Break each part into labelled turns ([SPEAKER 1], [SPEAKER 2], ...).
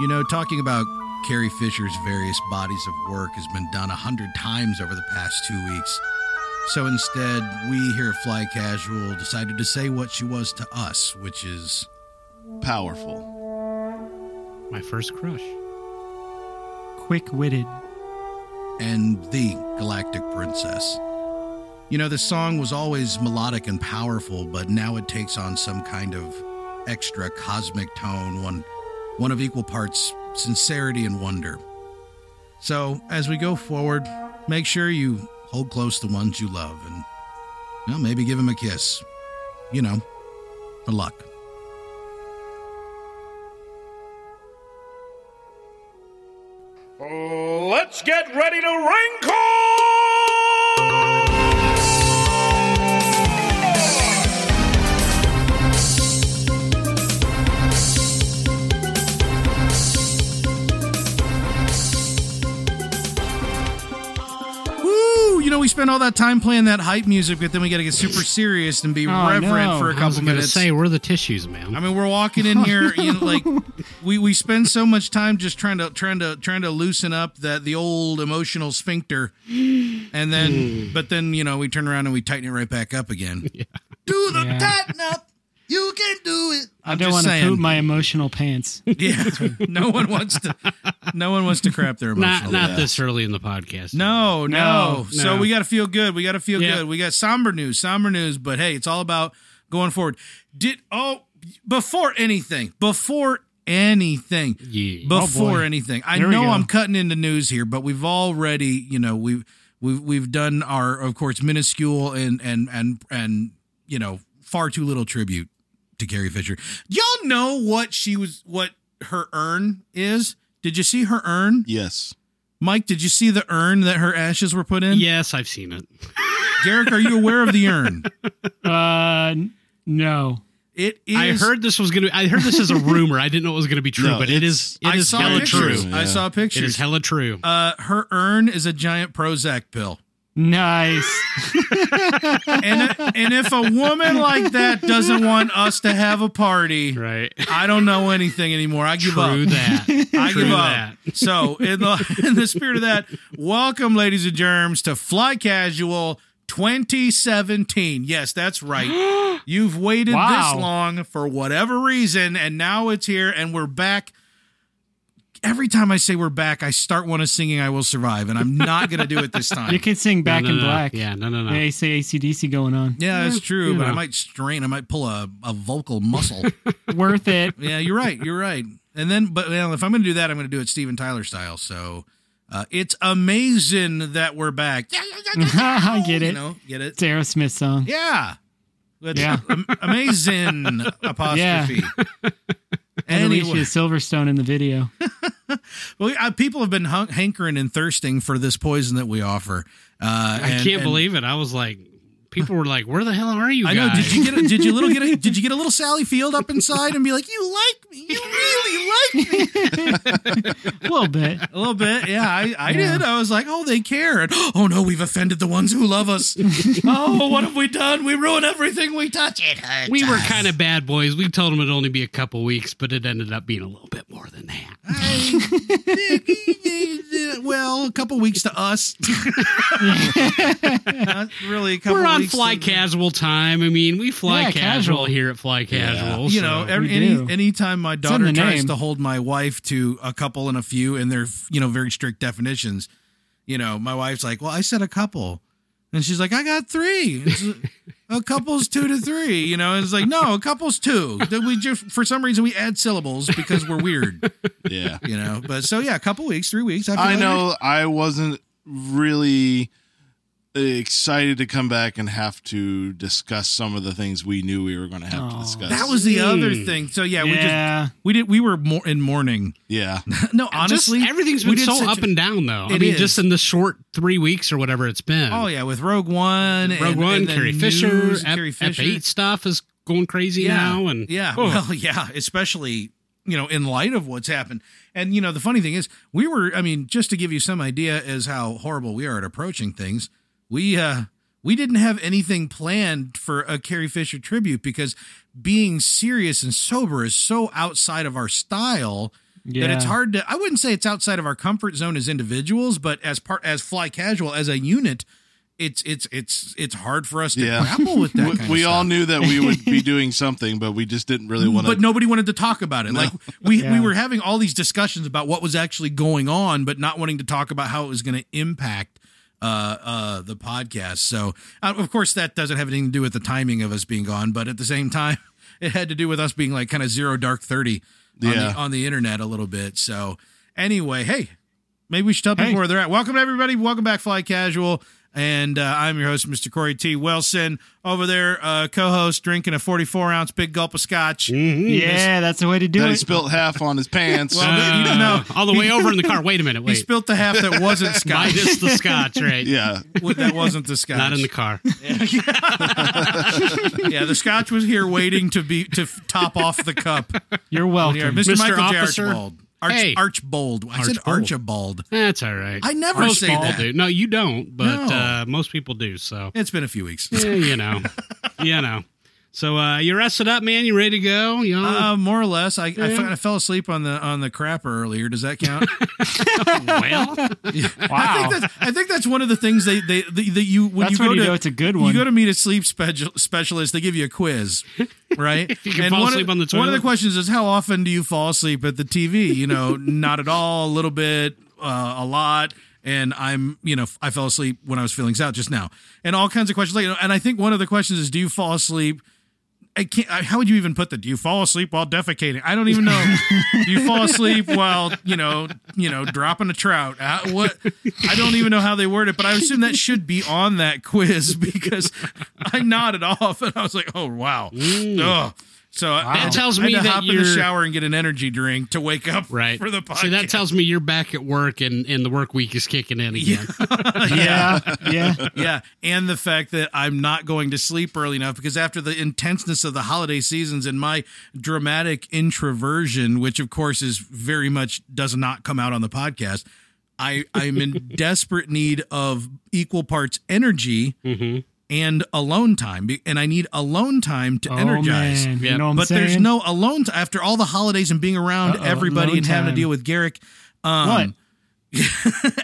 [SPEAKER 1] You know, talking about Carrie Fisher's various bodies of work has been done a hundred times over the past two weeks. So instead, we here at Fly Casual decided to say what she was to us, which is
[SPEAKER 2] Powerful.
[SPEAKER 3] My first crush. Quick witted.
[SPEAKER 1] and the Galactic Princess. You know, the song was always melodic and powerful, but now it takes on some kind of extra cosmic tone, one, one of equal parts sincerity and wonder. So, as we go forward, make sure you hold close the ones you love and, well, maybe give them a kiss. You know, for luck.
[SPEAKER 4] Let's get ready to wrinkle!
[SPEAKER 1] Woo! You know, we spent all that time playing that hype music, but then we got to get super serious and be reverent for a
[SPEAKER 3] Oh, I was
[SPEAKER 1] couple
[SPEAKER 3] gonna
[SPEAKER 1] minutes.
[SPEAKER 3] Say we're the tissues, man.
[SPEAKER 1] I mean, we're walking in here, you know, like we, we spend so much time just trying to trying to trying to loosen up that the old emotional sphincter, and then
[SPEAKER 5] Hmm.
[SPEAKER 1] but then you know we turn around and we tighten it right back up again. Do the
[SPEAKER 5] Yeah.
[SPEAKER 1] tighten up, you can do it.
[SPEAKER 5] I
[SPEAKER 1] I'm
[SPEAKER 5] don't
[SPEAKER 1] just
[SPEAKER 5] want to
[SPEAKER 1] saying.
[SPEAKER 5] poop my emotional pants.
[SPEAKER 1] Yeah, no one wants to. No one wants to crap their
[SPEAKER 3] not
[SPEAKER 1] emotional.
[SPEAKER 3] not
[SPEAKER 1] pants.
[SPEAKER 3] this early in the podcast.
[SPEAKER 1] No, no.
[SPEAKER 5] No,
[SPEAKER 1] So
[SPEAKER 3] no.
[SPEAKER 1] we got to feel good. We got to feel
[SPEAKER 3] Yeah.
[SPEAKER 1] good. We got somber news, somber news, but hey, it's all about going forward. Did oh before anything, before anything,
[SPEAKER 3] Yeah.
[SPEAKER 1] before
[SPEAKER 5] Oh, boy.
[SPEAKER 1] anything. I
[SPEAKER 5] Here we
[SPEAKER 1] know
[SPEAKER 5] go.
[SPEAKER 1] I'm cutting into news here, but we've already, you know, we've we've we've done our of course minuscule and and and and you know, far too little tribute to Carrie Fisher. Y'all know what she was what her urn is? Did you see her urn?
[SPEAKER 2] Yes.
[SPEAKER 1] Mike, did you see the urn that her ashes were put in?
[SPEAKER 3] Yes, I've seen it.
[SPEAKER 1] Garrick, are you aware of the urn?
[SPEAKER 5] Uh, n- no.
[SPEAKER 1] It is.
[SPEAKER 3] I heard this was gonna. I heard this is a rumor. I didn't know it was gonna be true,
[SPEAKER 2] No,
[SPEAKER 3] but it is. It
[SPEAKER 1] I
[SPEAKER 3] is
[SPEAKER 1] saw
[SPEAKER 3] hella
[SPEAKER 1] pictures.
[SPEAKER 3] true.
[SPEAKER 1] I saw
[SPEAKER 3] It is
[SPEAKER 1] pictures.
[SPEAKER 3] hella true.
[SPEAKER 1] uh, her urn is a giant Prozac pill.
[SPEAKER 5] Nice.
[SPEAKER 1] And, and if a woman like that doesn't want us to have a party,
[SPEAKER 3] right.
[SPEAKER 1] I don't know anything anymore. I give
[SPEAKER 3] True
[SPEAKER 1] up.
[SPEAKER 3] that.
[SPEAKER 1] I
[SPEAKER 3] True
[SPEAKER 1] give
[SPEAKER 3] that.
[SPEAKER 1] up. So, in the, in the spirit of that, welcome, ladies and germs, to Fly Casual 2017. Yes, that's right. You've waited
[SPEAKER 5] Wow.
[SPEAKER 1] this long for whatever reason, and now it's here, and we're back. Every time I say we're back, I start one of singing I Will Survive, and I'm not going to do it this
[SPEAKER 5] You
[SPEAKER 1] time.
[SPEAKER 5] can sing Back
[SPEAKER 3] no,
[SPEAKER 5] in
[SPEAKER 3] no.
[SPEAKER 5] Black.
[SPEAKER 3] Yeah, no, no, no.
[SPEAKER 5] They say ACDC going on.
[SPEAKER 1] Yeah, that's true,
[SPEAKER 3] you
[SPEAKER 1] but I
[SPEAKER 3] know.
[SPEAKER 1] might strain. I might pull a, a vocal muscle.
[SPEAKER 5] Worth it.
[SPEAKER 1] Yeah, you're right. You're right. And then, but well, if I'm going to do that, I'm going to do it Steven Tyler style. So uh, it's amazing that we're back.
[SPEAKER 5] I get
[SPEAKER 1] You
[SPEAKER 5] it.
[SPEAKER 1] know, get
[SPEAKER 5] It's
[SPEAKER 1] it?
[SPEAKER 5] Aerosmith song.
[SPEAKER 1] Yeah. That's
[SPEAKER 5] Yeah.
[SPEAKER 1] am- amazing apostrophe.
[SPEAKER 5] And
[SPEAKER 1] Anyway,
[SPEAKER 5] Alicia Silverstone in the video.
[SPEAKER 1] well, uh, people have been hun- hankering and thirsting for this poison that we offer. Uh,
[SPEAKER 3] I can't believe it. I was like, people were like, "Where the hell are you?"
[SPEAKER 1] I know.
[SPEAKER 3] guys?"
[SPEAKER 1] Did you get? A, did you little get? A, did you get a little Sally Field up inside and be like, "You like me? You really like me?"
[SPEAKER 5] A little bit.
[SPEAKER 1] A little bit, yeah. I, I
[SPEAKER 5] Yeah.
[SPEAKER 1] did. I was like, oh, they care. And, oh no, we've offended the ones who love us. oh, what have we done? We ruin everything we touch. It hurts.
[SPEAKER 3] We were
[SPEAKER 1] us.
[SPEAKER 3] kind of bad boys. We told them it'd only be a couple weeks, but it ended up being a little bit more than that.
[SPEAKER 1] well, a couple weeks to us. Not really, a couple
[SPEAKER 3] We're on
[SPEAKER 1] weeks
[SPEAKER 3] fly
[SPEAKER 1] to-
[SPEAKER 3] casual time. I mean, we fly
[SPEAKER 5] Yeah,
[SPEAKER 3] casual,
[SPEAKER 5] casual.
[SPEAKER 3] here at Fly Casual.
[SPEAKER 1] You know,
[SPEAKER 3] so-
[SPEAKER 1] every,
[SPEAKER 5] We do.
[SPEAKER 1] any anytime my
[SPEAKER 5] in
[SPEAKER 1] daughter
[SPEAKER 5] the
[SPEAKER 1] tries
[SPEAKER 5] name.
[SPEAKER 1] to hold my wife to a couple and a few and their you know very strict definitions, you know, my wife's like, "Well, I said a couple," and she's like, "I got three. And she's like, a couple's two to three. You know, and it's like, no, a couple's two. That we just for some reason we add syllables because we're weird.
[SPEAKER 2] Yeah.
[SPEAKER 1] You know, but so yeah, a couple weeks, three weeks. feel
[SPEAKER 2] I
[SPEAKER 1] like-
[SPEAKER 2] know I wasn't really excited to come back and have to discuss some of the things we knew we were going to have to
[SPEAKER 5] Oh.
[SPEAKER 2] discuss.
[SPEAKER 1] that was the other
[SPEAKER 3] Hmm.
[SPEAKER 1] thing. So yeah, we just
[SPEAKER 5] yeah.
[SPEAKER 1] we did we were more in mourning.
[SPEAKER 2] yeah.
[SPEAKER 1] no,
[SPEAKER 3] Just
[SPEAKER 1] honestly,
[SPEAKER 3] everything's
[SPEAKER 1] we
[SPEAKER 3] been
[SPEAKER 1] did
[SPEAKER 3] so
[SPEAKER 1] such
[SPEAKER 3] up
[SPEAKER 1] a-
[SPEAKER 3] and down, though. I
[SPEAKER 1] It
[SPEAKER 3] mean,
[SPEAKER 1] is.
[SPEAKER 3] just in the short three weeks or whatever it's been.
[SPEAKER 1] Oh yeah, with Rogue One,
[SPEAKER 3] Rogue
[SPEAKER 1] and,
[SPEAKER 3] One,
[SPEAKER 1] and then
[SPEAKER 3] Carrie Fisher,
[SPEAKER 1] news,
[SPEAKER 3] F-
[SPEAKER 1] Carrie Fisher,
[SPEAKER 3] F8 stuff is going crazy
[SPEAKER 1] yeah,
[SPEAKER 3] now, and
[SPEAKER 1] yeah,
[SPEAKER 3] oh,
[SPEAKER 1] well, yeah, especially you know in light of what's happened, and you know the funny thing is we were, I mean, just to give you some idea as how horrible we are at approaching things, we uh we didn't have anything planned for a Carrie Fisher tribute because being serious and sober is so outside of our style
[SPEAKER 5] Yeah.
[SPEAKER 1] that it's hard to I wouldn't say it's outside of our comfort zone as individuals, but as part as fly casual as a unit, it's it's it's it's hard for us to
[SPEAKER 2] Yeah.
[SPEAKER 1] grapple with that.
[SPEAKER 2] We,
[SPEAKER 1] kind of
[SPEAKER 2] we
[SPEAKER 1] stuff.
[SPEAKER 2] all knew that we would be doing something, but we just didn't really want
[SPEAKER 1] but
[SPEAKER 2] to.
[SPEAKER 1] nobody wanted to talk about it. Like we, we
[SPEAKER 5] Yeah.
[SPEAKER 1] were having all these discussions about what was actually going on, but not wanting to talk about how it was going to impact uh, uh, the podcast. So, uh, of course, that doesn't have anything to do with the timing of us being gone, but at the same time, it had to do with us being like kind of zero dark thirty on,
[SPEAKER 2] Yeah.
[SPEAKER 1] the, on the internet a little bit. So, anyway, hey, maybe we should tell
[SPEAKER 5] Hey.
[SPEAKER 1] people where they're at. Welcome everybody. Welcome back, Fly Casual. And uh, I'm your host, Mr. Corey T. Wilson, over there, uh, co-host, drinking a 44 ounce big gulp of scotch.
[SPEAKER 5] yeah, that's the way to do
[SPEAKER 2] That he
[SPEAKER 5] it.
[SPEAKER 2] spilt half on his pants.
[SPEAKER 1] Well, but you don't know.
[SPEAKER 3] uh, all the way over in the car. Wait a minute.
[SPEAKER 1] He
[SPEAKER 3] Wait.
[SPEAKER 1] spilt the half that wasn't scotch.
[SPEAKER 3] Minus the scotch, right?
[SPEAKER 2] yeah,
[SPEAKER 1] Well, that wasn't the scotch.
[SPEAKER 3] Not in the car.
[SPEAKER 1] yeah, the scotch was here waiting to be to f- top off the cup. Here,
[SPEAKER 5] You're welcome.
[SPEAKER 1] Mr.
[SPEAKER 3] Mr.
[SPEAKER 1] Michael J.
[SPEAKER 3] Officer.
[SPEAKER 1] Archibald. Arch,
[SPEAKER 3] Hey.
[SPEAKER 1] Archibald. I said
[SPEAKER 3] Archibald.
[SPEAKER 1] Archibald.
[SPEAKER 3] That's all right.
[SPEAKER 1] I never
[SPEAKER 3] most
[SPEAKER 1] say
[SPEAKER 3] people
[SPEAKER 1] that.
[SPEAKER 3] do. No, you don't, but
[SPEAKER 1] No.
[SPEAKER 3] uh, most people do. So,
[SPEAKER 1] It's been a few weeks.
[SPEAKER 3] Eh, you know, you know. So uh, you rested up, man. You ready to go? You know,
[SPEAKER 1] Uh, more or less, I, I, fe- I fell asleep on the on the crapper earlier. Does that count?
[SPEAKER 5] Well,
[SPEAKER 1] I
[SPEAKER 5] wow.
[SPEAKER 1] think that's I think that's one of the things they they the, that you when
[SPEAKER 5] That's
[SPEAKER 1] you go
[SPEAKER 5] when you
[SPEAKER 1] to
[SPEAKER 5] know it's a good one.
[SPEAKER 1] You go to meet a sleep speg- specialist, they give you a quiz, right?
[SPEAKER 3] you can fall
[SPEAKER 1] one
[SPEAKER 3] asleep
[SPEAKER 1] of,
[SPEAKER 3] on the
[SPEAKER 1] One of the
[SPEAKER 3] toilet.
[SPEAKER 1] questions is how often do you fall asleep at the TV? You know, not at all, a little bit, uh, a lot. And I'm, you know, I fell asleep when I was feelings out just now, and all kinds of questions. Like, and I think one of the questions is, do you fall asleep? I can't. I, how would you even put that? Do you fall asleep while defecating? I don't even know. do you fall asleep while you know, you know, dropping a trout? Uh, what? I don't even know how they word it, but I assume that should be on that quiz because I nodded off and I was like, oh wow, Ugh. So I,
[SPEAKER 3] That tells
[SPEAKER 1] I had
[SPEAKER 3] me
[SPEAKER 1] to
[SPEAKER 3] that
[SPEAKER 1] hop in the
[SPEAKER 3] you're-
[SPEAKER 1] shower and get an energy drink to wake up
[SPEAKER 3] right.
[SPEAKER 1] for the podcast.
[SPEAKER 3] See, that tells me you're back at work and, and the work week is kicking in again.
[SPEAKER 5] yeah, yeah.
[SPEAKER 1] yeah, and the fact that I'm not going to sleep early enough because after the intenseness of the holiday seasons and my dramatic introversion, which of course is very much does not come out on the podcast, I I'm in desperate need of equal parts energy and alone time, Be- and I need alone time to
[SPEAKER 5] Oh,
[SPEAKER 1] energize.
[SPEAKER 5] man.
[SPEAKER 3] Yeah.
[SPEAKER 5] You know what I'm
[SPEAKER 1] But
[SPEAKER 5] saying?
[SPEAKER 1] there's no alone t- after all the holidays and being around
[SPEAKER 5] Uh-oh,
[SPEAKER 1] everybody
[SPEAKER 5] alone
[SPEAKER 1] and having to
[SPEAKER 5] time.
[SPEAKER 1] deal with Garrick.
[SPEAKER 5] What?
[SPEAKER 1] Um,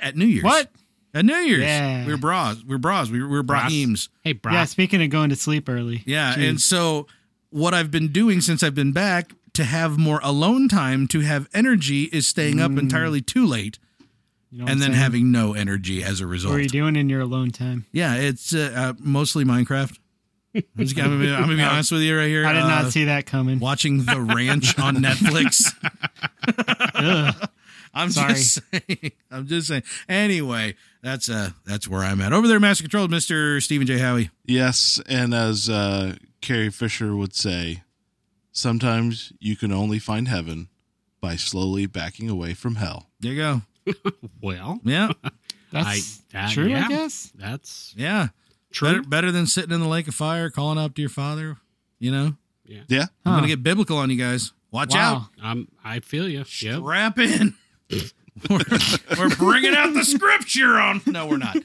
[SPEAKER 1] at New Year's.
[SPEAKER 5] What?
[SPEAKER 1] At New Year's.
[SPEAKER 5] Yeah.
[SPEAKER 1] We're bras. We're bras. We we're Brahims.
[SPEAKER 3] hey, Brock.
[SPEAKER 5] Yeah, speaking of going to sleep early.
[SPEAKER 1] Yeah.
[SPEAKER 5] Jeez.
[SPEAKER 1] And so what I've been doing since I've been back to have more alone time to have energy is staying up
[SPEAKER 5] Mm.
[SPEAKER 1] entirely too late
[SPEAKER 5] You know what
[SPEAKER 1] and
[SPEAKER 5] I'm
[SPEAKER 1] then
[SPEAKER 5] saying?
[SPEAKER 1] having no energy as a
[SPEAKER 5] What are you
[SPEAKER 1] result.
[SPEAKER 5] doing in your alone time?
[SPEAKER 1] Yeah, it's uh, uh, mostly Minecraft. I'm, just, I'm, gonna, I'm gonna be honest with you right here.
[SPEAKER 5] I did
[SPEAKER 1] Uh,
[SPEAKER 5] not see that coming.
[SPEAKER 1] watching The Ranch on Netflix. I'm
[SPEAKER 5] Sorry.
[SPEAKER 1] just saying. I'm just saying. Anyway, that's uh that's where I'm at. Over there, Master Control, Mr. Stephen J. Howie.
[SPEAKER 2] yes. And as uh, Carrie Fisher would say, sometimes you can only find heaven by slowly backing away from hell.
[SPEAKER 1] There you go.
[SPEAKER 3] Well,
[SPEAKER 1] Yeah,
[SPEAKER 5] That's
[SPEAKER 3] I-
[SPEAKER 1] uh,
[SPEAKER 3] that-
[SPEAKER 5] true,
[SPEAKER 3] yeah.
[SPEAKER 5] I guess.
[SPEAKER 3] that's
[SPEAKER 1] yeah. Better,
[SPEAKER 3] true.
[SPEAKER 1] better than sitting in the lake of fire, calling out to your father. You know,
[SPEAKER 2] Yeah.
[SPEAKER 1] I'm
[SPEAKER 5] Huh.
[SPEAKER 1] gonna get biblical on you guys. Watch out.
[SPEAKER 5] wow.
[SPEAKER 3] Um, I feel you. Yep.
[SPEAKER 1] Strap in. we're, we're bringing out the scripture on. No, we're not.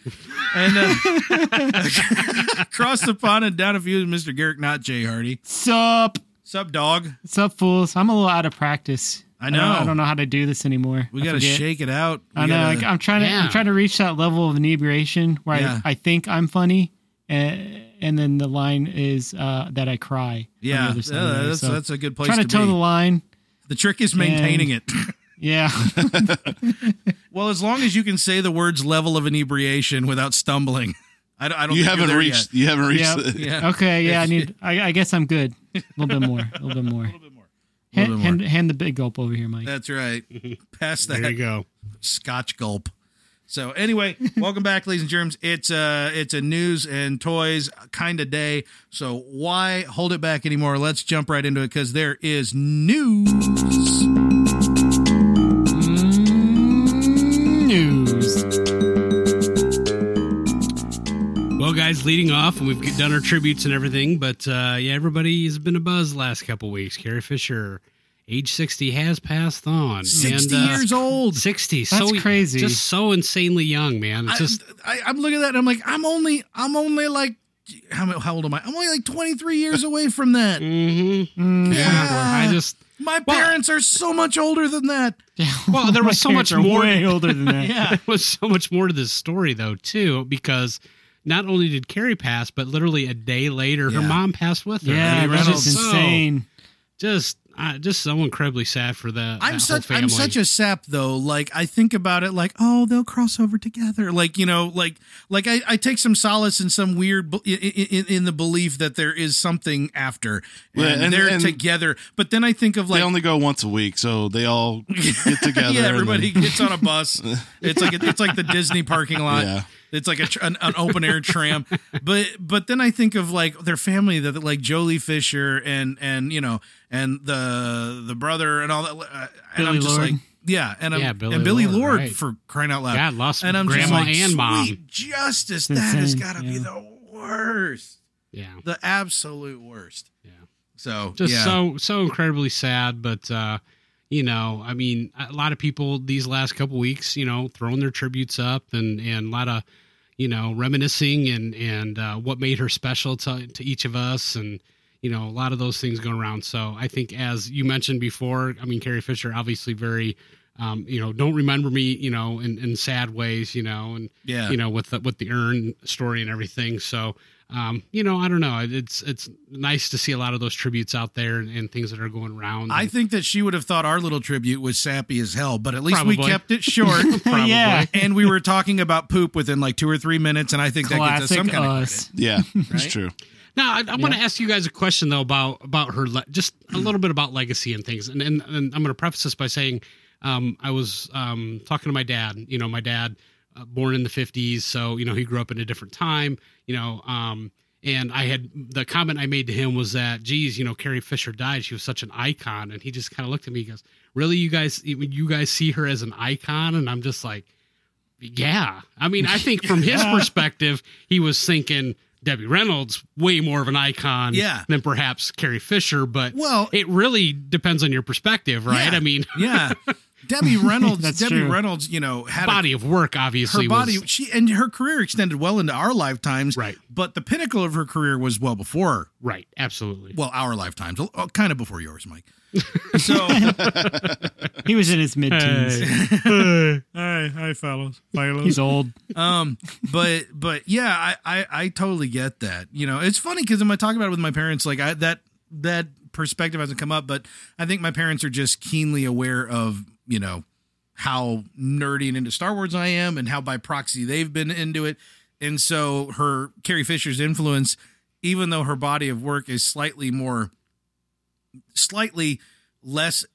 [SPEAKER 1] And uh, across the pond and down a few is Mr. Garrick, not Jay Hardy.
[SPEAKER 5] Sup?
[SPEAKER 1] Sup, dog.
[SPEAKER 5] Sup, fools? I'm a little out of practice.
[SPEAKER 1] I
[SPEAKER 5] don't-
[SPEAKER 1] know.
[SPEAKER 5] I don't know how to do this anymore.
[SPEAKER 1] We
[SPEAKER 5] I
[SPEAKER 1] got to
[SPEAKER 5] forget.
[SPEAKER 1] shake it out. We
[SPEAKER 5] I know.
[SPEAKER 1] gotta-
[SPEAKER 5] like, I'm trying to.
[SPEAKER 3] Yeah.
[SPEAKER 5] I'm trying to reach that level of inebriation where
[SPEAKER 1] Yeah.
[SPEAKER 5] I, I think I'm funny, and, and then the line is uh, that I cry. on the
[SPEAKER 1] yeah,
[SPEAKER 5] other side
[SPEAKER 1] yeah,
[SPEAKER 5] of there.
[SPEAKER 1] that's
[SPEAKER 5] So,
[SPEAKER 1] that's a good place
[SPEAKER 5] trying to,
[SPEAKER 1] to,
[SPEAKER 5] toe
[SPEAKER 1] be.
[SPEAKER 5] the line.
[SPEAKER 1] the trick is maintaining it.
[SPEAKER 5] Yeah,
[SPEAKER 1] well, as long as you can say the words "level of inebriation" without stumbling, I, don't- I don't.
[SPEAKER 2] You
[SPEAKER 1] think you're
[SPEAKER 2] haven't
[SPEAKER 1] there
[SPEAKER 2] reached. You haven't reached.
[SPEAKER 5] Yeah.
[SPEAKER 2] the-
[SPEAKER 1] yet. Yeah.
[SPEAKER 5] okay. Yeah, I need. I, I guess I'm good. A little bit more. A little bit more.
[SPEAKER 1] Little
[SPEAKER 5] Hand,
[SPEAKER 1] bit
[SPEAKER 5] hand, hand the big gulp over here, Mike.
[SPEAKER 1] That's right. Pass
[SPEAKER 3] There
[SPEAKER 1] that
[SPEAKER 3] you go.
[SPEAKER 1] Scotch gulp. So anyway, welcome back, ladies and germs. It's uh it's a news and toys kind of day. So why hold it back anymore? Let's jump right into it because there is news.
[SPEAKER 5] Mm, News.
[SPEAKER 3] Well, guys, leading off, and we've done our tributes and everything, but uh, yeah, everybody's been a buzz last couple weeks. Carrie Fisher, age 60, has passed on.
[SPEAKER 1] Sixty
[SPEAKER 3] and, uh,
[SPEAKER 1] years old.
[SPEAKER 3] 60.
[SPEAKER 5] That's
[SPEAKER 3] so
[SPEAKER 5] crazy.
[SPEAKER 3] Just so insanely young, man. It's
[SPEAKER 1] I,
[SPEAKER 3] just
[SPEAKER 1] I, I'm looking at that and I'm like, I'm only, I'm only like, how, how old am I? I'm only like 23 years away from that.
[SPEAKER 3] hmm
[SPEAKER 1] Yeah.
[SPEAKER 3] I just
[SPEAKER 1] My
[SPEAKER 3] Well-
[SPEAKER 1] parents are so much older than that.
[SPEAKER 3] Well, there
[SPEAKER 5] Oh, My
[SPEAKER 3] was so
[SPEAKER 5] parents
[SPEAKER 3] much
[SPEAKER 5] are
[SPEAKER 3] more-
[SPEAKER 5] Way older than that.
[SPEAKER 1] Yeah.
[SPEAKER 3] was so much more to this story though too because not only did Carrie pass, but literally a day later, her
[SPEAKER 1] Yeah.
[SPEAKER 3] mom passed with her. I
[SPEAKER 5] Yeah,
[SPEAKER 3] mean,
[SPEAKER 5] that's
[SPEAKER 3] Reynolds-
[SPEAKER 5] just insane.
[SPEAKER 3] So, just, uh, just so incredibly sad for that.
[SPEAKER 1] I'm
[SPEAKER 3] that
[SPEAKER 1] such
[SPEAKER 3] Whole
[SPEAKER 1] I'm such
[SPEAKER 3] family.
[SPEAKER 1] a sap though. Like I think about it like, oh, they'll cross over together. Like, you know, like like I, I take some solace in some weird be- in, in, in the belief that there is something after and,
[SPEAKER 2] Yeah, and-
[SPEAKER 1] they're
[SPEAKER 2] and-
[SPEAKER 1] together. But then I think of
[SPEAKER 2] they
[SPEAKER 1] like
[SPEAKER 2] only go once a week, so they all get together.
[SPEAKER 1] yeah,
[SPEAKER 2] and
[SPEAKER 1] everybody
[SPEAKER 2] then-
[SPEAKER 1] gets on a bus. It's like it's like the Disney parking lot.
[SPEAKER 2] Yeah.
[SPEAKER 1] It's like a tr- an, an open air tram. But but then I think of like their family that like Jolie Fisher and and you know and the the brother and all that. uh, And
[SPEAKER 5] Billy
[SPEAKER 1] I'm just
[SPEAKER 5] Lord.
[SPEAKER 1] like yeah, and I'm,
[SPEAKER 3] Yeah,
[SPEAKER 1] Billy
[SPEAKER 3] Billy
[SPEAKER 1] and Billy Lord,
[SPEAKER 3] Lord, right.
[SPEAKER 1] for crying out loud.
[SPEAKER 3] God lost
[SPEAKER 1] and I'm
[SPEAKER 3] grandma
[SPEAKER 1] just like,
[SPEAKER 3] and mom.
[SPEAKER 1] sweet justice. That has
[SPEAKER 5] insane,
[SPEAKER 1] got to be
[SPEAKER 5] yeah.
[SPEAKER 1] the worst,
[SPEAKER 3] Yeah,
[SPEAKER 1] the absolute worst.
[SPEAKER 3] Yeah.
[SPEAKER 1] So
[SPEAKER 3] just
[SPEAKER 1] yeah.
[SPEAKER 3] so so incredibly sad. But uh, you know, I mean, a lot of people these last couple weeks, you know, throwing their tributes up and and a lot of you know reminiscing and and uh, what made her special to to each of us and. You know, a lot of those things going around. So I think, as you mentioned before, I mean, Carrie Fisher obviously very, um, you know, don't remember me, you know, in, in sad ways, you know, and
[SPEAKER 1] yeah.
[SPEAKER 3] you know with the with the urn story and everything so um you know i don't know It- it's it's nice to see a lot of those tributes out there and, and things that are going around
[SPEAKER 1] I
[SPEAKER 3] And
[SPEAKER 1] think that she would have thought our little tribute was sappy as hell, but at least we
[SPEAKER 3] Probably.
[SPEAKER 1] kept it short.
[SPEAKER 3] probably
[SPEAKER 5] yeah.
[SPEAKER 1] and we were talking about poop within like two or three minutes, and I think that gets us
[SPEAKER 5] Classic
[SPEAKER 1] some kind
[SPEAKER 5] us.
[SPEAKER 2] Yeah, it's true.
[SPEAKER 3] now i, I want to ask you guys a question though about about her le- just a little bit about legacy and things and and, and i'm going to preface this by saying um i was um talking to my dad you know my dad uh, born in the 50s so you know he grew up in a different time you know um and I had the comment I made to him was that, geez, you know, Carrie Fisher died. She was such an icon, and he just kind of looked at me. He goes, "Really, you guys? You guys see her as an icon?" And I'm just like, "Yeah." I mean, I think from his perspective, he was thinking Debbie Reynolds way more of an icon,
[SPEAKER 1] Yeah.
[SPEAKER 3] than perhaps Carrie Fisher. But
[SPEAKER 1] Well-
[SPEAKER 3] it really depends on your perspective, right?
[SPEAKER 1] Yeah.
[SPEAKER 3] I mean,
[SPEAKER 1] of it. Yeah. Debbie Reynolds,
[SPEAKER 5] That's
[SPEAKER 1] Debbie
[SPEAKER 5] true.
[SPEAKER 1] Reynolds, you know, had a
[SPEAKER 3] body of work obviously
[SPEAKER 1] her body
[SPEAKER 3] was
[SPEAKER 1] she and her career extended well into our lifetimes
[SPEAKER 3] Right.
[SPEAKER 1] but the pinnacle of her career was well before
[SPEAKER 3] right, absolutely.
[SPEAKER 1] well our lifetimes well, kind of before yours mike so
[SPEAKER 5] He was in his mid teens.
[SPEAKER 6] Hey, hey, fellas.
[SPEAKER 5] He's old.
[SPEAKER 1] um but but yeah I, I i totally get that you know it's funny because when i talk about it with my parents like i that that perspective hasn't come up but i think my parents are just keenly aware of you know how nerdy and into star wars i am and how by proxy they've been into it and so her carrie fisher's influence even though her body of work is slightly more slightly less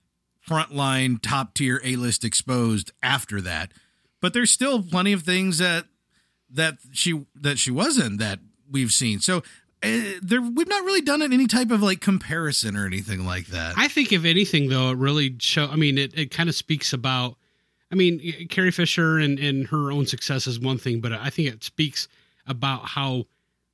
[SPEAKER 1] frontline top tier a list exposed after that but there's still plenty of things that that she that she wasn't that we've seen so uh, there we've not really done any type of like comparison or anything like that
[SPEAKER 3] I think if anything though, it really show. I mean, it, it kind of speaks about. I mean, Carrie Fisher and and her own success is one thing, but I think it speaks about how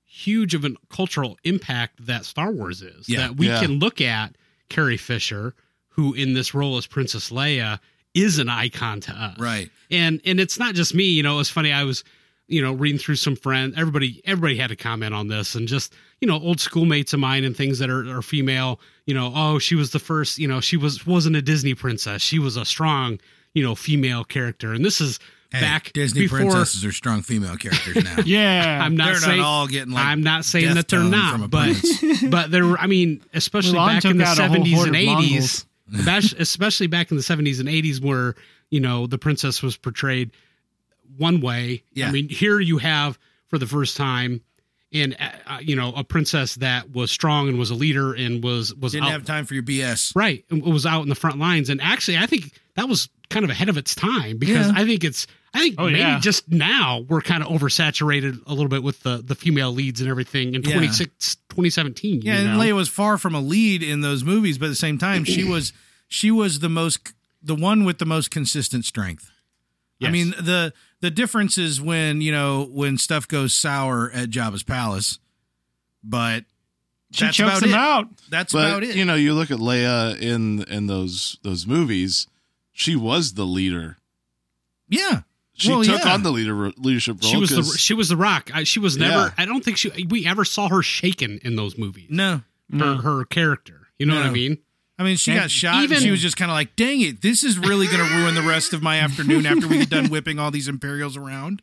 [SPEAKER 3] huge of a cultural impact that Star Wars is.
[SPEAKER 1] Yeah.
[SPEAKER 3] that we
[SPEAKER 2] Yeah.
[SPEAKER 3] can look at Carrie Fisher, who in this role as Princess Leia is an icon to us
[SPEAKER 1] right
[SPEAKER 3] and and it's not just me you know it's funny i was you know reading through some friends everybody everybody had a comment on this and just you know old schoolmates of mine and things that are, are female you know oh she was the first you know she was wasn't a disney princess she was a strong you know female character and this is
[SPEAKER 1] Hey,
[SPEAKER 3] back
[SPEAKER 1] disney
[SPEAKER 3] before
[SPEAKER 1] princesses are strong female characters now
[SPEAKER 5] Yeah.
[SPEAKER 3] i'm not
[SPEAKER 1] they're
[SPEAKER 3] saying
[SPEAKER 1] not all getting like
[SPEAKER 3] i'm not saying
[SPEAKER 1] death
[SPEAKER 3] that they're
[SPEAKER 1] tone from a
[SPEAKER 3] not but
[SPEAKER 1] prince.
[SPEAKER 3] but there were i mean especially
[SPEAKER 5] Mulan
[SPEAKER 3] back in
[SPEAKER 5] took
[SPEAKER 3] the
[SPEAKER 5] out a whole
[SPEAKER 3] 70s
[SPEAKER 5] horde
[SPEAKER 3] and
[SPEAKER 5] of
[SPEAKER 3] 80s
[SPEAKER 5] Mongols.
[SPEAKER 3] espec- especially back in the 70s and 80s where you know the princess was portrayed one way
[SPEAKER 1] Yeah.
[SPEAKER 3] i mean here you have for the first time and uh, uh, you know a princess that was strong and was a leader and was was
[SPEAKER 1] didn't
[SPEAKER 3] out,
[SPEAKER 1] have time for your bs
[SPEAKER 3] right and was out in the front lines and actually i think that was kind of ahead of its time because
[SPEAKER 1] Yeah.
[SPEAKER 3] i think it's i think
[SPEAKER 5] Oh,
[SPEAKER 3] maybe
[SPEAKER 5] yeah.
[SPEAKER 3] just now we're kind of oversaturated a little bit with the the female leads and everything in
[SPEAKER 1] Yeah.
[SPEAKER 3] 26 2017
[SPEAKER 1] yeah
[SPEAKER 3] you
[SPEAKER 1] and
[SPEAKER 3] know?
[SPEAKER 1] leia was far from a lead in those movies but at the same time she was she was the most the one with the most consistent strength I
[SPEAKER 3] Yes.
[SPEAKER 1] mean the the difference is when you know when stuff goes sour at Jabba's palace, but
[SPEAKER 5] she
[SPEAKER 1] that's about
[SPEAKER 5] chokes him
[SPEAKER 1] it.
[SPEAKER 5] out.
[SPEAKER 1] that's about
[SPEAKER 2] But
[SPEAKER 1] it.
[SPEAKER 2] you know, you look at Leia in in those those movies. She was the leader.
[SPEAKER 1] yeah,
[SPEAKER 2] She
[SPEAKER 1] Well,
[SPEAKER 2] took
[SPEAKER 1] yeah.
[SPEAKER 2] on the leader leadership role.
[SPEAKER 3] She was the
[SPEAKER 2] 'cause-
[SPEAKER 3] she was the rock. I, she was never.
[SPEAKER 2] Yeah.
[SPEAKER 3] I don't think she we ever saw her shaken in those movies.
[SPEAKER 1] no,
[SPEAKER 3] Her her character. You know what I
[SPEAKER 1] No.
[SPEAKER 3] mean?
[SPEAKER 1] I mean, she
[SPEAKER 5] Thank
[SPEAKER 1] got shot,
[SPEAKER 3] Even-
[SPEAKER 1] and she was just kind of like, "Dang it, this is really going to ruin the rest of my afternoon after we get done whipping all these Imperials around."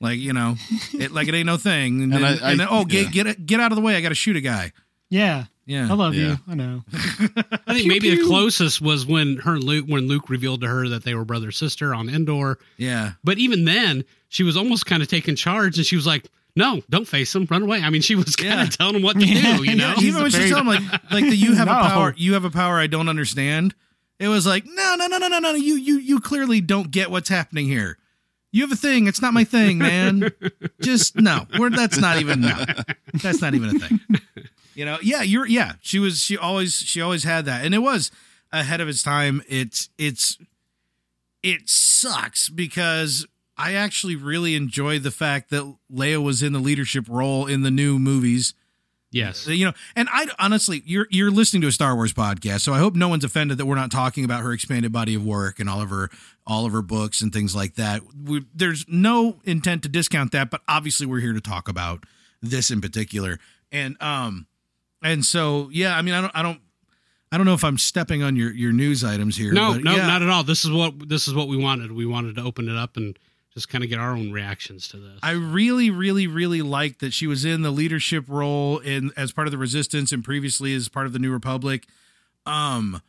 [SPEAKER 1] Like you know, it like it ain't no thing. And,
[SPEAKER 2] And
[SPEAKER 1] then,
[SPEAKER 2] I- I-
[SPEAKER 1] and then, oh,
[SPEAKER 2] yeah.
[SPEAKER 1] get get get out of the way! I got to shoot a guy.
[SPEAKER 5] Yeah.
[SPEAKER 1] Yeah,
[SPEAKER 5] I love
[SPEAKER 2] Yeah.
[SPEAKER 5] you. I know.
[SPEAKER 3] I think maybe the closest was when her and Luke when Luke revealed to her that they were brother sister on Endor.
[SPEAKER 1] yeah.
[SPEAKER 3] But even then, she was almost kind of taking charge, and she was like, "No, don't face him. Run away." I mean, she was kind of
[SPEAKER 1] Yeah.
[SPEAKER 3] telling him what to
[SPEAKER 5] Yeah,
[SPEAKER 3] do. You know,
[SPEAKER 5] yeah, she's
[SPEAKER 1] Even when she
[SPEAKER 5] very-
[SPEAKER 1] told him like like the you have
[SPEAKER 5] No.
[SPEAKER 1] a power you have a power I don't understand. It was like no no no no no no you you you clearly don't get what's happening here. You have a thing. It's not my thing, man. Just no. We're, that's not even no. That's not even a thing. You know. Yeah. You're. Yeah. She was. She always. She always had that, and it was ahead of its time. It's. It's. It sucks because I actually really enjoyed the fact that Leia was in the leadership role in the new movies
[SPEAKER 3] yes,
[SPEAKER 1] you know, and I honestly, you're you're listening to a Star Wars podcast, so I hope no one's offended that we're not talking about her expanded body of work and all of her all of her books and things like that. We, there's no intent to discount that, but obviously we're here to talk about this in particular. And um, and so yeah, I mean, I don't, I don't, I don't know if I'm stepping on your your news items here.
[SPEAKER 3] no,
[SPEAKER 1] but
[SPEAKER 3] no,
[SPEAKER 1] yeah.
[SPEAKER 3] not at all. This is what this is what we wanted. We wanted to open it up and just kind of get our own reactions to this.
[SPEAKER 1] I really, really, really liked that she was in the leadership role in as part of the resistance and previously as part of the New Republic. Um,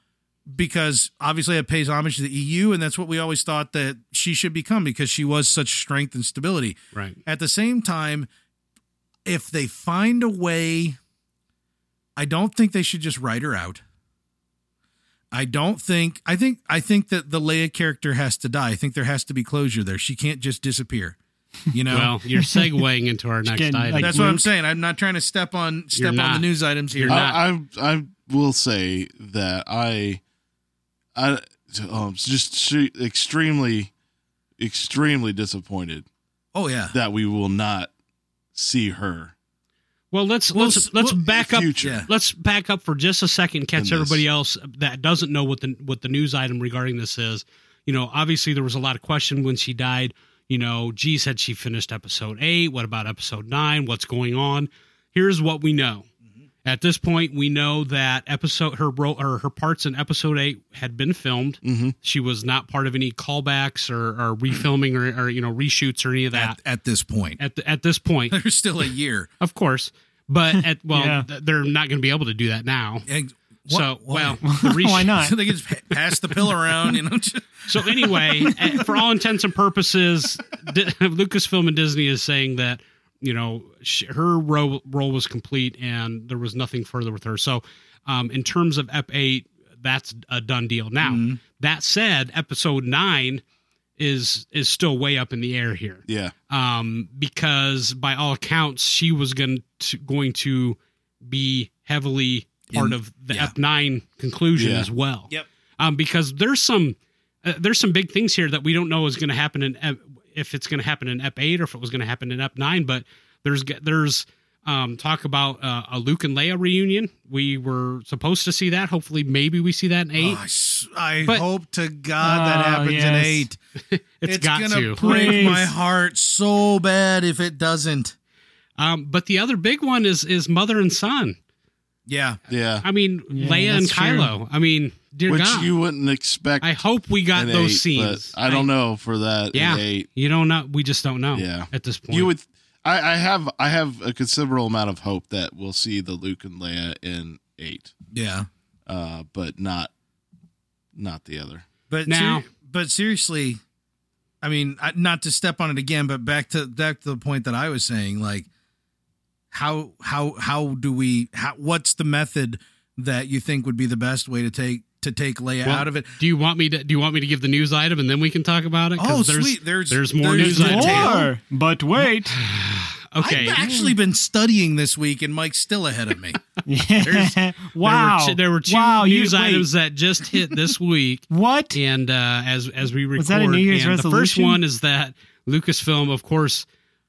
[SPEAKER 1] because obviously it pays homage to the EU, and that's what we always thought that she should become because she was such strength and stability.
[SPEAKER 3] right.
[SPEAKER 1] At the same time, if they find a way, I don't think they should just write her out. I don't think I think I think that the Leia character has to die. I think there has to be closure there. She can't just disappear. You know?
[SPEAKER 3] Well, you're segueing into our next
[SPEAKER 5] Again,
[SPEAKER 3] item.
[SPEAKER 5] like-
[SPEAKER 1] That's what I'm
[SPEAKER 5] Luke.
[SPEAKER 1] saying. I'm not trying to step on
[SPEAKER 3] You're
[SPEAKER 1] step on
[SPEAKER 3] not.
[SPEAKER 1] the news items here.
[SPEAKER 3] You're not.
[SPEAKER 2] I, I I will say that I I um just su- extremely extremely disappointed
[SPEAKER 1] Oh yeah.
[SPEAKER 2] that we will not see her.
[SPEAKER 3] well, let's
[SPEAKER 1] Well,
[SPEAKER 3] let's
[SPEAKER 1] s-
[SPEAKER 3] let's
[SPEAKER 1] well,
[SPEAKER 3] back up.
[SPEAKER 2] future.
[SPEAKER 1] Yeah.
[SPEAKER 3] Let's back up for just a second. Catch
[SPEAKER 2] this.
[SPEAKER 3] everybody else that doesn't know what the what the news item regarding this is. You know, obviously there was a lot of question when she died. You know, G said she finished episode eight. What about episode nine? What's going on? Here's what we know. At this point, we know that episode her ro- or her parts in episode eight had been filmed.
[SPEAKER 2] Mhm.
[SPEAKER 3] She was not part of any callbacks or, or refilming or, or you know reshoots or any of that.
[SPEAKER 1] At, at this point.
[SPEAKER 3] At, the, at this point,
[SPEAKER 1] There's still a year.
[SPEAKER 3] of course. But at well,
[SPEAKER 5] Yeah.
[SPEAKER 3] th- they're not going to be able to do that now.
[SPEAKER 1] And
[SPEAKER 3] so
[SPEAKER 1] why-
[SPEAKER 3] well, the resh-
[SPEAKER 5] Why not?
[SPEAKER 1] so they can just pa- pass the pill around, you know. just-
[SPEAKER 3] So anyway, eh, for all intents and purposes, Di- Lucasfilm and Disney is saying that you know sh- her role role was complete and there was nothing further with her. So um, in terms of Ep eight, that's a done deal. Now
[SPEAKER 5] Mm-hmm.
[SPEAKER 3] that said, Episode nine is is still way up in the air here.
[SPEAKER 2] Yeah.
[SPEAKER 3] um, because by all accounts she was going to, going to be heavily part
[SPEAKER 1] In-
[SPEAKER 3] of the
[SPEAKER 1] yeah.
[SPEAKER 3] F nine conclusion
[SPEAKER 2] Yeah.
[SPEAKER 3] as well.
[SPEAKER 1] Yep.
[SPEAKER 3] Um, because there's some uh, there's some big things here that we don't know is going to happen in Ep- if it's going to happen in Ep eight or if it was going to happen in Ep nine. But there's g- there's um, talk about uh, a Luke and Leia reunion. We were supposed to see that. Hopefully, maybe we see that in eight.
[SPEAKER 1] Oh, I s- I
[SPEAKER 3] But-
[SPEAKER 1] hope to God that
[SPEAKER 5] Oh,
[SPEAKER 1] happens in
[SPEAKER 5] yes.
[SPEAKER 1] eight.
[SPEAKER 3] it's got
[SPEAKER 1] gonna
[SPEAKER 3] to.
[SPEAKER 1] break
[SPEAKER 5] Please.
[SPEAKER 1] my heart so bad if it doesn't.
[SPEAKER 3] Um, but the other big one is is mother and son.
[SPEAKER 1] Yeah,
[SPEAKER 2] Yeah.
[SPEAKER 3] I mean,
[SPEAKER 5] Yeah,
[SPEAKER 3] Leia and
[SPEAKER 5] that's true.
[SPEAKER 3] Kylo. I mean, dear
[SPEAKER 2] Which
[SPEAKER 3] God,
[SPEAKER 2] you wouldn't expect.
[SPEAKER 3] I hope we got
[SPEAKER 2] in
[SPEAKER 3] those
[SPEAKER 2] eight, but
[SPEAKER 3] scenes.
[SPEAKER 2] I don't know for that. in
[SPEAKER 3] Yeah.
[SPEAKER 2] eight.
[SPEAKER 3] You don't know. We just don't know.
[SPEAKER 2] Yeah.
[SPEAKER 3] At this point,
[SPEAKER 2] You would. I, I have. I have a considerable amount of hope that we'll see the Luke and Leia in eight,
[SPEAKER 1] yeah.
[SPEAKER 2] uh, but not, not the other.
[SPEAKER 1] But
[SPEAKER 3] Now-
[SPEAKER 1] ser- but seriously, I mean, I, not to step on it again, but back to back to the point that I was saying, like how how how do we how, what's the method that you think would be the best way to take to take Leia
[SPEAKER 3] Well,
[SPEAKER 1] out of it?
[SPEAKER 3] Do you want me to? Do you want me to give the news item and then we can talk about it? 'Cause
[SPEAKER 1] Oh,
[SPEAKER 3] there's,
[SPEAKER 1] sweet! There's
[SPEAKER 3] there's more news
[SPEAKER 1] more.
[SPEAKER 3] on tape.
[SPEAKER 5] Or, but wait.
[SPEAKER 3] Okay.
[SPEAKER 1] I've actually been studying this week, and Mike's still ahead of me.
[SPEAKER 5] Yeah.
[SPEAKER 3] There
[SPEAKER 5] wow.
[SPEAKER 3] were, two- there were two
[SPEAKER 5] wow, you-
[SPEAKER 3] news
[SPEAKER 5] wait.
[SPEAKER 3] items that just hit this week.
[SPEAKER 5] What?
[SPEAKER 3] and uh, as as we record,
[SPEAKER 5] Was that a New Year's
[SPEAKER 3] and the first
[SPEAKER 5] resolution?
[SPEAKER 3] one is that Lucasfilm, of course,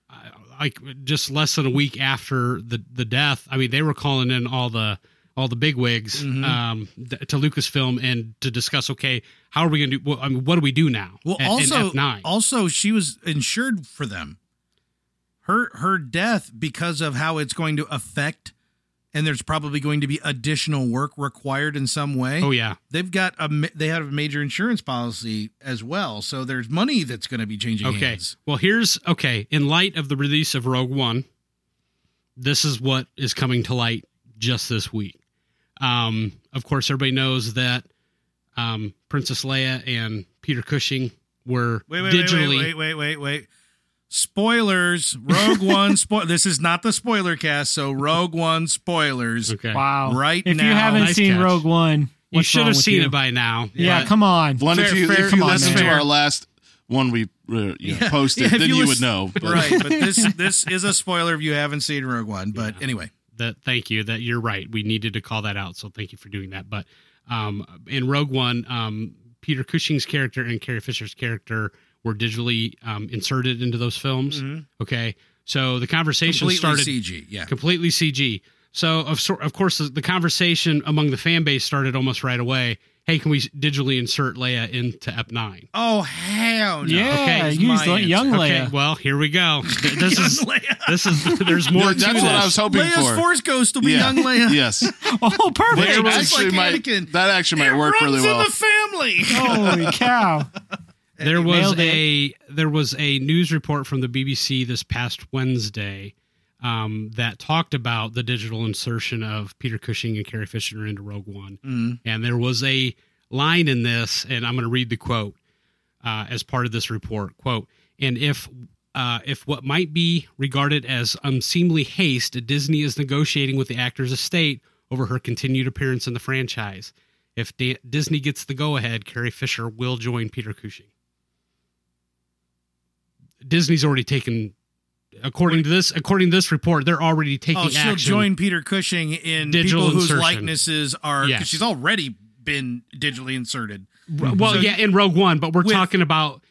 [SPEAKER 3] uh, like just less than a week after the the death. I mean, they were calling in all the all the big wigs
[SPEAKER 5] Mm-hmm.
[SPEAKER 3] um, th- to Lucasfilm and to discuss. Okay, how are we going to do? Well, I mean, what do we do now?
[SPEAKER 1] Well,
[SPEAKER 3] at- in
[SPEAKER 1] also,
[SPEAKER 3] F9?
[SPEAKER 1] also she was insured for them. Her her death because of how it's going to affect and there's probably going to be additional work required in some way.
[SPEAKER 3] Oh yeah.
[SPEAKER 1] They've got a ma- they have a major insurance policy as well, so there's money that's going to be changing
[SPEAKER 3] Okay.
[SPEAKER 1] hands.
[SPEAKER 3] Well, here's okay. In light of the release of Rogue One, this is what is coming to light just this week. Um, of course, everybody knows that um, Princess Leia and Peter Cushing were
[SPEAKER 1] Wait, wait, wait,
[SPEAKER 3] digitally.
[SPEAKER 1] wait, wait, wait, wait, wait. Spoilers. Rogue One. Spoil. This is not the spoiler cast, so Rogue One spoilers.
[SPEAKER 3] Okay.
[SPEAKER 5] Wow.
[SPEAKER 1] Right
[SPEAKER 5] If you
[SPEAKER 1] now-
[SPEAKER 5] haven't
[SPEAKER 3] Nice
[SPEAKER 5] seen
[SPEAKER 3] catch.
[SPEAKER 5] Rogue One,
[SPEAKER 3] You
[SPEAKER 5] what's
[SPEAKER 3] should
[SPEAKER 5] wrong
[SPEAKER 3] have
[SPEAKER 5] with
[SPEAKER 3] seen
[SPEAKER 5] you?
[SPEAKER 3] it by now.
[SPEAKER 5] Yeah,
[SPEAKER 3] but-
[SPEAKER 5] come on.
[SPEAKER 2] One, if
[SPEAKER 1] Fair-
[SPEAKER 2] you,
[SPEAKER 1] fair-
[SPEAKER 2] if you
[SPEAKER 1] come on,
[SPEAKER 2] listen to
[SPEAKER 1] man.
[SPEAKER 2] our last one we uh, you know, posted,
[SPEAKER 1] yeah, if
[SPEAKER 2] then you, would
[SPEAKER 1] listen-
[SPEAKER 2] know. But
[SPEAKER 1] right? But this this is a spoiler if you haven't seen Rogue One. But anyway,
[SPEAKER 3] that thank you that you're right we needed to call that out so thank you for doing that but um in rogue one um peter cushing's character and carrie fisher's character were digitally um, inserted into those films
[SPEAKER 2] Mm-hmm.
[SPEAKER 3] okay so the conversation
[SPEAKER 1] completely
[SPEAKER 3] started
[SPEAKER 1] CG. Yeah.
[SPEAKER 3] completely cg so of sor- of course the conversation among the fan base started almost right away hey can we digitally insert leia into ep 9
[SPEAKER 1] Oh hell no.
[SPEAKER 5] Yeah,
[SPEAKER 3] Okay,
[SPEAKER 1] is
[SPEAKER 5] use
[SPEAKER 1] my
[SPEAKER 5] Le-
[SPEAKER 1] answer.
[SPEAKER 5] young
[SPEAKER 3] okay
[SPEAKER 5] Leia.
[SPEAKER 3] well here we go Th- this is this is there's more
[SPEAKER 2] Yeah,
[SPEAKER 3] to
[SPEAKER 2] that's
[SPEAKER 3] this
[SPEAKER 2] what I was hoping
[SPEAKER 1] Leia's
[SPEAKER 2] for.
[SPEAKER 1] Force Ghost will be
[SPEAKER 2] Yeah.
[SPEAKER 1] young Leia.
[SPEAKER 2] Yes.
[SPEAKER 5] Oh,
[SPEAKER 2] Which
[SPEAKER 5] perfect.
[SPEAKER 1] Wait, just
[SPEAKER 2] actually
[SPEAKER 1] like Anakin.
[SPEAKER 2] might, that actually might work really well.
[SPEAKER 1] family.
[SPEAKER 5] Holy cow.
[SPEAKER 3] There was
[SPEAKER 5] nailed it.
[SPEAKER 3] a there was a news report from the BBC this past Wednesday um, that talked about the digital insertion of Peter Cushing and Carrie Fisher into Rogue One,
[SPEAKER 5] Mm.
[SPEAKER 3] and there was a line in this, and I'm going to read the quote uh, as part of this report. Quote: And if uh, if what might be regarded as unseemly haste, Disney is negotiating with the actor's estate over her continued appearance in the franchise. If D- Disney gets the go ahead, Carrie Fisher will join Peter Cushing. Disney's already taken, according to this, according to this report, they're already taking
[SPEAKER 1] Oh, she'll
[SPEAKER 3] action.
[SPEAKER 1] join Peter Cushing in
[SPEAKER 3] Digital
[SPEAKER 1] people whose
[SPEAKER 3] insertion.
[SPEAKER 1] likenesses are. 'cause
[SPEAKER 3] Yes.
[SPEAKER 1] She's already been digitally inserted.
[SPEAKER 3] well,
[SPEAKER 1] So-
[SPEAKER 3] Mm-hmm. yeah, in Rogue One, but we're
[SPEAKER 1] With-
[SPEAKER 3] talking about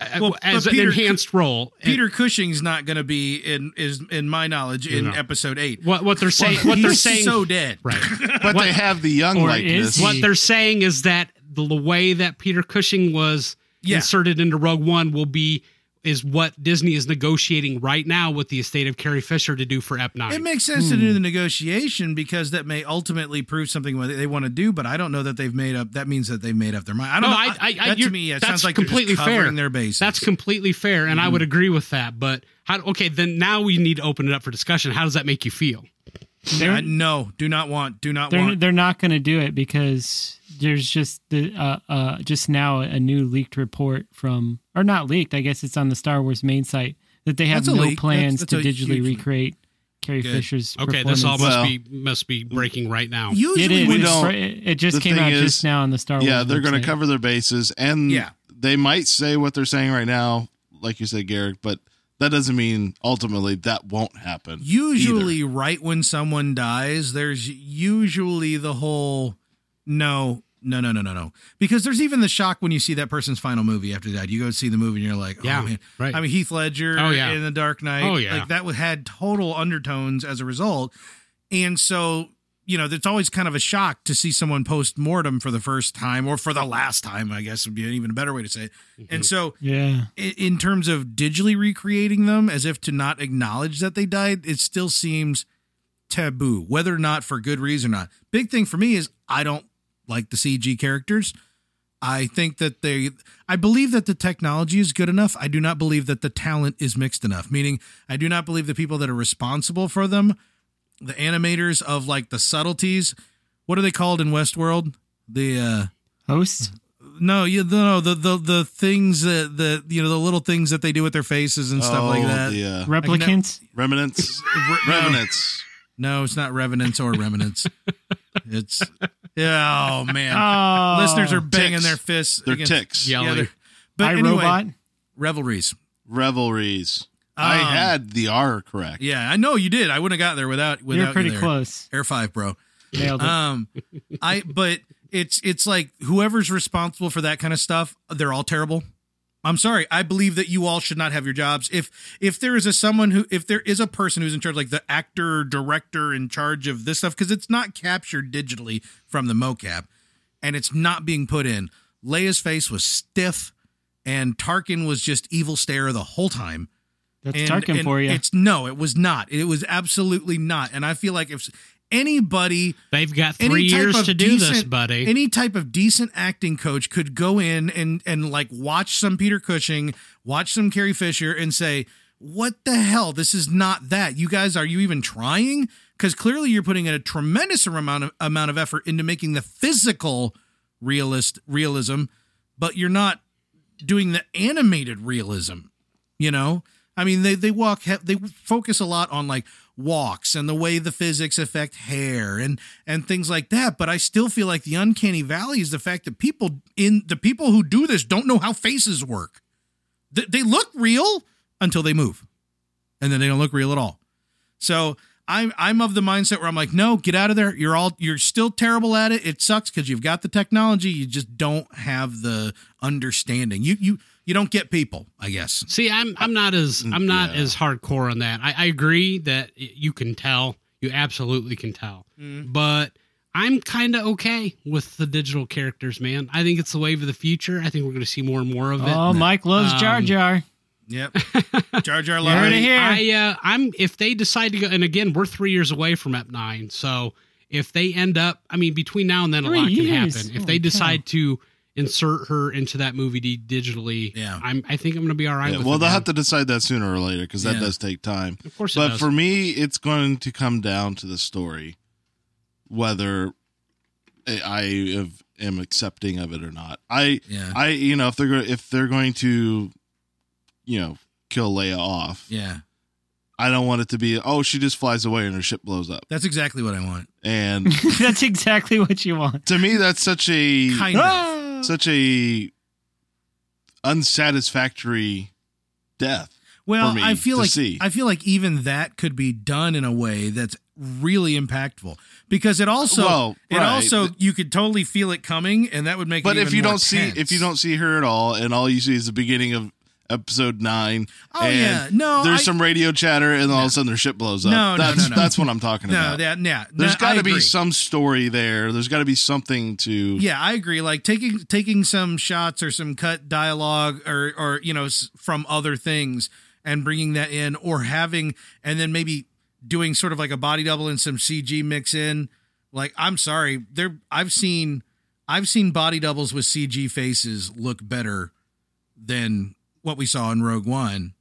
[SPEAKER 3] uh,
[SPEAKER 1] Well,
[SPEAKER 3] as
[SPEAKER 1] but
[SPEAKER 3] an
[SPEAKER 1] Peter Cu-
[SPEAKER 3] enhanced role. And
[SPEAKER 1] Peter Cushing's not going to be in is in my knowledge in
[SPEAKER 3] No.
[SPEAKER 1] episode eight.
[SPEAKER 3] what what they're saying, what they're
[SPEAKER 1] He's
[SPEAKER 3] saying,
[SPEAKER 1] so dead.
[SPEAKER 3] right?
[SPEAKER 2] But they have the young
[SPEAKER 5] Or
[SPEAKER 2] likeness.
[SPEAKER 5] is he?
[SPEAKER 3] what they're saying is that the, the way that Peter Cushing was
[SPEAKER 1] Yeah.
[SPEAKER 3] inserted into Rogue One will be is what Disney is negotiating right now with the estate of Carrie Fisher to do for Ep Nine.
[SPEAKER 1] It makes sense to do the negotiation because that may ultimately prove something what they want to do, but I don't know that they've made up. That means that they've made up their mind. I
[SPEAKER 3] no,
[SPEAKER 1] don't know.
[SPEAKER 3] I, I, I
[SPEAKER 1] that to
[SPEAKER 3] you're-
[SPEAKER 1] me, it
[SPEAKER 3] that's
[SPEAKER 1] sounds like they're just
[SPEAKER 3] completely fair.
[SPEAKER 1] covering their bases. Mm-hmm.
[SPEAKER 3] That's completely fair, and I would agree with that. But how? Okay, then now we need to open it up for discussion. How does that make you feel?
[SPEAKER 1] I,
[SPEAKER 5] They're,
[SPEAKER 1] no, do not want, do not
[SPEAKER 5] they're,
[SPEAKER 1] want.
[SPEAKER 5] they're not going to do it because there's just the uh, uh, just now a new leaked report from or not leaked. I guess it's on the Star Wars main site that they have
[SPEAKER 1] That's a
[SPEAKER 5] no
[SPEAKER 1] leak.
[SPEAKER 5] plans
[SPEAKER 1] That's-
[SPEAKER 5] to
[SPEAKER 1] that's a
[SPEAKER 5] digitally
[SPEAKER 1] huge leak.
[SPEAKER 5] recreate Carrie
[SPEAKER 1] Good.
[SPEAKER 5] Fisher's.
[SPEAKER 3] Okay, this all
[SPEAKER 5] performance.
[SPEAKER 3] must
[SPEAKER 2] Well-
[SPEAKER 3] be must be breaking right now.
[SPEAKER 5] It
[SPEAKER 1] Usually, when
[SPEAKER 5] is.
[SPEAKER 2] We
[SPEAKER 5] It's
[SPEAKER 2] don't-
[SPEAKER 5] fr- It, it just
[SPEAKER 2] the
[SPEAKER 5] came
[SPEAKER 2] thing
[SPEAKER 5] out
[SPEAKER 2] is-
[SPEAKER 5] just now on the Star Wars.
[SPEAKER 2] yeah, they're going
[SPEAKER 5] website.
[SPEAKER 2] to cover their bases, and
[SPEAKER 1] Yeah.
[SPEAKER 2] they might say what they're saying right now, like you said, Garrick. But that doesn't mean ultimately that won't happen.
[SPEAKER 1] usually right when someone dies, there's usually the whole no, no, no, no, no, no. Because there's even the shock when you see that person's final movie after that. You go see the movie and you're like, oh
[SPEAKER 3] Yeah,
[SPEAKER 1] man.
[SPEAKER 3] right.
[SPEAKER 1] I mean Heath Ledger
[SPEAKER 3] Oh, yeah.
[SPEAKER 1] in The Dark Knight.
[SPEAKER 3] Oh, yeah.
[SPEAKER 1] Like that would had total undertones as a result. And so you know, it's always kind of a shock to see someone post mortem for the first time or for the last time, I guess would be an even better way to say it.
[SPEAKER 3] Mm.
[SPEAKER 1] And so
[SPEAKER 5] Yeah.
[SPEAKER 1] in- in terms of digitally recreating them as if to not acknowledge that they died it still seems taboo whether or not for good reason or not big thing for me is i don't like the cg characters i think that they i believe that the technology is good enough i do not believe that the talent is mixed enough meaning i do not believe the people that are responsible for them the animators of like the subtleties what are they called in westworld the uh
[SPEAKER 5] Host.
[SPEAKER 1] no, you no the the the things that the you know the little things that they do with their faces and stuff like
[SPEAKER 2] Oh,
[SPEAKER 1] that.
[SPEAKER 2] The, uh,
[SPEAKER 5] Replicants.
[SPEAKER 2] remnants, remnants.
[SPEAKER 1] No, it's not revenants or remnants. it's oh man,
[SPEAKER 5] Oh,
[SPEAKER 1] listeners are banging
[SPEAKER 2] Ticks.
[SPEAKER 1] their fists.
[SPEAKER 2] They're
[SPEAKER 1] against-
[SPEAKER 2] ticks,
[SPEAKER 3] Yeah.
[SPEAKER 1] Yeah,
[SPEAKER 3] Yelling.
[SPEAKER 1] they're- but anyway,
[SPEAKER 5] Oh, iRobot.
[SPEAKER 1] revelries.
[SPEAKER 2] revelries. I
[SPEAKER 1] Um,
[SPEAKER 2] had the R correct.
[SPEAKER 1] Yeah, I know you did. I wouldn't have got there without without
[SPEAKER 5] You're pretty
[SPEAKER 1] there.
[SPEAKER 5] close.
[SPEAKER 1] Air five, bro.
[SPEAKER 5] Nailed it.
[SPEAKER 1] Um, I but it's it's like whoever's responsible for that kind of stuff, they're all terrible. I'm sorry. I believe that you all should not have your jobs. If if there is a someone who if there is a person who's in charge, like the actor director in charge of this stuff, because it's not captured digitally from the mocap, and it's not being put in. Leia's face was stiff, and Tarkin was just evil stare the whole time.
[SPEAKER 5] That's
[SPEAKER 1] And-
[SPEAKER 5] Tarkin
[SPEAKER 1] and
[SPEAKER 5] for you.
[SPEAKER 1] It's no, it was not. It was absolutely not. And I feel like if anybody
[SPEAKER 3] They've got
[SPEAKER 1] any
[SPEAKER 3] three
[SPEAKER 1] type
[SPEAKER 3] years
[SPEAKER 1] of
[SPEAKER 3] to do
[SPEAKER 1] decent,
[SPEAKER 3] this, buddy.
[SPEAKER 1] Any type of decent acting coach could go in and and like watch some Peter Cushing, watch some Carrie Fisher, and say, "What the hell? This is not that. You guys, are you even trying? Because clearly, you're putting in a tremendous amount of amount of effort into making the physical realist realism, but you're not doing the animated realism. You know." I mean, they they walk they focus a lot on like walks and the way the physics affect hair and and things like that. But I still feel like the uncanny valley is the fact that people in the people who do this don't know how faces work. They, they look real until they move, and then they don't look real at all. So. I'm I'm of the mindset where I'm like, no, get out of there. You're all you're still terrible at it. It sucks because you've got the technology, you just don't have the understanding. You you you don't get people, I guess.
[SPEAKER 3] See, I'm I'm not as I'm not
[SPEAKER 2] Mm, Yeah.
[SPEAKER 3] as hardcore on that. I, I agree that y- you can tell, you absolutely can tell,
[SPEAKER 5] Mm-hmm.
[SPEAKER 3] but I'm kind of okay with the digital characters, man. I think it's the wave of the future. I think we're going to see more and more of it.
[SPEAKER 5] Oh, Mike loves Jar
[SPEAKER 3] Um,
[SPEAKER 5] Jar.
[SPEAKER 1] Yep. Jar Jar
[SPEAKER 5] You heard it
[SPEAKER 1] Lowry.
[SPEAKER 5] here.
[SPEAKER 3] I uh, I'm if they decide to go, and again, we're three years away from Ep Nine, so if they end up, I mean, between now and then,
[SPEAKER 5] Three
[SPEAKER 3] a lot
[SPEAKER 5] years?
[SPEAKER 3] can happen. If
[SPEAKER 5] Holy
[SPEAKER 3] they
[SPEAKER 5] cow.
[SPEAKER 3] decide to insert her into that movie d- digitally,
[SPEAKER 1] Yeah.
[SPEAKER 3] I'm I think I'm going to be all right.
[SPEAKER 2] Yeah,
[SPEAKER 3] with
[SPEAKER 2] well,
[SPEAKER 3] it,
[SPEAKER 2] they'll
[SPEAKER 3] man.
[SPEAKER 2] have to decide that sooner or later because that
[SPEAKER 1] Yeah.
[SPEAKER 2] does take time.
[SPEAKER 3] Of course, it
[SPEAKER 2] But
[SPEAKER 3] does.
[SPEAKER 2] for me, it's going to come down to the story, whether I I have, am accepting of it or not. I,
[SPEAKER 1] Yeah.
[SPEAKER 2] I, you know, if they're go- if they're going to, you know, kill Leia off,
[SPEAKER 1] Yeah.
[SPEAKER 2] I don't want it to be oh she just flies away and her ship blows up.
[SPEAKER 1] That's exactly what I want.
[SPEAKER 2] And
[SPEAKER 5] That's exactly what you want.
[SPEAKER 2] to me, that's such a
[SPEAKER 1] Kind of.
[SPEAKER 2] such a unsatisfactory death.
[SPEAKER 1] Well,
[SPEAKER 2] for me
[SPEAKER 1] I feel
[SPEAKER 2] to
[SPEAKER 1] like
[SPEAKER 2] see.
[SPEAKER 1] I feel like even that could be done in a way that's really impactful because it also
[SPEAKER 2] Well,
[SPEAKER 1] it
[SPEAKER 2] right.
[SPEAKER 1] also you could totally feel it coming and that would make.
[SPEAKER 2] But
[SPEAKER 1] it
[SPEAKER 2] if
[SPEAKER 1] even
[SPEAKER 2] you
[SPEAKER 1] more
[SPEAKER 2] don't see
[SPEAKER 1] tense.
[SPEAKER 2] if you don't see her at all, and all you see is the beginning of episode nine.
[SPEAKER 1] Oh,
[SPEAKER 2] and
[SPEAKER 1] yeah. No,
[SPEAKER 2] there's
[SPEAKER 1] I-
[SPEAKER 2] some radio chatter, and all of a sudden their ship blows up.
[SPEAKER 1] No, no,
[SPEAKER 2] that's
[SPEAKER 1] no, no.
[SPEAKER 2] that's what I'm talking
[SPEAKER 1] no
[SPEAKER 2] about.
[SPEAKER 1] that yeah
[SPEAKER 2] there's
[SPEAKER 1] no,
[SPEAKER 2] got
[SPEAKER 1] I
[SPEAKER 2] to be
[SPEAKER 1] agree.
[SPEAKER 2] some story there. There's got to be something to.
[SPEAKER 1] Yeah, I agree. Like taking taking some shots or some cut dialogue or or you know s- from other things and bringing that in, or having and then maybe doing sort of like a body double and some CG mix in. Like I'm sorry, there I've seen I've seen body doubles with CG faces look better than what we saw in Rogue One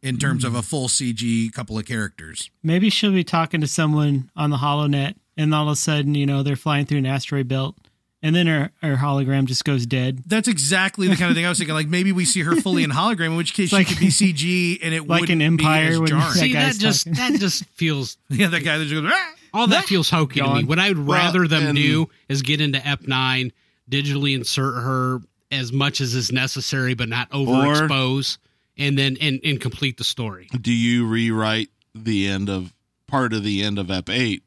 [SPEAKER 1] in terms of a full CG couple of characters.
[SPEAKER 5] Maybe she'll be talking to someone on the holonet, and all of a sudden, you know, they're flying through an asteroid belt, and then her, her hologram just goes dead.
[SPEAKER 1] That's exactly the kind of thing I was thinking. Like maybe we see her fully in hologram, in which case
[SPEAKER 5] like-
[SPEAKER 1] she could be CG, and it
[SPEAKER 5] like
[SPEAKER 1] wouldn't
[SPEAKER 5] an Empire
[SPEAKER 1] be as
[SPEAKER 5] when you
[SPEAKER 1] jarring.
[SPEAKER 5] that
[SPEAKER 3] See, that
[SPEAKER 5] guy's
[SPEAKER 3] just
[SPEAKER 5] talking.
[SPEAKER 3] that just feels
[SPEAKER 1] yeah, that guy that just goes. "Ah!"
[SPEAKER 3] all that feels hokey to me.
[SPEAKER 5] Gone.
[SPEAKER 3] What I'd rather them
[SPEAKER 2] and-
[SPEAKER 3] do is get into Ep nine, digitally insert her as much as is necessary, but not overexpose, and then and and complete the story.
[SPEAKER 2] Do you rewrite the end of part of the end of Ep eight?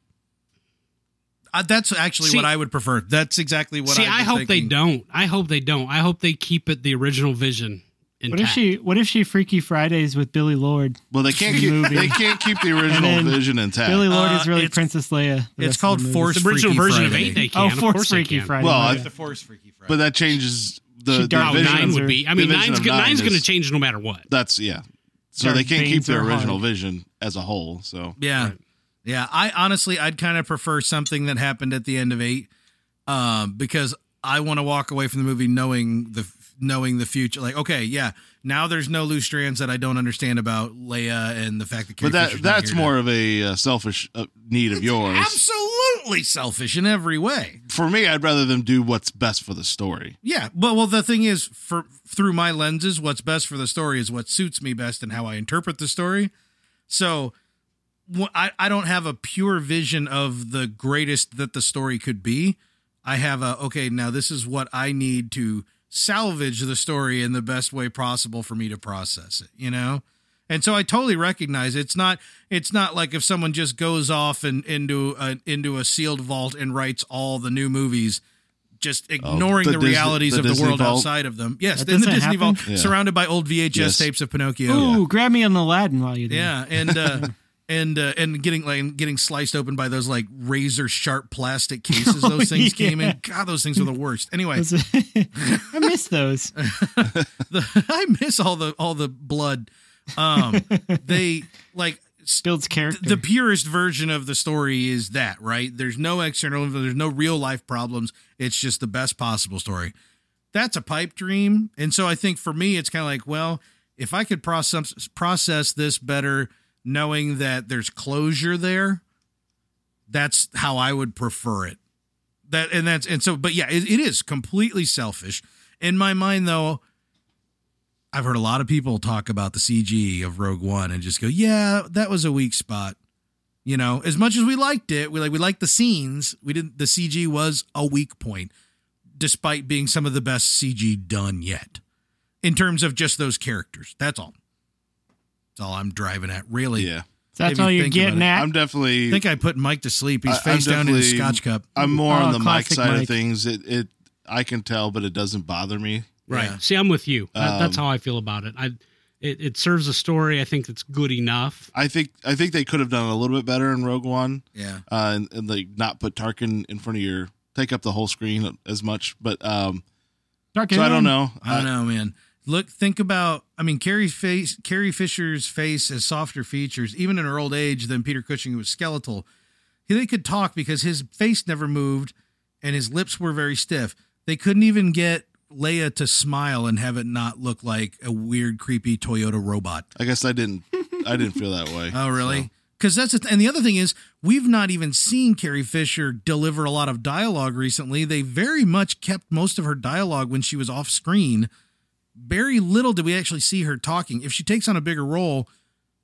[SPEAKER 1] Uh, that's actually
[SPEAKER 3] See-
[SPEAKER 1] what I would prefer. That's exactly what.
[SPEAKER 3] See,
[SPEAKER 1] I've
[SPEAKER 3] I
[SPEAKER 1] been
[SPEAKER 3] hope they
[SPEAKER 1] thinking.
[SPEAKER 3] don't. I hope they don't. I hope they keep it the original vision intact.
[SPEAKER 5] What if she? What if she Freaky Fridays with Billy Lord?
[SPEAKER 2] Well, they can't keep
[SPEAKER 5] Movie.
[SPEAKER 2] they can't keep the original
[SPEAKER 5] then
[SPEAKER 2] vision intact.
[SPEAKER 5] Billy Lord
[SPEAKER 1] Uh,
[SPEAKER 5] is really
[SPEAKER 1] it's-
[SPEAKER 5] Princess Leia. the rest
[SPEAKER 1] It's
[SPEAKER 5] of
[SPEAKER 1] called
[SPEAKER 5] the movie.
[SPEAKER 1] Force
[SPEAKER 3] the original
[SPEAKER 1] Freaky Friday.
[SPEAKER 3] version of eight? They can.
[SPEAKER 5] Oh,
[SPEAKER 3] of
[SPEAKER 5] Force
[SPEAKER 3] course they
[SPEAKER 5] Freaky
[SPEAKER 3] can.
[SPEAKER 5] Friday.
[SPEAKER 2] Well,
[SPEAKER 5] yeah.
[SPEAKER 2] I-
[SPEAKER 1] Force Freaky Friday.
[SPEAKER 2] but that changes the,
[SPEAKER 5] She
[SPEAKER 2] the
[SPEAKER 5] dark
[SPEAKER 3] Oh,
[SPEAKER 2] vision.
[SPEAKER 3] nine
[SPEAKER 5] Visions
[SPEAKER 3] would
[SPEAKER 5] are-
[SPEAKER 3] be. I
[SPEAKER 2] the
[SPEAKER 3] mean,
[SPEAKER 2] vision
[SPEAKER 3] nine's,
[SPEAKER 2] of
[SPEAKER 3] go-
[SPEAKER 2] nine
[SPEAKER 3] nine's going to
[SPEAKER 2] is-
[SPEAKER 3] change no matter what.
[SPEAKER 2] That's yeah. So
[SPEAKER 5] Dark
[SPEAKER 2] they can't keep
[SPEAKER 5] veins
[SPEAKER 2] their
[SPEAKER 5] are hard.
[SPEAKER 2] original vision as a whole. So
[SPEAKER 1] yeah, yeah. I honestly, I'd kind of prefer something that happened at the end of eight, um, because I want to walk away from the movie knowing the knowing the future. Like, okay, yeah, now there's no loose strands that I don't understand about Leia and the fact that. Carrie
[SPEAKER 2] but that
[SPEAKER 1] Fisher's not
[SPEAKER 2] that's
[SPEAKER 1] here now.
[SPEAKER 2] more of a uh, selfish uh, need of yours.
[SPEAKER 1] absolutely selfish in every way.
[SPEAKER 2] for me, I'd rather them do what's best for the story.
[SPEAKER 1] Yeah, but well, the thing is, for through my lenses, what's best for the story is what suits me best and how I interpret the story. So, wh- I I don't have a pure vision of the greatest that the story could be. I have a okay. Now this is what I need to salvage the story in the best way possible for me to process it. You know. And so I totally recognize it's not it's not like if someone just goes off and into a into a sealed vault and writes all the new movies, just ignoring
[SPEAKER 2] Oh, the
[SPEAKER 1] the,
[SPEAKER 2] Disney-
[SPEAKER 1] realities
[SPEAKER 2] the
[SPEAKER 1] of the
[SPEAKER 2] Disney
[SPEAKER 1] world
[SPEAKER 2] vault?
[SPEAKER 1] outside of them. Yes,
[SPEAKER 5] That
[SPEAKER 1] in the
[SPEAKER 5] doesn't
[SPEAKER 1] Disney
[SPEAKER 5] happen?
[SPEAKER 1] vault,
[SPEAKER 2] Yeah.
[SPEAKER 1] surrounded by old VHS
[SPEAKER 2] Yes.
[SPEAKER 1] tapes of Pinocchio.
[SPEAKER 5] Ooh, grab me on Aladdin while you're there.
[SPEAKER 1] Yeah, and uh, and uh, and getting like and getting sliced open by those like razor sharp plastic cases.
[SPEAKER 5] Oh,
[SPEAKER 1] Those things came
[SPEAKER 5] yeah.
[SPEAKER 1] in. God, those things were the worst. Anyway,
[SPEAKER 5] Those- I miss those.
[SPEAKER 1] the, I miss all the all the blood. Um, they like
[SPEAKER 5] builds character.
[SPEAKER 1] the purest version of the story is that, right? There's no external, there's no real life problems. It's just the best possible story. That's a pipe dream. And so I think for me, it's kind of like, well, if I could process process this better, knowing that there's closure there, that's how I would prefer it. That and that's and so, but yeah, it, it is completely selfish. In my mind, though, I've heard a lot of people talk about the CG of Rogue One and just go, "Yeah, that was a weak spot." You know, as much as we liked it, we like we liked the scenes. We didn't. The CG was a weak point, despite being some of the best CG done yet, in terms of just those characters. That's all. That's all I'm driving at, really.
[SPEAKER 2] Yeah.
[SPEAKER 5] That's
[SPEAKER 1] if you
[SPEAKER 5] all you're
[SPEAKER 1] think about
[SPEAKER 5] getting
[SPEAKER 1] it,
[SPEAKER 5] at.
[SPEAKER 2] I'm definitely
[SPEAKER 1] I think I put Mike to sleep. He's
[SPEAKER 2] I-
[SPEAKER 1] face
[SPEAKER 2] I'm
[SPEAKER 1] down in his
[SPEAKER 2] definitely-
[SPEAKER 1] scotch cup.
[SPEAKER 2] I'm more on
[SPEAKER 5] Oh,
[SPEAKER 2] the mic
[SPEAKER 5] classic
[SPEAKER 2] side
[SPEAKER 5] Mike.
[SPEAKER 2] of things. It it I can tell, but it doesn't bother me.
[SPEAKER 3] Right.
[SPEAKER 1] Yeah.
[SPEAKER 3] See, I'm with you. That, that's
[SPEAKER 2] Um,
[SPEAKER 3] how I feel about it. I it, it serves a story. I think it's good enough.
[SPEAKER 2] I think I think they could have done a little bit better in Rogue One,
[SPEAKER 1] Yeah.
[SPEAKER 2] uh, and, and like not put Tarkin in front of your take up the whole screen as much. But um,
[SPEAKER 5] Dark
[SPEAKER 2] so I don't
[SPEAKER 5] Alien.
[SPEAKER 2] know.
[SPEAKER 1] I don't know, man. Look, think about. I mean, Carrie face, Carrie Fisher's face has softer features, even in her old age, than Peter Cushing, who was skeletal. He, they could talk because his face never moved, and his lips were very stiff. They couldn't even get Leia to smile and have it not look like a weird, creepy Toyota robot.
[SPEAKER 2] I guess I didn't. I didn't feel that way.
[SPEAKER 1] Oh, really? Because that's the th- and the other thing is we've not even seen Carrie Fisher deliver a lot of dialogue recently. They very much kept most of her dialogue when she was off screen. Very little did we actually see her talking. If she takes on a bigger role,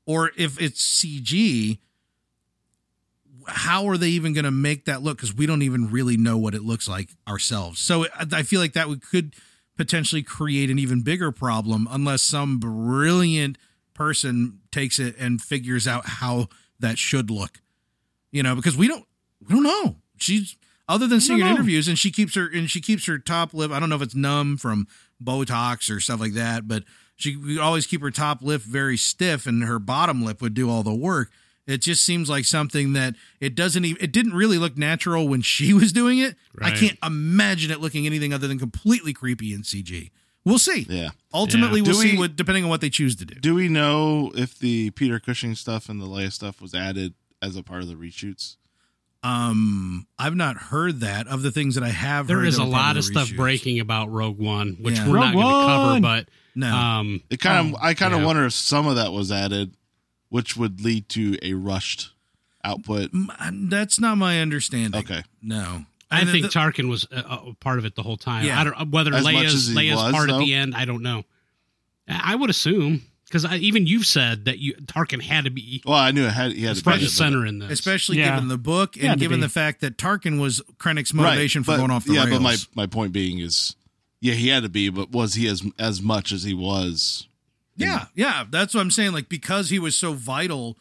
[SPEAKER 1] or if it's CG, how are they even going to make that look? Because we don't even really know what it looks like ourselves. So I I feel like that would could potentially create an even bigger problem unless some brilliant person takes it and figures out how that should look. You know, because we don't we don't know. She's other than seeing her in
[SPEAKER 5] know.
[SPEAKER 1] interviews and she keeps her and she keeps her top lip. I don't know if it's numb from Botox or stuff like that, but she would always keep her top lip very stiff and her bottom lip would do all the work. It just seems like something that it doesn't even it didn't really look natural when she was doing it. I
[SPEAKER 3] Right.
[SPEAKER 1] can't imagine it looking anything other than completely creepy in CG. We'll see.
[SPEAKER 2] Yeah.
[SPEAKER 1] Ultimately,
[SPEAKER 2] Yeah.
[SPEAKER 1] we'll
[SPEAKER 2] Do
[SPEAKER 1] see
[SPEAKER 2] we-
[SPEAKER 1] what depending on what they choose to do.
[SPEAKER 2] Do we know if the Peter Cushing stuff and the Leia stuff was added as a part of the reshoots?
[SPEAKER 1] Um, I've not heard that of the things that I have.
[SPEAKER 3] There
[SPEAKER 1] heard
[SPEAKER 3] is
[SPEAKER 1] that
[SPEAKER 3] a
[SPEAKER 1] were
[SPEAKER 3] lot
[SPEAKER 1] probably
[SPEAKER 3] of stuff
[SPEAKER 1] reshoots.
[SPEAKER 3] breaking about Rogue One, which
[SPEAKER 1] Yeah.
[SPEAKER 3] we're
[SPEAKER 5] Rogue
[SPEAKER 3] not going
[SPEAKER 5] One!
[SPEAKER 3] to cover. But
[SPEAKER 1] No,
[SPEAKER 3] um,
[SPEAKER 2] It kind of. I kind of
[SPEAKER 3] yeah.
[SPEAKER 2] wonder if some of that was added, which would lead to a rushed output.
[SPEAKER 1] M- uh, that's not my understanding.
[SPEAKER 2] Okay.
[SPEAKER 1] no,
[SPEAKER 3] I
[SPEAKER 1] And
[SPEAKER 3] think
[SPEAKER 1] the-
[SPEAKER 3] Tarkin was a, a part of it the whole time.
[SPEAKER 1] Yeah.
[SPEAKER 3] I don't whether
[SPEAKER 2] As much
[SPEAKER 3] Leia's
[SPEAKER 2] as he
[SPEAKER 3] Leia's
[SPEAKER 2] was,
[SPEAKER 3] part at
[SPEAKER 2] though?
[SPEAKER 3] the end. I don't know. I I would assume because even you've said that you Tarkin had to be
[SPEAKER 2] Well, I knew it had. He had a
[SPEAKER 3] front
[SPEAKER 2] bit,
[SPEAKER 3] and
[SPEAKER 2] but-
[SPEAKER 3] center in this.
[SPEAKER 1] especially
[SPEAKER 5] Yeah.
[SPEAKER 1] given the book and
[SPEAKER 5] Yeah, to
[SPEAKER 1] given
[SPEAKER 5] be.
[SPEAKER 1] the fact that Tarkin was Krennic's motivation for
[SPEAKER 2] but-
[SPEAKER 1] going off the
[SPEAKER 2] yeah,
[SPEAKER 1] rails.
[SPEAKER 2] but my my point being is, yeah, he had to be, but was he as as much as he was?
[SPEAKER 1] yeah, yeah, that's what I'm saying. Like because he was so vital.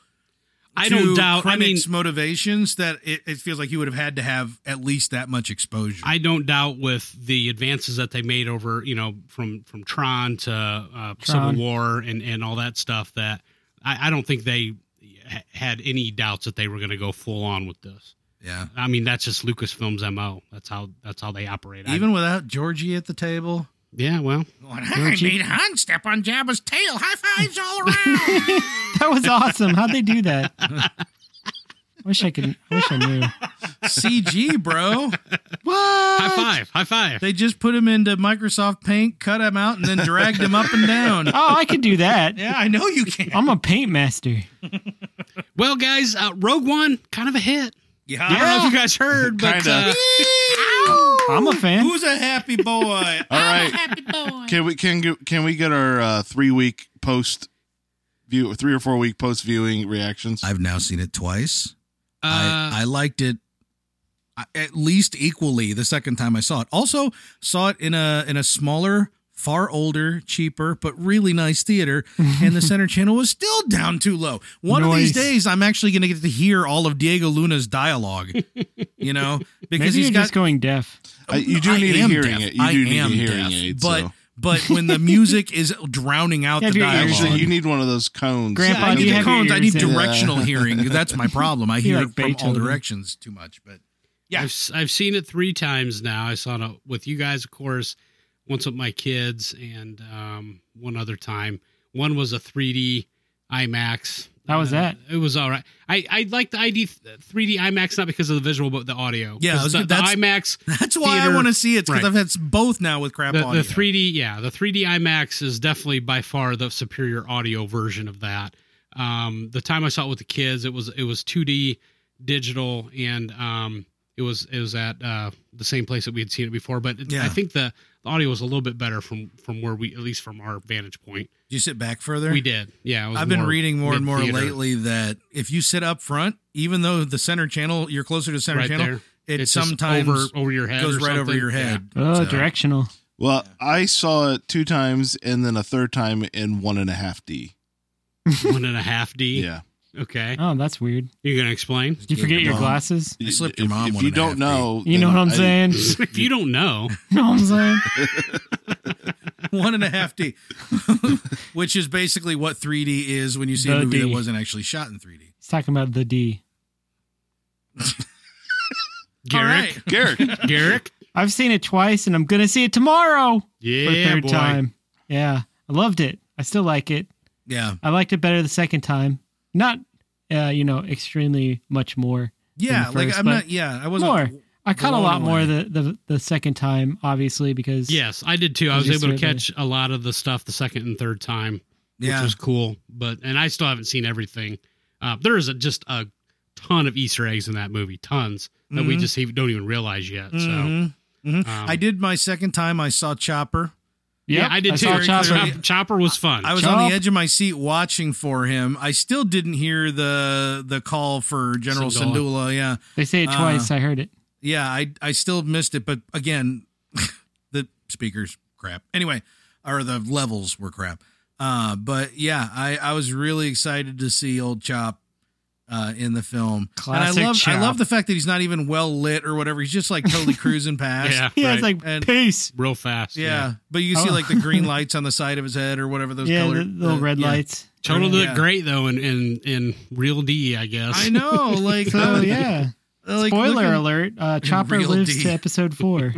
[SPEAKER 3] I
[SPEAKER 1] to
[SPEAKER 3] don't doubt. I mean,
[SPEAKER 1] Krennic's motivations that it, it feels like he would have had to have at least that much exposure.
[SPEAKER 3] I don't doubt with the advances that they made over, you know, from from Tron to uh, Civil
[SPEAKER 5] Tron.
[SPEAKER 3] War and and all that stuff. That I, I don't think they ha- had any doubts that they were going to go full on with this.
[SPEAKER 1] yeah,
[SPEAKER 3] I mean, that's just Lucasfilm's mo. That's how that's how they operate. I-
[SPEAKER 1] even without Georgie at the table.
[SPEAKER 3] yeah, well,
[SPEAKER 1] I made Han step on Jabba's tail. High fives all around.
[SPEAKER 5] That was awesome. How'd they do that? I wish I could. I wish I knew.
[SPEAKER 1] CG, bro.
[SPEAKER 3] high five, high five.
[SPEAKER 1] They just put him into Microsoft Paint, cut him out, and then dragged him up and down.
[SPEAKER 5] Oh, I could do that.
[SPEAKER 1] Yeah, I know you can.
[SPEAKER 5] I'm a paint master.
[SPEAKER 3] well, guys, uh, Rogue One kind of a hit. I
[SPEAKER 1] Yeah.
[SPEAKER 3] don't know if you guys heard, but
[SPEAKER 2] Kinda.
[SPEAKER 3] uh,
[SPEAKER 5] I'm a fan.
[SPEAKER 1] Who's a happy boy?
[SPEAKER 2] All right, can we can get- can we get our uh, three week post view, three or four week post viewing reactions?
[SPEAKER 1] I've now seen it twice.
[SPEAKER 3] uh,
[SPEAKER 1] I, I liked it a- at least equally the second time I saw it. Also saw it in a in a smaller, far older, cheaper, but really nice theater, and the center channel was still down too low. One of these
[SPEAKER 5] Nice.
[SPEAKER 1] days, I'm actually going to get to hear all of Diego Luna's dialogue. You know, because
[SPEAKER 5] Maybe
[SPEAKER 1] he's
[SPEAKER 5] you're
[SPEAKER 1] got
[SPEAKER 5] just going deaf.
[SPEAKER 2] I- Uh, you do
[SPEAKER 1] I
[SPEAKER 2] need a
[SPEAKER 1] am
[SPEAKER 2] hearing
[SPEAKER 1] deaf.
[SPEAKER 2] aid. You
[SPEAKER 1] I
[SPEAKER 2] do need a
[SPEAKER 1] am
[SPEAKER 2] hearing
[SPEAKER 1] deaf,
[SPEAKER 2] aid.
[SPEAKER 1] But
[SPEAKER 2] so.
[SPEAKER 1] but when the music is drowning out
[SPEAKER 5] Yeah,
[SPEAKER 1] the
[SPEAKER 5] do your ears
[SPEAKER 1] dialogue,
[SPEAKER 2] actually, you need one of those cones.
[SPEAKER 5] Grandpa,
[SPEAKER 1] I
[SPEAKER 5] do
[SPEAKER 1] need
[SPEAKER 5] you
[SPEAKER 1] the
[SPEAKER 5] have your
[SPEAKER 1] cones. I
[SPEAKER 5] ears
[SPEAKER 1] need
[SPEAKER 5] in?
[SPEAKER 1] directional hearing. That's my problem. I
[SPEAKER 5] You're
[SPEAKER 1] hear
[SPEAKER 5] like
[SPEAKER 1] from all
[SPEAKER 5] Beethoven.
[SPEAKER 1] directions too much. But
[SPEAKER 3] I've, s- I've seen it three times now. I saw it uh, with you guys, of course, once with my kids, and um, one other time. One was a 3D IMAX
[SPEAKER 5] How was that?
[SPEAKER 3] It was all right. I, I like the ID 3D IMAX not because of the visual but the audio.
[SPEAKER 7] Yeah,
[SPEAKER 3] 'Cause
[SPEAKER 7] I was
[SPEAKER 3] the,
[SPEAKER 7] gonna-
[SPEAKER 3] the
[SPEAKER 7] that's-
[SPEAKER 3] IMAX.
[SPEAKER 7] That's why I
[SPEAKER 3] theater-
[SPEAKER 7] want to see it because
[SPEAKER 3] Right.
[SPEAKER 7] I've had s- both now with crap
[SPEAKER 3] the,
[SPEAKER 7] audio.
[SPEAKER 3] the 3D, yeah, the 3D IMAX is definitely by far the superior audio version of that. Um, the time I saw it with the kids, it was it was 2D digital, and um, it was it was at uh, the same place that we had seen it before. But it,
[SPEAKER 7] Yeah.
[SPEAKER 3] I think the, the audio was a little bit better from from where we at least from our vantage point.
[SPEAKER 1] you sit back further?
[SPEAKER 3] We did, yeah. it was
[SPEAKER 1] I've been
[SPEAKER 3] more
[SPEAKER 1] reading more and more
[SPEAKER 3] mid-theater
[SPEAKER 1] lately that if you sit up front, even though the center channel, you're closer to the center
[SPEAKER 3] right
[SPEAKER 1] channel,
[SPEAKER 3] there.
[SPEAKER 1] it
[SPEAKER 3] It's just
[SPEAKER 1] sometimes
[SPEAKER 3] over over your head,
[SPEAKER 1] goes
[SPEAKER 3] or
[SPEAKER 1] right over
[SPEAKER 3] something.
[SPEAKER 1] your
[SPEAKER 3] Yeah.
[SPEAKER 1] head.
[SPEAKER 5] Oh,
[SPEAKER 1] So-
[SPEAKER 5] directional.
[SPEAKER 2] Well, I saw it two times and then a third time in one and a half D.
[SPEAKER 3] one and a half D.
[SPEAKER 2] Yeah.
[SPEAKER 3] Okay,
[SPEAKER 5] Oh, that's weird.
[SPEAKER 3] you're gonna explain.
[SPEAKER 5] Did you forget your
[SPEAKER 1] Mom.
[SPEAKER 5] glasses?
[SPEAKER 1] I slipped your
[SPEAKER 2] If-
[SPEAKER 1] mom
[SPEAKER 2] If,
[SPEAKER 1] one
[SPEAKER 2] you
[SPEAKER 1] and a half
[SPEAKER 2] don't know,
[SPEAKER 5] You know
[SPEAKER 2] then
[SPEAKER 5] what I'm
[SPEAKER 2] I-
[SPEAKER 5] saying?
[SPEAKER 3] if you don't know,
[SPEAKER 5] You know what I'm saying?
[SPEAKER 1] one and a half D, which is basically what 3D is when you see a
[SPEAKER 5] The
[SPEAKER 1] movie that
[SPEAKER 5] D.
[SPEAKER 1] wasn't actually shot in 3D.
[SPEAKER 5] He's talking about the D.
[SPEAKER 3] Garrick,
[SPEAKER 2] Garrick,
[SPEAKER 3] Garrick,
[SPEAKER 5] I've seen it twice, and I'm gonna see it tomorrow
[SPEAKER 3] yeah,
[SPEAKER 5] for a third
[SPEAKER 3] boy.
[SPEAKER 5] time. Yeah, I loved it. I still like it.
[SPEAKER 1] Yeah,
[SPEAKER 5] I liked it better the second time. Not, uh, you know, extremely much more.
[SPEAKER 1] yeah.
[SPEAKER 5] the
[SPEAKER 1] like
[SPEAKER 5] first,
[SPEAKER 1] I'm
[SPEAKER 5] but
[SPEAKER 1] not. Yeah, I wasn't.
[SPEAKER 5] more. I caught a
[SPEAKER 1] Blown
[SPEAKER 5] lot
[SPEAKER 3] oh
[SPEAKER 5] more
[SPEAKER 1] away.
[SPEAKER 5] the, the the second time, obviously, because
[SPEAKER 3] Yes, I did too. I
[SPEAKER 5] I
[SPEAKER 3] was
[SPEAKER 5] just
[SPEAKER 3] able to
[SPEAKER 5] read that.
[SPEAKER 3] catch a lot of the stuff the second and third time,
[SPEAKER 1] Yeah,
[SPEAKER 3] which was cool. But and I still haven't seen everything. Uh, there is a, just a ton of Easter eggs in that movie, tons that we
[SPEAKER 5] Mm-hmm.
[SPEAKER 1] Mhm.
[SPEAKER 3] just even, don't even realize yet. So
[SPEAKER 1] Mhm.
[SPEAKER 7] Mm-hmm.
[SPEAKER 1] Mhm.
[SPEAKER 3] um,
[SPEAKER 1] I did my second time. I saw Chopper.
[SPEAKER 5] Yep,
[SPEAKER 3] yeah, I did too.
[SPEAKER 5] saw Chopper.
[SPEAKER 3] Chop- Chopper was fun.
[SPEAKER 1] I was on
[SPEAKER 5] Chop.
[SPEAKER 1] the edge of my seat watching for him. I still didn't hear the the call for General
[SPEAKER 3] Syndulla.
[SPEAKER 1] Sandula. Yeah,
[SPEAKER 5] They say it
[SPEAKER 1] Uh,
[SPEAKER 5] twice.
[SPEAKER 3] Uh-huh.
[SPEAKER 5] I heard it.
[SPEAKER 1] yeah. I I still missed it, but again, the speakers crap. Anyway, or the levels were crap. Uh, but yeah, I I was really excited to see old Chop. Uh, in the film, and
[SPEAKER 5] Classic
[SPEAKER 1] I love I
[SPEAKER 5] Chop.
[SPEAKER 1] love the fact that he's not even well lit or whatever. He's just like totally cruising past.
[SPEAKER 3] yeah,
[SPEAKER 5] Yeah,
[SPEAKER 3] right.
[SPEAKER 5] it's like
[SPEAKER 1] And-
[SPEAKER 5] peace.
[SPEAKER 3] real fast.
[SPEAKER 1] Yeah, but you can see
[SPEAKER 5] Oh.
[SPEAKER 1] like the green lights on the side of his head or whatever those
[SPEAKER 5] Yeah,
[SPEAKER 1] color
[SPEAKER 5] the, the little red
[SPEAKER 1] yeah.
[SPEAKER 5] lights.
[SPEAKER 3] Total looked
[SPEAKER 1] Yeah.
[SPEAKER 3] great though in, in in real D, I guess.
[SPEAKER 1] I know, like,
[SPEAKER 5] So
[SPEAKER 1] uh,
[SPEAKER 5] Oh, yeah.
[SPEAKER 1] like,
[SPEAKER 5] Spoiler
[SPEAKER 1] looking-
[SPEAKER 5] alert: uh, Chopper
[SPEAKER 1] real
[SPEAKER 5] lives
[SPEAKER 1] D.
[SPEAKER 5] to episode four.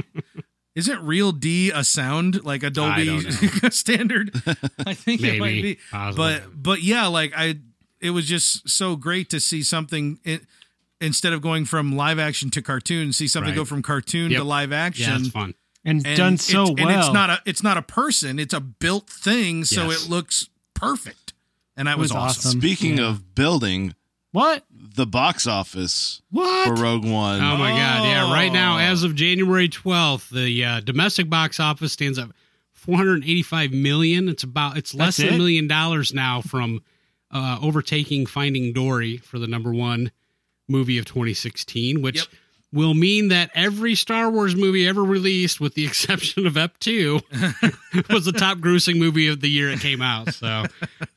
[SPEAKER 1] Isn't real D a sound like Adobe
[SPEAKER 3] don't
[SPEAKER 1] standard? I think
[SPEAKER 3] Maybe.
[SPEAKER 1] it might be,
[SPEAKER 3] I was
[SPEAKER 1] but
[SPEAKER 3] like,
[SPEAKER 1] but yeah, like I, it was just so great to see something. It, instead of going from live action to cartoon, see something
[SPEAKER 3] Right.
[SPEAKER 1] go from cartoon
[SPEAKER 3] Yep.
[SPEAKER 1] to live action.
[SPEAKER 3] yeah, it's fun.
[SPEAKER 5] and,
[SPEAKER 1] And
[SPEAKER 5] done so
[SPEAKER 1] it's,
[SPEAKER 5] well.
[SPEAKER 1] And it's not a it's not a person; it's a built thing, so
[SPEAKER 3] Yes.
[SPEAKER 1] it looks perfect. And that
[SPEAKER 5] It
[SPEAKER 1] was,
[SPEAKER 5] was
[SPEAKER 1] awesome.
[SPEAKER 5] awesome.
[SPEAKER 2] Speaking
[SPEAKER 5] Yeah.
[SPEAKER 2] of building,
[SPEAKER 5] what?
[SPEAKER 2] the box office
[SPEAKER 5] What?
[SPEAKER 2] for Rogue One.
[SPEAKER 5] Um,
[SPEAKER 3] Oh my god! Yeah, right now,
[SPEAKER 1] Oh.
[SPEAKER 3] as of January twelfth, the uh, domestic box office stands at four hundred eighty-five million. It's about it's less than
[SPEAKER 5] That's
[SPEAKER 3] a
[SPEAKER 5] it?
[SPEAKER 3] million dollars now from uh, overtaking Finding Dory for the number one movie of twenty sixteen, which
[SPEAKER 1] Yep.
[SPEAKER 3] will mean that every Star Wars movie ever released, with the exception of Ep two, was the top grossing movie of the year it came out. So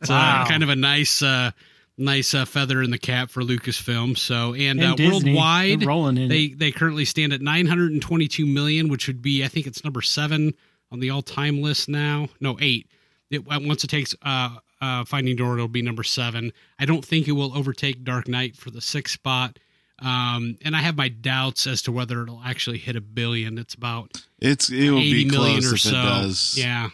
[SPEAKER 3] it's uh,
[SPEAKER 5] Wow.
[SPEAKER 3] kind of a nice. Uh, Nice uh, feather in the cap for Lucasfilm. So and,
[SPEAKER 5] And
[SPEAKER 3] uh,
[SPEAKER 5] Disney,
[SPEAKER 3] worldwide,
[SPEAKER 5] they're rolling in.
[SPEAKER 3] they
[SPEAKER 5] it.
[SPEAKER 3] they currently stand at 922 million, which would be I think it's number seven on the all time list now. No, eight. It, once it takes uh, uh, Finding Dory, it'll be number seven. I don't think it will overtake Dark Knight for the sixth spot. Um, and I have my doubts as to whether it'll actually hit a billion. It's about
[SPEAKER 2] It's it will
[SPEAKER 3] eighty
[SPEAKER 2] be
[SPEAKER 3] million
[SPEAKER 2] close
[SPEAKER 3] or
[SPEAKER 2] if
[SPEAKER 3] so.
[SPEAKER 2] it does.
[SPEAKER 3] Yeah.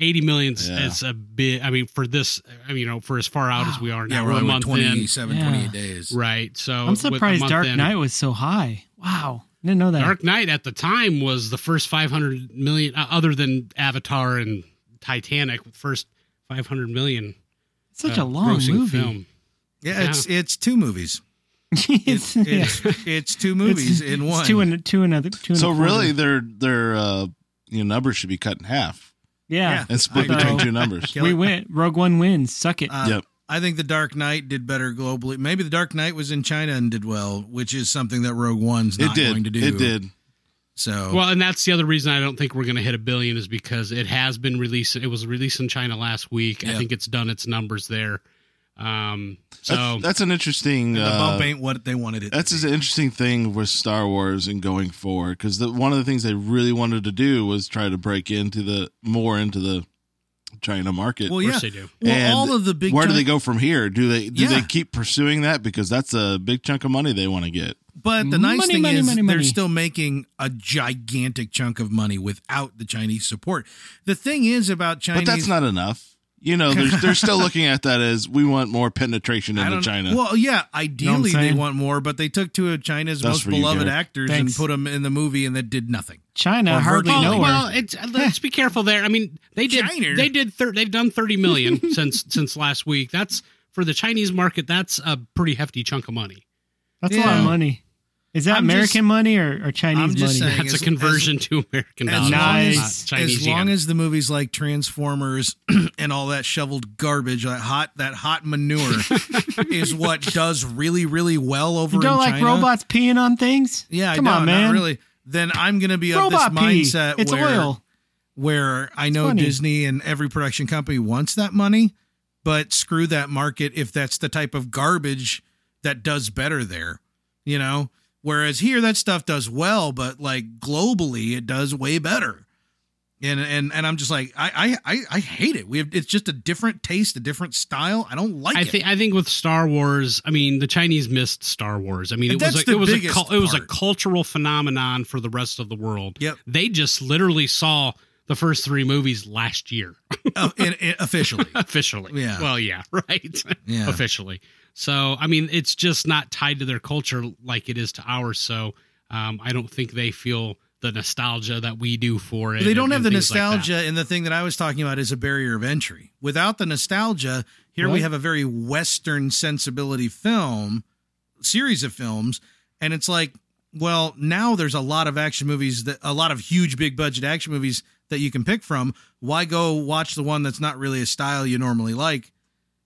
[SPEAKER 3] 80 million is-
[SPEAKER 2] Yeah.
[SPEAKER 3] is a bit. I mean, for this, I mean, you know, for as far out as we are now,
[SPEAKER 1] Yeah,
[SPEAKER 3] we're a
[SPEAKER 1] only
[SPEAKER 3] month in,
[SPEAKER 1] 27,
[SPEAKER 5] Yeah.
[SPEAKER 1] 28 days.
[SPEAKER 3] right? So
[SPEAKER 5] I'm
[SPEAKER 3] with a
[SPEAKER 5] surprised
[SPEAKER 3] month
[SPEAKER 5] Dark
[SPEAKER 3] in-
[SPEAKER 5] Knight was so high. Wow, didn't know that.
[SPEAKER 3] Dark Knight at the time was the first 500 million, uh, other than Avatar and Titanic, first 500 million.
[SPEAKER 5] Such
[SPEAKER 3] uh,
[SPEAKER 5] a long
[SPEAKER 3] grossing
[SPEAKER 5] movie.
[SPEAKER 3] Film.
[SPEAKER 1] Yeah, it's it's two movies.
[SPEAKER 5] it's, yeah.
[SPEAKER 1] It's it's two movies in one.
[SPEAKER 5] It's two and two another. Two and
[SPEAKER 2] So
[SPEAKER 5] a
[SPEAKER 1] Mm-hmm.
[SPEAKER 5] quarter.
[SPEAKER 2] really, their their uh, you know, numbers should be cut in half
[SPEAKER 5] yeah.
[SPEAKER 2] and split
[SPEAKER 5] I
[SPEAKER 2] between
[SPEAKER 5] know.
[SPEAKER 2] two numbers.
[SPEAKER 1] Yeah.
[SPEAKER 5] We win. Rogue One wins. Suck it.
[SPEAKER 1] Uh,
[SPEAKER 2] yep.
[SPEAKER 1] I think the Dark Knight did better globally. Maybe the Dark Knight was in China and did well, which is something that Rogue One's
[SPEAKER 2] It
[SPEAKER 1] not going to
[SPEAKER 2] did.
[SPEAKER 1] do.
[SPEAKER 2] It did. Oh.
[SPEAKER 1] So
[SPEAKER 3] Well, and that's the other reason I don't think we're going to hit a billion is because it has been released. It was released in China last week. I
[SPEAKER 1] Yeah.
[SPEAKER 3] think it's done its numbers there. Um, so
[SPEAKER 2] That's, that's an interesting.
[SPEAKER 1] the
[SPEAKER 2] uh,
[SPEAKER 1] bump ain't what they wanted it.
[SPEAKER 2] That's
[SPEAKER 1] to be.
[SPEAKER 2] an interesting thing with Star Wars and going forward because one of the things they really wanted to do was try to break into the more into the China market.
[SPEAKER 1] well,
[SPEAKER 3] of
[SPEAKER 1] yeah.
[SPEAKER 3] course they do.
[SPEAKER 1] Well,
[SPEAKER 2] And
[SPEAKER 1] all of the big
[SPEAKER 2] Where do
[SPEAKER 1] China-
[SPEAKER 2] they go from here? Do they do
[SPEAKER 1] Yeah.
[SPEAKER 2] they keep pursuing that because that's a big chunk of money they want to get?
[SPEAKER 1] But the nice
[SPEAKER 5] Money,
[SPEAKER 1] thing
[SPEAKER 5] money,
[SPEAKER 1] is
[SPEAKER 5] money,
[SPEAKER 1] they're
[SPEAKER 5] money.
[SPEAKER 1] still making a gigantic chunk of money without the Chinese support. The thing is about Chinese
[SPEAKER 2] But that's not enough. you know, they're, they're still looking at that as we want more penetration
[SPEAKER 1] I
[SPEAKER 2] into
[SPEAKER 1] don't-
[SPEAKER 2] China.
[SPEAKER 1] Well, yeah,
[SPEAKER 5] Know what
[SPEAKER 1] ideally
[SPEAKER 5] I'm
[SPEAKER 1] they
[SPEAKER 5] saying?
[SPEAKER 1] want more, but they took two of China's
[SPEAKER 2] That's
[SPEAKER 1] most
[SPEAKER 2] for you,
[SPEAKER 1] beloved
[SPEAKER 2] Garrett.
[SPEAKER 1] actors and
[SPEAKER 5] Thanks.
[SPEAKER 1] put them in the movie, and that did nothing.
[SPEAKER 5] China
[SPEAKER 1] Or
[SPEAKER 5] hardly
[SPEAKER 1] virtually.
[SPEAKER 3] Well,
[SPEAKER 5] know
[SPEAKER 3] well,
[SPEAKER 5] her.
[SPEAKER 3] it's, uh, let's be careful there. I mean, they did.
[SPEAKER 1] China.
[SPEAKER 3] They did. Thir- they've done thirty million since since last week. That's for the Chinese market. That's a pretty hefty chunk of money.
[SPEAKER 5] That's a lot
[SPEAKER 1] Yeah.
[SPEAKER 5] of money. Is that
[SPEAKER 1] I'm
[SPEAKER 5] American
[SPEAKER 1] just-
[SPEAKER 5] money or, or Chinese
[SPEAKER 1] I'm just
[SPEAKER 5] money?
[SPEAKER 1] saying,
[SPEAKER 3] That's
[SPEAKER 1] as-
[SPEAKER 3] a conversion to American
[SPEAKER 1] as
[SPEAKER 3] dollars,
[SPEAKER 1] long
[SPEAKER 5] as-
[SPEAKER 3] not Chinese
[SPEAKER 1] as
[SPEAKER 3] yen.
[SPEAKER 1] long as the movies like Transformers and all that shoveled garbage, that hot that hot manure is what does really really well over
[SPEAKER 5] You
[SPEAKER 1] in
[SPEAKER 5] don't like
[SPEAKER 1] China.
[SPEAKER 5] robots peeing on things?
[SPEAKER 1] Yeah,
[SPEAKER 5] come
[SPEAKER 1] I don't,
[SPEAKER 5] on, man.
[SPEAKER 1] Not really. Then I'm gonna be of this
[SPEAKER 5] Robot pee.
[SPEAKER 1] mindset
[SPEAKER 5] It's
[SPEAKER 1] where
[SPEAKER 5] oil.
[SPEAKER 1] where I know
[SPEAKER 5] funny.
[SPEAKER 1] Disney and every production company wants that money, but screw that market if that's the type of garbage that does better there, you know? Whereas here that stuff does well, but like globally it does way better. And and and I'm just like I I I, I hate it. We have it's just a different taste, a different style. I don't like
[SPEAKER 3] I
[SPEAKER 1] it.
[SPEAKER 3] think I think with Star Wars, I mean the Chinese missed Star Wars. I mean
[SPEAKER 1] And
[SPEAKER 3] it was
[SPEAKER 1] that's
[SPEAKER 3] a,
[SPEAKER 1] the
[SPEAKER 3] it was a
[SPEAKER 1] biggest
[SPEAKER 3] cul- it was a
[SPEAKER 1] part.
[SPEAKER 3] cultural phenomenon for the rest of the world.
[SPEAKER 1] Yep.
[SPEAKER 3] They just literally saw the first three movies last year
[SPEAKER 1] Uh, in- in- officially.
[SPEAKER 3] officially.
[SPEAKER 1] Yeah.
[SPEAKER 3] Well, yeah, right.
[SPEAKER 1] Yeah.
[SPEAKER 3] officially. So I mean it's just not tied to their culture like it is to ours. So um, I don't think they feel the nostalgia that we do for it.
[SPEAKER 1] But they don't
[SPEAKER 3] and-
[SPEAKER 1] have
[SPEAKER 3] and
[SPEAKER 1] the
[SPEAKER 3] things like that.
[SPEAKER 1] nostalgia, and the thing that I was talking about is a barrier of entry. Without the nostalgia, here we
[SPEAKER 5] Right.
[SPEAKER 1] have a very Western sensibility film, series of films, and it's like, well, now there's a lot of action movies that a lot of huge, big budget action movies that you can pick from. Why go watch the one that's not really a style you normally like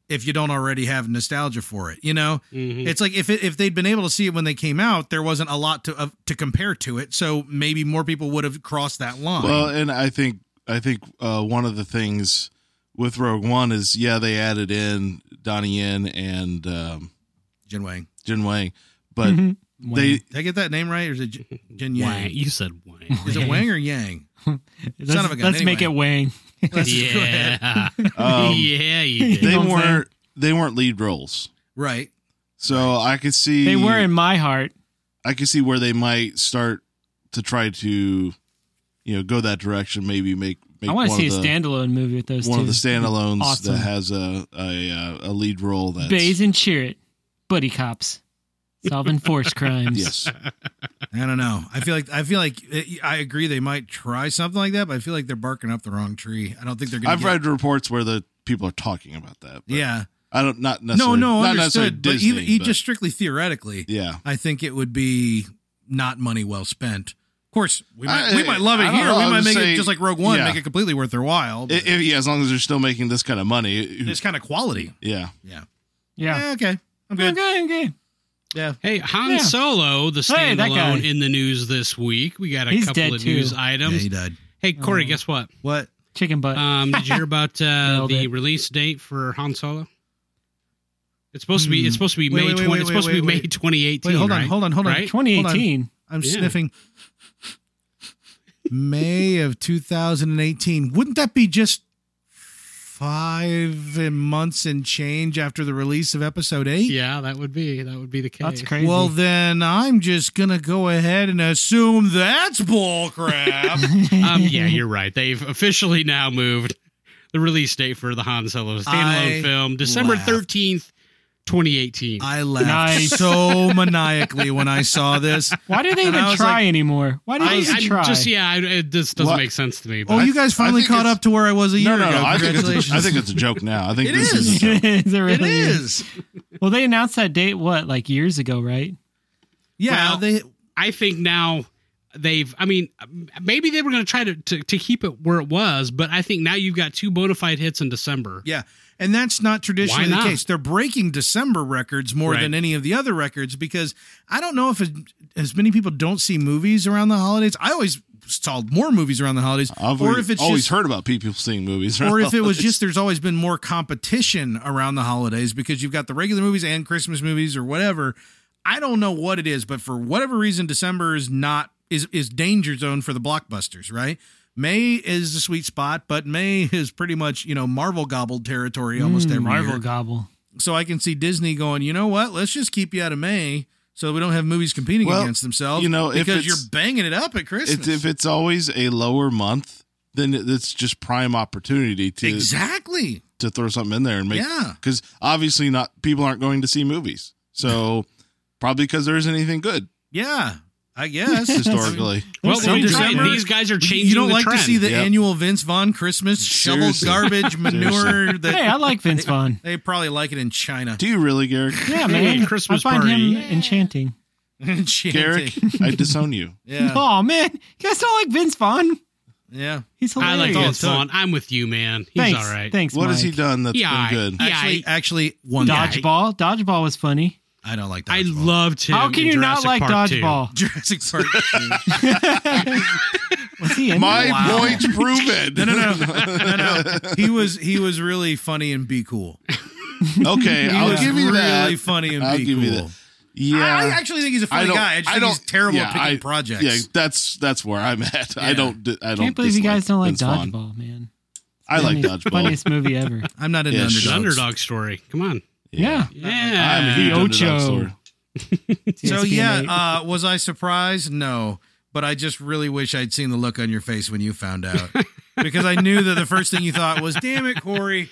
[SPEAKER 1] if you don't already have nostalgia for it? You know,
[SPEAKER 3] Mhm.
[SPEAKER 1] it's like if it, if they'd been able to see it when they came out, there wasn't a lot to of to compare to it, so maybe more people would have crossed that line.
[SPEAKER 2] Well, and I think I think uh, one of the things with Rogue One is yeah they added in Donnie Yen and um,
[SPEAKER 1] Jin Wang.
[SPEAKER 2] Jin Wang, but
[SPEAKER 5] Mhm.
[SPEAKER 2] they
[SPEAKER 1] Did I get that name right, or is it J- Jin Yang?
[SPEAKER 3] Wang. You said Wang.
[SPEAKER 1] Mm-hmm. Is it Wang or Yang?
[SPEAKER 5] let's,
[SPEAKER 1] son of a gun,
[SPEAKER 5] let's make it
[SPEAKER 1] anyway.
[SPEAKER 5] Wang.
[SPEAKER 3] yeah.
[SPEAKER 2] um,
[SPEAKER 3] yeah, you did.
[SPEAKER 2] they
[SPEAKER 5] know what I'm
[SPEAKER 2] weren't they weren't lead roles,
[SPEAKER 1] Right.
[SPEAKER 2] so I could see
[SPEAKER 5] They were in my heart.
[SPEAKER 2] I could see where they might start to try to you know go that direction, maybe make. make
[SPEAKER 5] I want to
[SPEAKER 2] one
[SPEAKER 5] see a
[SPEAKER 2] of the-
[SPEAKER 5] standalone movie with those
[SPEAKER 2] one
[SPEAKER 5] two.
[SPEAKER 2] of the standalones
[SPEAKER 5] Awesome.
[SPEAKER 2] that has a a, uh, a lead role that's
[SPEAKER 5] Bays and cheer it. Buddy cops. Solving force crimes.
[SPEAKER 2] yes
[SPEAKER 1] I don't know. I feel like I feel like eh, I agree they might try something like that, but I feel like they're barking up the wrong tree. I don't think they're going to.
[SPEAKER 2] I've read reports where the people are talking about that. but
[SPEAKER 1] Yeah.
[SPEAKER 2] I don't not
[SPEAKER 1] No,
[SPEAKER 2] necessarily.
[SPEAKER 1] no,
[SPEAKER 2] not
[SPEAKER 1] understood. But
[SPEAKER 2] necessarily Disney,
[SPEAKER 1] even he
[SPEAKER 2] but-
[SPEAKER 1] just strictly theoretically,
[SPEAKER 2] yeah.
[SPEAKER 1] I think it would be not money well spent. Of course, we might,
[SPEAKER 2] I-
[SPEAKER 1] we might love
[SPEAKER 2] I
[SPEAKER 1] it
[SPEAKER 2] don't
[SPEAKER 1] here.
[SPEAKER 2] know.
[SPEAKER 1] we
[SPEAKER 2] I'm
[SPEAKER 1] might
[SPEAKER 2] just
[SPEAKER 1] make it
[SPEAKER 2] saying-
[SPEAKER 1] just like Rogue One,
[SPEAKER 2] yeah.
[SPEAKER 1] make it completely worth their while.
[SPEAKER 2] I-
[SPEAKER 1] But
[SPEAKER 2] If, yeah, as long as they're still making this kind of money, it-
[SPEAKER 1] this kind of quality.
[SPEAKER 2] yeah.
[SPEAKER 5] Yeah.
[SPEAKER 1] Eh, okay, I'm good.
[SPEAKER 5] Okay, okay.
[SPEAKER 1] Yeah.
[SPEAKER 3] Hey, Han
[SPEAKER 5] Yeah.
[SPEAKER 3] Solo, the
[SPEAKER 5] Hey, that
[SPEAKER 3] standalone
[SPEAKER 5] guy.
[SPEAKER 3] in the news this week. We got a
[SPEAKER 5] He's
[SPEAKER 3] couple
[SPEAKER 5] dead,
[SPEAKER 3] of
[SPEAKER 5] too.
[SPEAKER 3] news
[SPEAKER 1] yeah,
[SPEAKER 3] items.
[SPEAKER 1] he died.
[SPEAKER 3] hey, Corey,
[SPEAKER 1] Um,
[SPEAKER 5] Oh.
[SPEAKER 3] guess what?
[SPEAKER 1] What?
[SPEAKER 5] Chicken
[SPEAKER 1] Uh,
[SPEAKER 5] butt.
[SPEAKER 3] Um, did you hear about uh,
[SPEAKER 5] Nailed
[SPEAKER 3] the
[SPEAKER 5] it.
[SPEAKER 3] release date for Han Solo? It's supposed to be.
[SPEAKER 5] Hmm.
[SPEAKER 3] It's supposed to be
[SPEAKER 1] Wait,
[SPEAKER 3] May.
[SPEAKER 1] wait, wait,
[SPEAKER 3] 20,
[SPEAKER 1] wait,
[SPEAKER 3] it's supposed
[SPEAKER 1] wait,
[SPEAKER 3] to be May
[SPEAKER 1] wait.
[SPEAKER 3] 2018.
[SPEAKER 1] Wait, hold on,
[SPEAKER 3] right?
[SPEAKER 1] hold on, hold on.
[SPEAKER 3] Right?
[SPEAKER 5] 2018.
[SPEAKER 1] I'm
[SPEAKER 3] Yeah.
[SPEAKER 1] sniffing. May of 2018. Wouldn't that be just five months and change after the release of episode eight?
[SPEAKER 3] Yeah, that would be that would be the case.
[SPEAKER 5] That's crazy.
[SPEAKER 1] Well, then I'm just gonna go ahead and assume that's bullcrap.
[SPEAKER 3] Um, yeah, you're right. They've officially now moved the release date for the Han Solo standalone
[SPEAKER 1] I
[SPEAKER 3] film, December
[SPEAKER 1] laughed.
[SPEAKER 3] 13th, 2018.
[SPEAKER 1] I laughed
[SPEAKER 5] Nice.
[SPEAKER 1] so maniacally when I saw this.
[SPEAKER 5] Why do they
[SPEAKER 1] And I
[SPEAKER 5] even
[SPEAKER 1] was
[SPEAKER 5] try
[SPEAKER 1] like-
[SPEAKER 5] anymore? Why do
[SPEAKER 3] I,
[SPEAKER 5] they even try?
[SPEAKER 3] I'm just yeah, I, it just doesn't
[SPEAKER 2] What?
[SPEAKER 3] make sense to me. But
[SPEAKER 1] Oh,
[SPEAKER 2] I
[SPEAKER 1] you
[SPEAKER 2] th-
[SPEAKER 1] guys
[SPEAKER 2] I
[SPEAKER 1] finally
[SPEAKER 2] think
[SPEAKER 1] caught
[SPEAKER 2] it's-
[SPEAKER 1] up to where I was a
[SPEAKER 2] No,
[SPEAKER 1] year
[SPEAKER 2] no,
[SPEAKER 1] ago.
[SPEAKER 2] no. I think, it's
[SPEAKER 1] Congratulations.
[SPEAKER 2] a, I think it's a joke now. I think
[SPEAKER 1] It
[SPEAKER 2] this
[SPEAKER 1] is.
[SPEAKER 2] is. a joke.
[SPEAKER 5] Is it
[SPEAKER 1] it
[SPEAKER 5] really?
[SPEAKER 1] is.
[SPEAKER 5] Well, they announced that date what like years ago, right?
[SPEAKER 1] Yeah,
[SPEAKER 3] Well,
[SPEAKER 1] they
[SPEAKER 3] I think now they've. I mean, maybe they were going to try to, to to keep it where it was, but I think now you've got two bona fide hits in December.
[SPEAKER 1] Yeah. And that's not traditionally
[SPEAKER 3] Why
[SPEAKER 1] the
[SPEAKER 3] not?
[SPEAKER 1] case. They're breaking December records more
[SPEAKER 3] Right.
[SPEAKER 1] than any of the other records because I don't know if as, as many people don't see movies around the holidays. I always saw more movies around the holidays,
[SPEAKER 2] I've
[SPEAKER 1] or if it's
[SPEAKER 2] always
[SPEAKER 1] just,
[SPEAKER 2] heard about people seeing movies,
[SPEAKER 1] or if it was just there's always been more competition around the holidays because you've got the regular movies and Christmas movies or whatever. I don't know what it is, but for whatever reason, December is not is is danger zone for the blockbusters, right? May is the sweet spot, but May is pretty much you know Marvel gobbled territory almost
[SPEAKER 5] Mm,
[SPEAKER 1] every
[SPEAKER 5] Marvel
[SPEAKER 1] year.
[SPEAKER 5] gobble.
[SPEAKER 1] so I can see Disney going, you know what? Let's just keep you out of May so we don't have movies competing
[SPEAKER 2] Well,
[SPEAKER 1] against themselves.
[SPEAKER 2] you know, if
[SPEAKER 1] because
[SPEAKER 2] it's-
[SPEAKER 1] you're banging it up at Christmas.
[SPEAKER 2] It's, if it's always a lower month, then it's just prime opportunity to
[SPEAKER 1] exactly.
[SPEAKER 2] to throw something in there and make
[SPEAKER 1] Yeah.
[SPEAKER 2] because obviously not people aren't going to see movies so probably because there isn't anything good
[SPEAKER 1] Yeah, I guess.
[SPEAKER 2] historically
[SPEAKER 3] Well,
[SPEAKER 5] Some
[SPEAKER 3] they tried.
[SPEAKER 5] December-
[SPEAKER 3] these guys are changing.
[SPEAKER 1] you don't
[SPEAKER 3] the
[SPEAKER 1] like
[SPEAKER 3] trend.
[SPEAKER 1] to see the
[SPEAKER 2] Yep.
[SPEAKER 1] annual Vince Vaughn Christmas shovel
[SPEAKER 2] Seriously.
[SPEAKER 1] garbage manure
[SPEAKER 5] Hey, I
[SPEAKER 1] that
[SPEAKER 5] like Vince Vaughn.
[SPEAKER 1] they probably like it in China.
[SPEAKER 2] do you really garrick
[SPEAKER 5] Yeah,
[SPEAKER 3] Hey,
[SPEAKER 5] man.
[SPEAKER 3] Christmas
[SPEAKER 5] I find him
[SPEAKER 3] party.
[SPEAKER 5] enchanting.
[SPEAKER 1] Enchanting.
[SPEAKER 2] garrick i disown you
[SPEAKER 1] Yeah.
[SPEAKER 5] Oh man, you guys don't like Vince Vaughn?
[SPEAKER 1] Yeah.
[SPEAKER 5] He's
[SPEAKER 3] I
[SPEAKER 5] hilarious.
[SPEAKER 3] like
[SPEAKER 1] Yeah,
[SPEAKER 3] Vince
[SPEAKER 1] so-
[SPEAKER 3] Vaughn. I'm with you, man. He's
[SPEAKER 5] Thanks.
[SPEAKER 3] all right.
[SPEAKER 5] Thanks.
[SPEAKER 2] what
[SPEAKER 5] Mike.
[SPEAKER 2] has he done that's
[SPEAKER 3] Yeah,
[SPEAKER 2] been good
[SPEAKER 3] I-
[SPEAKER 1] Actually,
[SPEAKER 3] yeah,
[SPEAKER 1] actually, one guy.
[SPEAKER 5] Dodgeball. Dodgeball was funny.
[SPEAKER 1] I don't like dodgeball.
[SPEAKER 3] I loved him.
[SPEAKER 5] How can
[SPEAKER 3] in
[SPEAKER 5] you
[SPEAKER 3] Jurassic
[SPEAKER 5] not like
[SPEAKER 3] Park too.
[SPEAKER 5] Dodgeball?
[SPEAKER 1] Jurassic Park. two.
[SPEAKER 5] Was he in
[SPEAKER 2] my
[SPEAKER 5] there?
[SPEAKER 1] Wow.
[SPEAKER 2] point's proven
[SPEAKER 1] no, no, no, no, no. He was he was really funny and be cool.
[SPEAKER 2] okay
[SPEAKER 1] He
[SPEAKER 2] i'll
[SPEAKER 1] was
[SPEAKER 2] give you
[SPEAKER 1] really
[SPEAKER 2] that
[SPEAKER 1] funny and
[SPEAKER 2] I'll
[SPEAKER 1] be
[SPEAKER 2] give
[SPEAKER 1] cool.
[SPEAKER 2] you that. yeah
[SPEAKER 1] I, I actually think he's a funny guy. I just think he's terrible
[SPEAKER 2] yeah,
[SPEAKER 1] at picking
[SPEAKER 2] I-
[SPEAKER 1] projects.
[SPEAKER 2] Yeah, that's that's where I'm at. I
[SPEAKER 1] Yeah.
[SPEAKER 2] don't. di- I don't.
[SPEAKER 5] Can't believe you guys
[SPEAKER 2] dislike
[SPEAKER 5] don't like
[SPEAKER 2] Vince Vaughn.
[SPEAKER 5] Dodgeball, man.
[SPEAKER 2] I like
[SPEAKER 5] Funny-
[SPEAKER 2] dodgeball.
[SPEAKER 5] Funniest movie ever.
[SPEAKER 1] I'm not into
[SPEAKER 2] Yeah,
[SPEAKER 1] underdogs.
[SPEAKER 2] sure.
[SPEAKER 3] It's an underdog story. Come on.
[SPEAKER 5] Yeah.
[SPEAKER 2] I'm a
[SPEAKER 3] Yeah.
[SPEAKER 2] huge underdog
[SPEAKER 5] Ocho.
[SPEAKER 2] story.
[SPEAKER 1] So
[SPEAKER 5] TSPN8.
[SPEAKER 1] yeah, uh, was I surprised? No, but I just really wish I'd seen the look on your face when you found out, because I knew that the first thing you thought was, "Damn it, Corey!"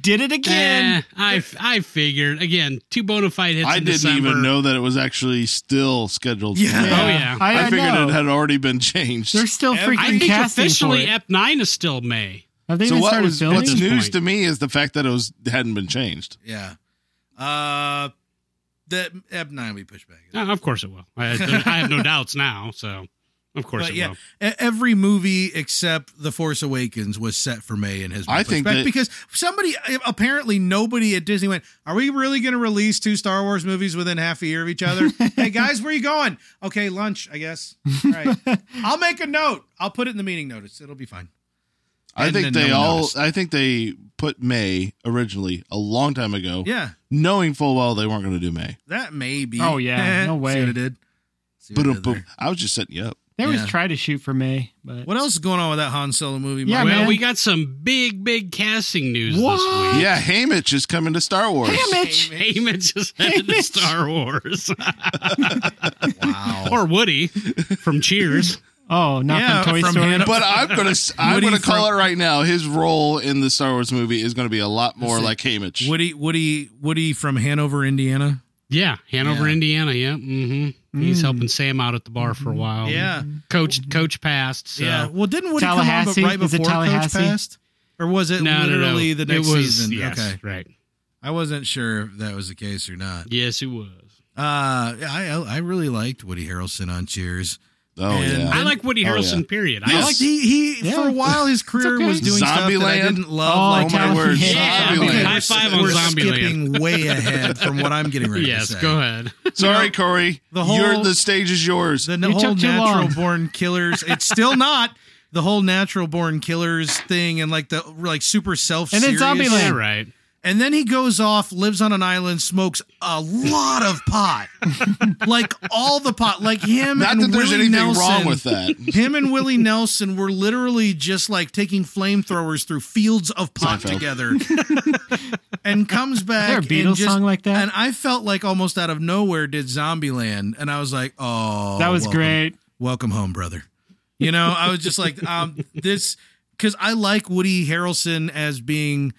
[SPEAKER 5] did it
[SPEAKER 3] Eh,
[SPEAKER 5] again.
[SPEAKER 3] I I figured again two bona fide hits.
[SPEAKER 2] I
[SPEAKER 3] in
[SPEAKER 2] didn't
[SPEAKER 3] December.
[SPEAKER 2] even know that it was actually still scheduled. for
[SPEAKER 1] Yeah.
[SPEAKER 2] May.
[SPEAKER 3] Oh, yeah.
[SPEAKER 5] I,
[SPEAKER 2] I,
[SPEAKER 5] I
[SPEAKER 2] figured
[SPEAKER 5] know.
[SPEAKER 2] it had already been changed.
[SPEAKER 5] They're still
[SPEAKER 1] Every-
[SPEAKER 5] freaking
[SPEAKER 3] I think
[SPEAKER 5] casting
[SPEAKER 3] officially
[SPEAKER 5] for it.
[SPEAKER 3] Ep Nine is still May.
[SPEAKER 5] Have they
[SPEAKER 2] so
[SPEAKER 5] even
[SPEAKER 2] what
[SPEAKER 5] started
[SPEAKER 2] was
[SPEAKER 5] filming?
[SPEAKER 2] what's
[SPEAKER 3] at this
[SPEAKER 2] news
[SPEAKER 3] point?
[SPEAKER 2] to me is the fact that it was hadn't been changed.
[SPEAKER 1] Yeah, uh, that Ep Nine we pushed back.
[SPEAKER 3] Uh, of course it will. I, I have no doubts now. So of course
[SPEAKER 1] But
[SPEAKER 3] it
[SPEAKER 1] yeah,
[SPEAKER 3] will.
[SPEAKER 1] e- every movie except The Force Awakens was set for May and has been
[SPEAKER 2] I
[SPEAKER 1] pushed
[SPEAKER 2] think
[SPEAKER 1] back
[SPEAKER 2] that-
[SPEAKER 1] because somebody apparently nobody at Disney went, "Are we really going to release two Star Wars movies within half a year of each other?" hey guys, where you going? Okay, lunch, I guess. All right, I'll make a note. I'll put it in the meeting notice. It'll be fine.
[SPEAKER 2] I
[SPEAKER 1] And
[SPEAKER 2] think
[SPEAKER 1] then
[SPEAKER 2] they
[SPEAKER 1] no one
[SPEAKER 2] all.
[SPEAKER 1] noticed.
[SPEAKER 2] I think they put May originally a long time ago,
[SPEAKER 1] Yeah,
[SPEAKER 2] knowing full well they weren't going to do May.
[SPEAKER 1] that may be.
[SPEAKER 5] Oh, yeah, no
[SPEAKER 1] See
[SPEAKER 5] way.
[SPEAKER 1] what it did. See what,
[SPEAKER 2] But
[SPEAKER 1] it did there.
[SPEAKER 2] I was just setting you up.
[SPEAKER 5] They always
[SPEAKER 1] Yeah.
[SPEAKER 5] try to shoot for May, but
[SPEAKER 1] What else is going on with that Han Solo movie?
[SPEAKER 5] Yeah,
[SPEAKER 1] Mike?
[SPEAKER 5] man.
[SPEAKER 3] Well, we got some big big casting news this week.
[SPEAKER 2] Yeah, Haymitch is coming to Star Wars.
[SPEAKER 5] Damn it.
[SPEAKER 3] Heyman just headed to
[SPEAKER 5] Heyman.
[SPEAKER 3] Star Wars,
[SPEAKER 1] wow.
[SPEAKER 3] or Woody from Cheers.
[SPEAKER 5] Oh, not
[SPEAKER 1] Yeah,
[SPEAKER 5] from Toy
[SPEAKER 1] from
[SPEAKER 5] Story.
[SPEAKER 1] Hannah-
[SPEAKER 2] But I'm gonna I'm
[SPEAKER 1] Woody
[SPEAKER 2] gonna call
[SPEAKER 1] from-
[SPEAKER 2] it right now. His role in the Star Wars movie is gonna be a lot more
[SPEAKER 1] Listen,
[SPEAKER 2] like Haymitch.
[SPEAKER 1] Woody, Woody, Woody from Hanover, Indiana.
[SPEAKER 3] Yeah, Hanover,
[SPEAKER 1] Yeah. Mm.
[SPEAKER 3] Indiana. Yeah, hmm he's helping Sam out at the bar for a while.
[SPEAKER 1] Mm-hmm. Yeah.
[SPEAKER 3] coach Coach passed. So.
[SPEAKER 1] Yeah. Well, didn't Woody come on but
[SPEAKER 5] Tallahassee?
[SPEAKER 1] right
[SPEAKER 5] Is it
[SPEAKER 1] before Coach
[SPEAKER 5] Tallahassee?
[SPEAKER 1] passed? Or was it
[SPEAKER 3] No, no, no.
[SPEAKER 1] literally the next
[SPEAKER 3] it was,
[SPEAKER 1] season?
[SPEAKER 3] Yes,
[SPEAKER 1] Okay.
[SPEAKER 3] right.
[SPEAKER 1] I wasn't sure if that was the case or not.
[SPEAKER 3] Yes, it was.
[SPEAKER 1] Uh, I I really liked Woody Harrelson on Cheers.
[SPEAKER 2] Oh
[SPEAKER 1] and-
[SPEAKER 2] yeah.
[SPEAKER 3] I like Woody
[SPEAKER 2] Oh,
[SPEAKER 3] Harrelson.
[SPEAKER 2] yeah.
[SPEAKER 3] Period. I
[SPEAKER 2] Yes.
[SPEAKER 3] like.
[SPEAKER 1] He, he
[SPEAKER 5] Yeah.
[SPEAKER 1] for a while his career
[SPEAKER 5] okay.
[SPEAKER 1] was doing stuff that I
[SPEAKER 2] Zombieland?
[SPEAKER 1] didn't love.
[SPEAKER 5] Oh,
[SPEAKER 1] like
[SPEAKER 2] oh my
[SPEAKER 5] Tallahassee
[SPEAKER 2] word,
[SPEAKER 5] Haymitch.
[SPEAKER 3] Yeah,
[SPEAKER 2] Zombieland.
[SPEAKER 1] okay,
[SPEAKER 3] High five on
[SPEAKER 1] we're
[SPEAKER 3] Zombieland.
[SPEAKER 1] skipping way ahead from what I'm getting ready to
[SPEAKER 3] Yes,
[SPEAKER 1] say.
[SPEAKER 3] go ahead.
[SPEAKER 2] Sorry, Corey.
[SPEAKER 1] the whole-
[SPEAKER 2] You're the stage is yours.
[SPEAKER 1] The
[SPEAKER 5] You
[SPEAKER 1] whole
[SPEAKER 5] took too long.
[SPEAKER 1] natural born killers. It's still not the whole natural born killers thing, and like the like super self
[SPEAKER 5] And then Zombieland.
[SPEAKER 3] All right.
[SPEAKER 1] And then he goes off, lives on an island, smokes a lot of pot, like all the pot, like him.
[SPEAKER 2] Not
[SPEAKER 1] and
[SPEAKER 2] that there's
[SPEAKER 1] Willie
[SPEAKER 2] anything
[SPEAKER 1] Nelson,
[SPEAKER 2] wrong with that.
[SPEAKER 1] Him and Willie Nelson were literally just like taking flamethrowers through fields of pot
[SPEAKER 2] Seinfeld.
[SPEAKER 1] together, and comes back.
[SPEAKER 5] there a Beatles
[SPEAKER 1] and just-
[SPEAKER 5] song like that?
[SPEAKER 1] And I felt like almost out of nowhere did Zombieland, and I was like, oh,
[SPEAKER 5] that was
[SPEAKER 1] welcome-
[SPEAKER 5] great.
[SPEAKER 1] Welcome home, brother. You know, I was just like, um, this because I like Woody Harrelson as being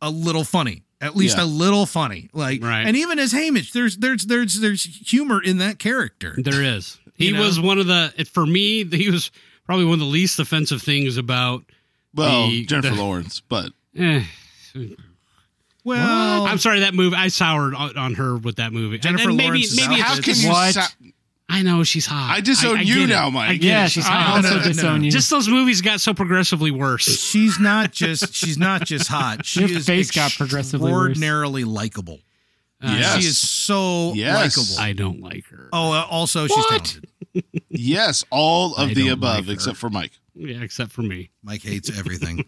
[SPEAKER 1] a little funny, at least
[SPEAKER 2] Yeah.
[SPEAKER 1] a little funny. Like,
[SPEAKER 3] Right.
[SPEAKER 1] and even as Hamish, there's there's there's there's humor in that character.
[SPEAKER 3] There is. He
[SPEAKER 1] You know?
[SPEAKER 3] was one of the it- for me. He was probably one of the least offensive things about.
[SPEAKER 2] Well,
[SPEAKER 3] The-
[SPEAKER 2] Jennifer
[SPEAKER 3] the-
[SPEAKER 2] Lawrence, but
[SPEAKER 3] eh.
[SPEAKER 1] Well,
[SPEAKER 3] I'm sorry that movie. I soured on, on her with that movie. And-
[SPEAKER 1] Jennifer
[SPEAKER 3] and maybe,
[SPEAKER 1] Lawrence is
[SPEAKER 3] maybe
[SPEAKER 1] out.
[SPEAKER 3] it's
[SPEAKER 2] how
[SPEAKER 1] it's-
[SPEAKER 2] can you?
[SPEAKER 5] What?
[SPEAKER 2] sa-
[SPEAKER 3] I know she's hot.
[SPEAKER 2] I disown
[SPEAKER 3] get
[SPEAKER 2] you
[SPEAKER 3] it.
[SPEAKER 2] now, Mike.
[SPEAKER 3] I get it.
[SPEAKER 5] Yeah,
[SPEAKER 3] she's
[SPEAKER 5] she's
[SPEAKER 3] hot.
[SPEAKER 5] I
[SPEAKER 1] No,
[SPEAKER 5] also
[SPEAKER 1] no, no,
[SPEAKER 5] disown
[SPEAKER 1] no.
[SPEAKER 5] you.
[SPEAKER 3] Just those movies got so progressively worse.
[SPEAKER 1] she's not just she's not just hot. She
[SPEAKER 5] Your
[SPEAKER 1] is
[SPEAKER 5] face got progressively worse.
[SPEAKER 1] ordinarily likable.
[SPEAKER 3] Uh,
[SPEAKER 2] Yes.
[SPEAKER 1] She is so
[SPEAKER 2] Yes.
[SPEAKER 1] likable.
[SPEAKER 3] I don't like her.
[SPEAKER 1] oh, uh, also she's talented.
[SPEAKER 2] yes, all
[SPEAKER 3] I
[SPEAKER 2] of the
[SPEAKER 3] don't
[SPEAKER 2] above
[SPEAKER 3] like her.
[SPEAKER 2] except for Mike.
[SPEAKER 3] Yeah, except for me.
[SPEAKER 1] Mike hates everything.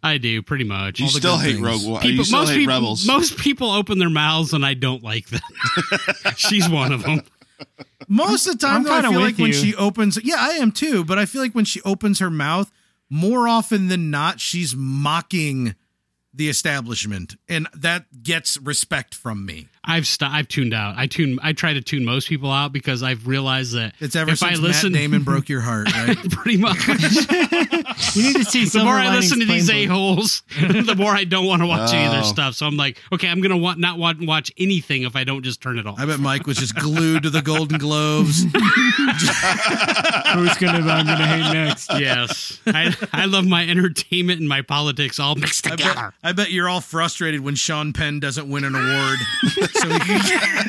[SPEAKER 3] I do pretty much.
[SPEAKER 2] You
[SPEAKER 1] the
[SPEAKER 2] still
[SPEAKER 1] good
[SPEAKER 2] hate
[SPEAKER 1] things.
[SPEAKER 2] Rogue One. Oh, you still hate
[SPEAKER 3] people,
[SPEAKER 2] Rebels.
[SPEAKER 3] most people open their mouths and I don't like them. She's one of them.
[SPEAKER 1] Most of the time,
[SPEAKER 5] I'm
[SPEAKER 1] though, I
[SPEAKER 5] kinda
[SPEAKER 1] feel
[SPEAKER 5] with
[SPEAKER 1] like when
[SPEAKER 5] you.
[SPEAKER 1] she opens, yeah, I am too. But I feel like when she opens her mouth, more often than not, she's mocking the establishment, and that gets respect from me.
[SPEAKER 3] I've st- I've tuned out. I tune. I try to tune most people out because I've realized that
[SPEAKER 1] It's ever
[SPEAKER 3] if
[SPEAKER 1] since
[SPEAKER 3] I listen,
[SPEAKER 1] Matt Damon broke your heart, right?
[SPEAKER 3] pretty much.
[SPEAKER 5] You need to see
[SPEAKER 3] the
[SPEAKER 5] Silver
[SPEAKER 3] more I
[SPEAKER 5] Linings
[SPEAKER 3] listen to these a
[SPEAKER 5] Playbook.
[SPEAKER 3] holes, the more I don't want to watch any of their
[SPEAKER 2] Oh.
[SPEAKER 3] stuff. So I'm like, okay, I'm gonna want not want watch anything if I don't just turn it off.
[SPEAKER 1] I bet Mike was just glued to the Golden Globes.
[SPEAKER 5] Who's gonna I'm gonna hate next?
[SPEAKER 3] yes, I I love my entertainment and my politics all mixed
[SPEAKER 1] I bet,
[SPEAKER 3] together.
[SPEAKER 1] I bet you're all frustrated when Sean Penn doesn't win an award. So he can-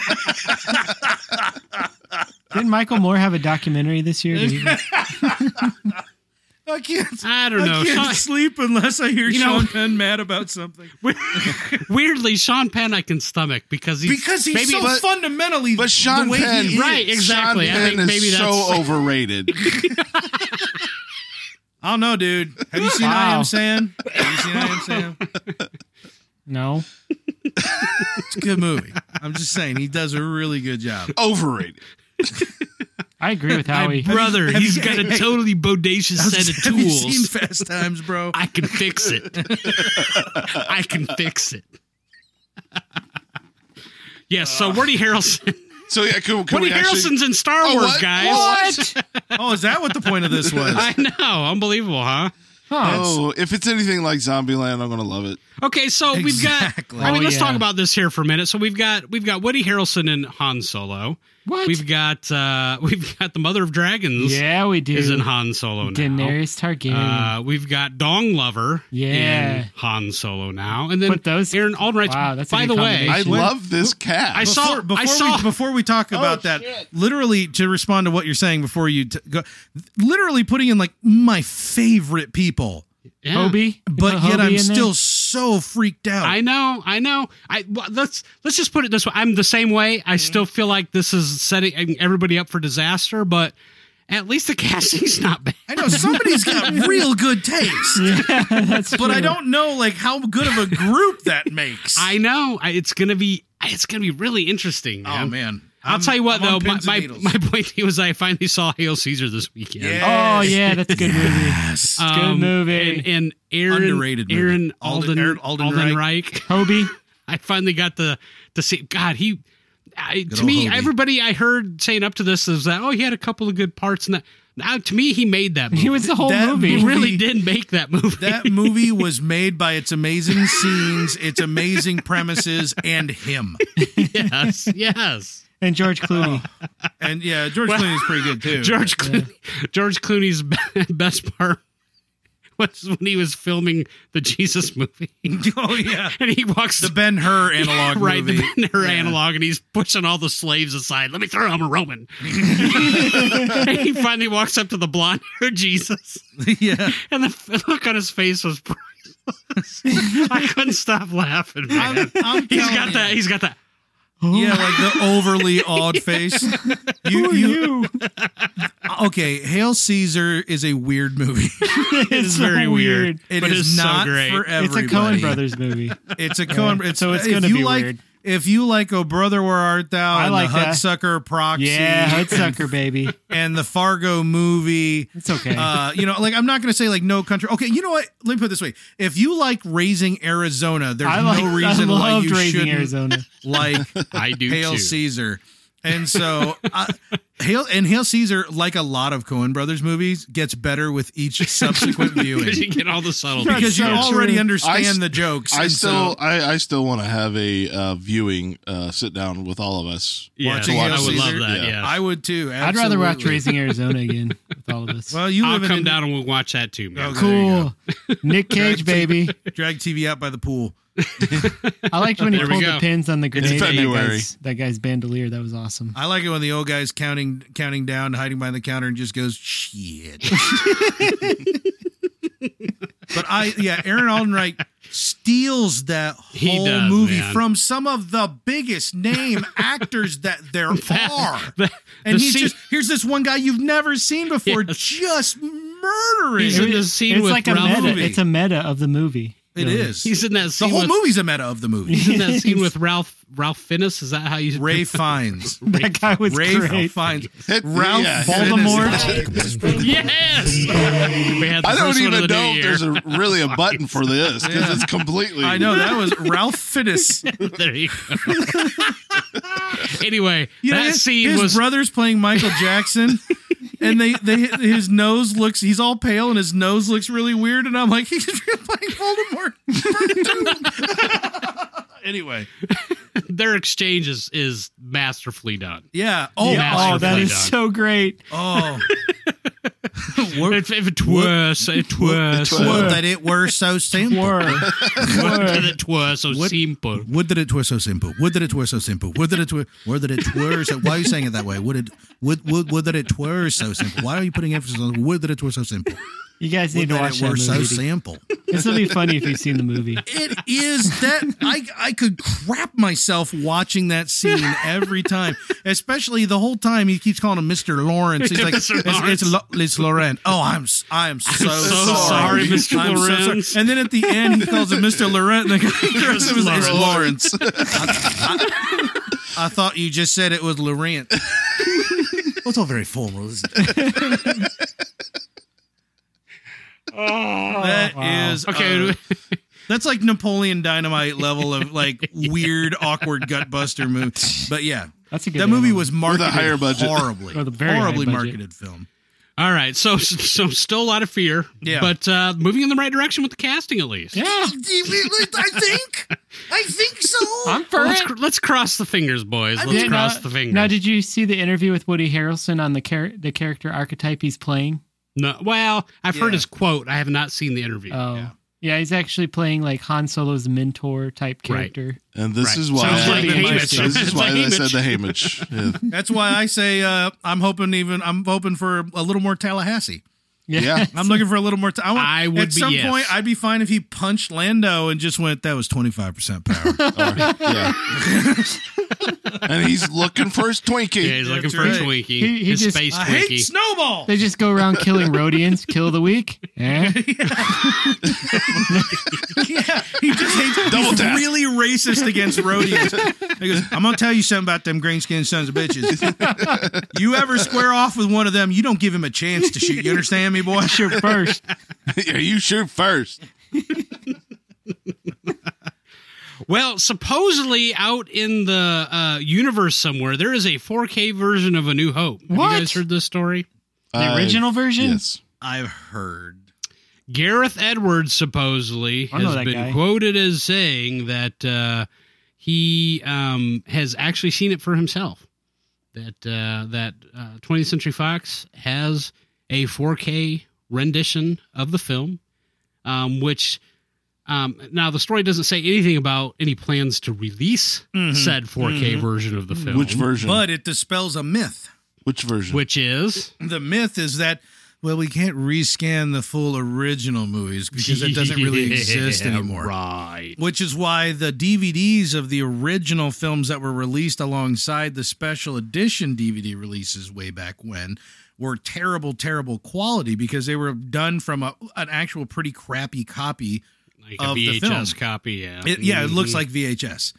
[SPEAKER 5] Didn't Michael Moore have a documentary this year? Did he-
[SPEAKER 2] I can't.
[SPEAKER 3] I don't know.
[SPEAKER 6] I can't
[SPEAKER 3] Sean-
[SPEAKER 6] sleep unless I hear
[SPEAKER 3] You know-
[SPEAKER 6] Sean Penn mad about something.
[SPEAKER 3] weirdly, Sean Penn I can stomach because he's
[SPEAKER 1] because he's
[SPEAKER 3] maybe
[SPEAKER 1] so
[SPEAKER 2] But-
[SPEAKER 1] fundamentally.
[SPEAKER 2] But Sean
[SPEAKER 1] the way he
[SPEAKER 2] Penn,
[SPEAKER 1] is.
[SPEAKER 3] Right, exactly. I
[SPEAKER 2] Sean Penn
[SPEAKER 3] think
[SPEAKER 2] is
[SPEAKER 3] maybe that's-
[SPEAKER 2] so overrated.
[SPEAKER 1] I don't know, dude. Have you seen I
[SPEAKER 5] Wow.
[SPEAKER 1] Am Sam? Have you seen I Am Sam?
[SPEAKER 5] no.
[SPEAKER 1] It's a good movie. I'm just saying, he does a really good job.
[SPEAKER 2] overrated.
[SPEAKER 5] I agree with
[SPEAKER 3] my
[SPEAKER 5] Howie.
[SPEAKER 3] brother.
[SPEAKER 1] Have you-
[SPEAKER 3] he's got a
[SPEAKER 1] hey, hey.
[SPEAKER 3] totally bodacious set of
[SPEAKER 1] Have you seen
[SPEAKER 3] tools.
[SPEAKER 1] Fast Times, bro?
[SPEAKER 3] I can fix it. I can fix it. Yes, so Woody Harrelson.
[SPEAKER 2] So yeah, can, Uh, can
[SPEAKER 3] Woody
[SPEAKER 2] we actually?
[SPEAKER 3] Harrelson's in Star
[SPEAKER 2] Oh,
[SPEAKER 3] Wars,
[SPEAKER 2] what?
[SPEAKER 3] guys.
[SPEAKER 2] What?
[SPEAKER 1] Oh, is that what the point of this was?
[SPEAKER 3] I know, unbelievable, huh?
[SPEAKER 5] Huh.
[SPEAKER 2] Oh, if it's anything like Zombieland, I'm gonna love it.
[SPEAKER 3] Okay, so we've
[SPEAKER 1] Exactly.
[SPEAKER 3] got. I mean,
[SPEAKER 5] Oh,
[SPEAKER 3] let's
[SPEAKER 5] yeah.
[SPEAKER 3] talk about this here for a minute. So we've got we've got Woody Harrelson and Han Solo.
[SPEAKER 5] What?
[SPEAKER 3] We've got uh we've got the Mother of Dragons
[SPEAKER 5] yeah, we do.
[SPEAKER 3] is in Han Solo now.
[SPEAKER 5] Daenerys Targaryen.
[SPEAKER 3] Uh, we've got Dong Lover
[SPEAKER 5] Yeah.
[SPEAKER 3] in Han Solo now, and then
[SPEAKER 5] Put those-
[SPEAKER 3] Aaron Albright's.
[SPEAKER 5] Wow, that's a
[SPEAKER 3] by
[SPEAKER 5] good
[SPEAKER 3] the way,
[SPEAKER 2] I
[SPEAKER 5] combination. Wait.
[SPEAKER 2] love this cast.
[SPEAKER 3] I saw-
[SPEAKER 1] before, before
[SPEAKER 3] I saw-
[SPEAKER 1] we before we talk about that literally to respond to what you're saying before you t- go literally putting in like my favorite people
[SPEAKER 3] yeah.
[SPEAKER 5] Hobie. You
[SPEAKER 1] but
[SPEAKER 5] put
[SPEAKER 1] yet
[SPEAKER 5] Hobie
[SPEAKER 1] i'm
[SPEAKER 5] in there?
[SPEAKER 1] still so freaked out
[SPEAKER 3] I know, I know. I well, let's let's just put it this way. I'm the same way.
[SPEAKER 1] Mm-hmm.
[SPEAKER 3] I still feel like this is setting e-, everybody up for disaster, but at least the casting's not bad.
[SPEAKER 1] I know somebody's got real good taste
[SPEAKER 5] That's
[SPEAKER 1] but i
[SPEAKER 5] true.
[SPEAKER 1] don't know like how good of a group that makes
[SPEAKER 3] I know I, it's gonna be it's gonna be really interesting.
[SPEAKER 1] oh
[SPEAKER 3] Man.
[SPEAKER 1] man
[SPEAKER 3] I'll
[SPEAKER 1] I'm-
[SPEAKER 3] tell you what
[SPEAKER 1] I'm on
[SPEAKER 3] though, my
[SPEAKER 1] pins and
[SPEAKER 3] my,
[SPEAKER 1] needles.
[SPEAKER 3] my point was I finally saw Hail Caesar this weekend. Um,
[SPEAKER 1] Yes.
[SPEAKER 5] Oh yeah, that's a good movie.
[SPEAKER 1] Yes.
[SPEAKER 3] Uh,
[SPEAKER 5] Good movie.
[SPEAKER 3] And, and Aaron,
[SPEAKER 1] Underrated movie.
[SPEAKER 3] Aaron
[SPEAKER 1] Alden-
[SPEAKER 3] Alden,
[SPEAKER 1] Aaron-
[SPEAKER 3] Alden,
[SPEAKER 1] Alden
[SPEAKER 3] Reich.
[SPEAKER 5] Hobie.
[SPEAKER 3] I finally got the to see. God, he. I, to
[SPEAKER 1] old
[SPEAKER 3] me,
[SPEAKER 1] Hobie.
[SPEAKER 3] everybody I heard saying up to this is that oh, he had a couple of good parts, and that now to me, he made that movie.
[SPEAKER 5] He was the whole
[SPEAKER 1] That
[SPEAKER 5] movie.
[SPEAKER 3] He
[SPEAKER 1] movie-
[SPEAKER 3] really did make that movie.
[SPEAKER 1] that movie was made by its amazing scenes, its amazing premises, and him.
[SPEAKER 3] yes, yes.
[SPEAKER 5] And George Clooney.
[SPEAKER 1] And yeah, George Clooney is pretty good too.
[SPEAKER 3] George Clooney, George Clooney's be- best part was when he was filming the Jesus movie,
[SPEAKER 1] oh yeah,
[SPEAKER 3] and he walks
[SPEAKER 1] the Ben Hur analog
[SPEAKER 3] right
[SPEAKER 1] movie.
[SPEAKER 3] the Banner analog, and he's pushing all the slaves aside. Let me throw him a Roman. and he finally walks up to the blonde haired Jesus.
[SPEAKER 1] yeah,
[SPEAKER 3] And the f- look on his face was priceless. I couldn't stop laughing, man.
[SPEAKER 1] I'm
[SPEAKER 3] he's
[SPEAKER 1] telling
[SPEAKER 3] got
[SPEAKER 1] you.
[SPEAKER 3] that. He's got that.
[SPEAKER 1] Yeah, like the overly awed face. You,
[SPEAKER 5] Who are
[SPEAKER 1] you,
[SPEAKER 5] you?
[SPEAKER 1] okay? Hail Caesar is a weird movie.
[SPEAKER 5] it's
[SPEAKER 3] It's very
[SPEAKER 5] so
[SPEAKER 3] weird.
[SPEAKER 1] It
[SPEAKER 3] but
[SPEAKER 1] is
[SPEAKER 3] it's
[SPEAKER 1] not
[SPEAKER 3] so great.
[SPEAKER 1] for
[SPEAKER 5] It's
[SPEAKER 1] everybody.
[SPEAKER 5] a Cohen Brothers movie.
[SPEAKER 1] It's a Cohen.
[SPEAKER 5] Yeah.
[SPEAKER 1] It's,
[SPEAKER 5] So it's
[SPEAKER 1] if
[SPEAKER 5] gonna
[SPEAKER 1] you
[SPEAKER 5] be
[SPEAKER 1] like,
[SPEAKER 5] weird.
[SPEAKER 1] If you like "Oh Brother, Where Art Thou,"
[SPEAKER 5] I
[SPEAKER 1] and
[SPEAKER 5] like
[SPEAKER 1] the
[SPEAKER 5] that.
[SPEAKER 1] Hudsucker Proxy,
[SPEAKER 5] yeah, Hudsucker baby.
[SPEAKER 1] and the Fargo movie.
[SPEAKER 5] It's okay.
[SPEAKER 1] Uh, you know, like I'm not gonna say like no country. Okay, you know what? Let me put it this way: if you like raising Arizona, there's
[SPEAKER 5] I like.
[SPEAKER 1] no reason
[SPEAKER 5] I
[SPEAKER 1] why
[SPEAKER 5] loved
[SPEAKER 1] you
[SPEAKER 5] Raising
[SPEAKER 1] shouldn't
[SPEAKER 5] Arizona.
[SPEAKER 1] like
[SPEAKER 3] I do
[SPEAKER 1] Hail
[SPEAKER 3] too.
[SPEAKER 1] Caesar. And so, uh, Hail and Hail Caesar, like a lot of Coen Brothers movies, gets better with each subsequent
[SPEAKER 3] Because you
[SPEAKER 1] viewing
[SPEAKER 3] get all the subtleties.
[SPEAKER 1] because you
[SPEAKER 5] so
[SPEAKER 1] already
[SPEAKER 5] true.
[SPEAKER 1] understand
[SPEAKER 2] I s-
[SPEAKER 1] the jokes.
[SPEAKER 2] I
[SPEAKER 1] and
[SPEAKER 2] still,
[SPEAKER 1] so,
[SPEAKER 2] I, I still want to have a uh, viewing uh, sit down with all of us.
[SPEAKER 3] Yes,
[SPEAKER 1] watching
[SPEAKER 3] I
[SPEAKER 1] Hail
[SPEAKER 3] would
[SPEAKER 1] Caesar,
[SPEAKER 3] love that.
[SPEAKER 2] yeah.
[SPEAKER 3] Yeah,
[SPEAKER 1] I would too.
[SPEAKER 5] I'd rather watch
[SPEAKER 1] absolutely.
[SPEAKER 5] Raising Arizona again with all of us.
[SPEAKER 1] Well, you
[SPEAKER 3] I'll
[SPEAKER 1] live in
[SPEAKER 3] come
[SPEAKER 1] Ind-
[SPEAKER 3] down and we'll watch that too, man.
[SPEAKER 1] Okay.
[SPEAKER 5] cool. Nick Cage baby.
[SPEAKER 1] drag TV out by the pool.
[SPEAKER 5] I liked when he
[SPEAKER 3] There we
[SPEAKER 5] pulled
[SPEAKER 3] go.
[SPEAKER 5] the pins on the grenade. on That
[SPEAKER 2] February.
[SPEAKER 5] guy's, that guy's bandolier. That was awesome.
[SPEAKER 1] I like it when the old guy's counting, counting down, hiding behind the counter, and just goes shit. but I, yeah, Aaron Aldenreich steals that
[SPEAKER 3] He
[SPEAKER 1] whole
[SPEAKER 3] does,
[SPEAKER 1] movie
[SPEAKER 3] man.
[SPEAKER 1] from some of the biggest name actors that there are,
[SPEAKER 3] The-
[SPEAKER 1] and
[SPEAKER 3] the
[SPEAKER 1] he's
[SPEAKER 3] scene-
[SPEAKER 1] just here's this one guy you've never seen before,
[SPEAKER 3] Yes.
[SPEAKER 1] just murdering.
[SPEAKER 3] He's
[SPEAKER 1] It
[SPEAKER 3] in the
[SPEAKER 5] It's-
[SPEAKER 3] scene
[SPEAKER 5] it's
[SPEAKER 3] with
[SPEAKER 5] like a
[SPEAKER 3] Ralph-
[SPEAKER 5] meta.
[SPEAKER 1] movie.
[SPEAKER 5] It's a meta of the movie.
[SPEAKER 1] It
[SPEAKER 5] really.
[SPEAKER 1] is.
[SPEAKER 3] he's in that
[SPEAKER 1] the
[SPEAKER 3] scene.
[SPEAKER 1] whole
[SPEAKER 3] with,
[SPEAKER 1] movie's a meta of the movie.
[SPEAKER 3] He's in that scene with Ralph Ralph Finnis. Is that how you
[SPEAKER 1] Ray Fiennes.
[SPEAKER 5] That guy was
[SPEAKER 1] Ray
[SPEAKER 5] great.
[SPEAKER 1] Fiennes.
[SPEAKER 2] Hit-
[SPEAKER 1] Ralph
[SPEAKER 2] yeah, hit
[SPEAKER 1] Baltimore.
[SPEAKER 5] Voldemort.
[SPEAKER 3] Yes. We had the
[SPEAKER 2] I don't
[SPEAKER 3] first one of
[SPEAKER 2] even
[SPEAKER 3] the
[SPEAKER 2] know
[SPEAKER 3] new
[SPEAKER 2] if
[SPEAKER 3] year.
[SPEAKER 2] there's a, really a button for this because it's completely.
[SPEAKER 1] I know that was Ralph Finnis.
[SPEAKER 3] there you go. anyway,
[SPEAKER 1] You know,
[SPEAKER 3] that
[SPEAKER 1] his,
[SPEAKER 3] scene
[SPEAKER 1] his
[SPEAKER 3] was
[SPEAKER 1] brother's playing Michael Jackson, and they, they his nose looks he's all pale and his nose looks really weird, and I'm like he's playing Voldemort. anyway,
[SPEAKER 3] their exchange is is masterfully done.
[SPEAKER 1] yeah. Oh,
[SPEAKER 5] Oh, that
[SPEAKER 3] Masterfully
[SPEAKER 5] is
[SPEAKER 3] done.
[SPEAKER 5] so great.
[SPEAKER 1] oh,
[SPEAKER 3] If, if it was, it was,
[SPEAKER 8] Would that it were so simple.
[SPEAKER 5] Word. Word.
[SPEAKER 3] it was so simple.
[SPEAKER 8] Would that it were so simple. Would that it were so simple. Would that it were. Would that it were so. Why are you saying it that way? Would it? Would would, would that it were so simple? Why are you putting emphasis on would that it were so simple?
[SPEAKER 5] You guys
[SPEAKER 8] Would
[SPEAKER 5] need to
[SPEAKER 8] that
[SPEAKER 5] watch
[SPEAKER 8] it
[SPEAKER 5] that
[SPEAKER 8] were
[SPEAKER 5] movie.
[SPEAKER 8] so
[SPEAKER 5] dude.
[SPEAKER 8] simple.
[SPEAKER 5] This will be funny if you've seen the movie.
[SPEAKER 1] it is that I I could crap myself watching that scene every time, especially the whole time he keeps calling him Mister Lawrence. He's like, it's,
[SPEAKER 3] Mr. Lawrence.
[SPEAKER 1] it's, Lo- it's Laurent. Oh, I'm s- I am so,
[SPEAKER 3] so
[SPEAKER 1] sorry,
[SPEAKER 3] sorry, Mr.
[SPEAKER 1] I'm so sorry."
[SPEAKER 3] Lawrence.
[SPEAKER 1] And then at the end, he calls him Mister Laurent, and the guy corrects him as
[SPEAKER 3] Lawrence.
[SPEAKER 1] it's Lawrence.
[SPEAKER 8] I thought you just said it was Laurent. Well, it's all very formal. isn't it?
[SPEAKER 1] That is
[SPEAKER 5] Wow.
[SPEAKER 3] Okay,
[SPEAKER 1] uh, that's like Napoleon Dynamite level of like weird, awkward gut buster move. But yeah,
[SPEAKER 5] That's a good
[SPEAKER 1] that movie
[SPEAKER 5] name.
[SPEAKER 1] was marketed
[SPEAKER 2] higher budget.
[SPEAKER 8] Horribly.
[SPEAKER 5] With a very high
[SPEAKER 1] horribly
[SPEAKER 5] budget.
[SPEAKER 1] marketed film.
[SPEAKER 3] all right. So, so still a lot of fear.
[SPEAKER 1] Yeah.
[SPEAKER 3] But uh, moving in the right direction with the casting, at least.
[SPEAKER 5] Yeah.
[SPEAKER 8] I think. I think so.
[SPEAKER 5] I'm for
[SPEAKER 3] Let's,
[SPEAKER 5] it.
[SPEAKER 3] cr- let's cross the fingers, boys. Let's
[SPEAKER 5] Yeah,
[SPEAKER 3] cross
[SPEAKER 5] now,
[SPEAKER 3] the fingers.
[SPEAKER 5] Now, did you see the interview with Woody Harrelson on the char- the character archetype he's playing?
[SPEAKER 3] no, well, I've heard
[SPEAKER 1] Yeah.
[SPEAKER 3] his quote. I have not seen the interview.
[SPEAKER 5] Oh, yeah. he's actually playing like Han Solo's mentor type
[SPEAKER 3] Right.
[SPEAKER 5] character.
[SPEAKER 2] And this
[SPEAKER 3] Right.
[SPEAKER 2] is why.
[SPEAKER 3] Sounds
[SPEAKER 5] like Haymitch.
[SPEAKER 2] This
[SPEAKER 3] It's
[SPEAKER 2] is why
[SPEAKER 3] a
[SPEAKER 2] they
[SPEAKER 3] Haymitch.
[SPEAKER 2] said the Hamish.
[SPEAKER 1] That's why I say uh, I'm hoping even I'm hoping for a little more Tallahassee.
[SPEAKER 2] Yeah.
[SPEAKER 1] I'm looking for a little more. T- I, want,
[SPEAKER 3] I would
[SPEAKER 1] at
[SPEAKER 3] be-
[SPEAKER 1] some
[SPEAKER 3] yes.
[SPEAKER 1] point I'd be fine if he punched Lando and just went. That was 25 percent power.
[SPEAKER 2] Yeah. and he's looking for his Twinkie.
[SPEAKER 3] yeah, he's looking
[SPEAKER 1] That's
[SPEAKER 3] for a
[SPEAKER 1] right.
[SPEAKER 3] Twinkie.
[SPEAKER 5] He- he
[SPEAKER 3] his
[SPEAKER 5] just-
[SPEAKER 3] space
[SPEAKER 1] I
[SPEAKER 3] Twinkie.
[SPEAKER 1] hate snowball.
[SPEAKER 5] They just go around killing Rhodians, kill of the week. Eh?
[SPEAKER 1] yeah, he just hates.
[SPEAKER 2] Double
[SPEAKER 1] he's
[SPEAKER 2] tap.
[SPEAKER 1] really racist against Rhodians. He goes, I'm gonna tell you something about them green skinned sons of bitches. You ever square off with one of them, you don't give him a chance to shoot. You understand me, boy?
[SPEAKER 5] Sure, first.
[SPEAKER 2] yeah, you shoot first.
[SPEAKER 3] Well, supposedly out in the uh, universe somewhere, there is a 4K version of A New Hope. Have
[SPEAKER 5] What?
[SPEAKER 3] you guys heard this story?
[SPEAKER 5] The original version?
[SPEAKER 2] Uh, Yes.
[SPEAKER 8] I've heard.
[SPEAKER 3] Gareth Edwards supposedly
[SPEAKER 5] I know
[SPEAKER 3] has
[SPEAKER 5] that
[SPEAKER 3] been
[SPEAKER 5] guy.
[SPEAKER 3] quoted as saying that uh, he um, has actually seen it for himself. That uh, that uh, 20th Century Fox has a 4K rendition of the film, um, which um, now the story doesn't say anything about any plans to release
[SPEAKER 1] Mm-hmm.
[SPEAKER 3] said 4K version of the film.
[SPEAKER 2] Which version?
[SPEAKER 1] But it dispels a myth.
[SPEAKER 2] Which version?
[SPEAKER 3] which is
[SPEAKER 1] the myth is that well we can't rescan the full original movies because it doesn't really exist
[SPEAKER 3] Yeah,
[SPEAKER 1] anymore
[SPEAKER 3] Right.
[SPEAKER 1] which is why the DVDs of the original films that were released alongside the special edition DVD releases way back when were terrible terrible quality because they were done from a, an actual pretty crappy copy
[SPEAKER 3] Like
[SPEAKER 1] Of
[SPEAKER 3] a
[SPEAKER 1] the
[SPEAKER 3] VHS
[SPEAKER 1] film.
[SPEAKER 3] copy. Yeah.
[SPEAKER 1] it, yeah, it looks
[SPEAKER 3] Mhm.
[SPEAKER 1] like VHS.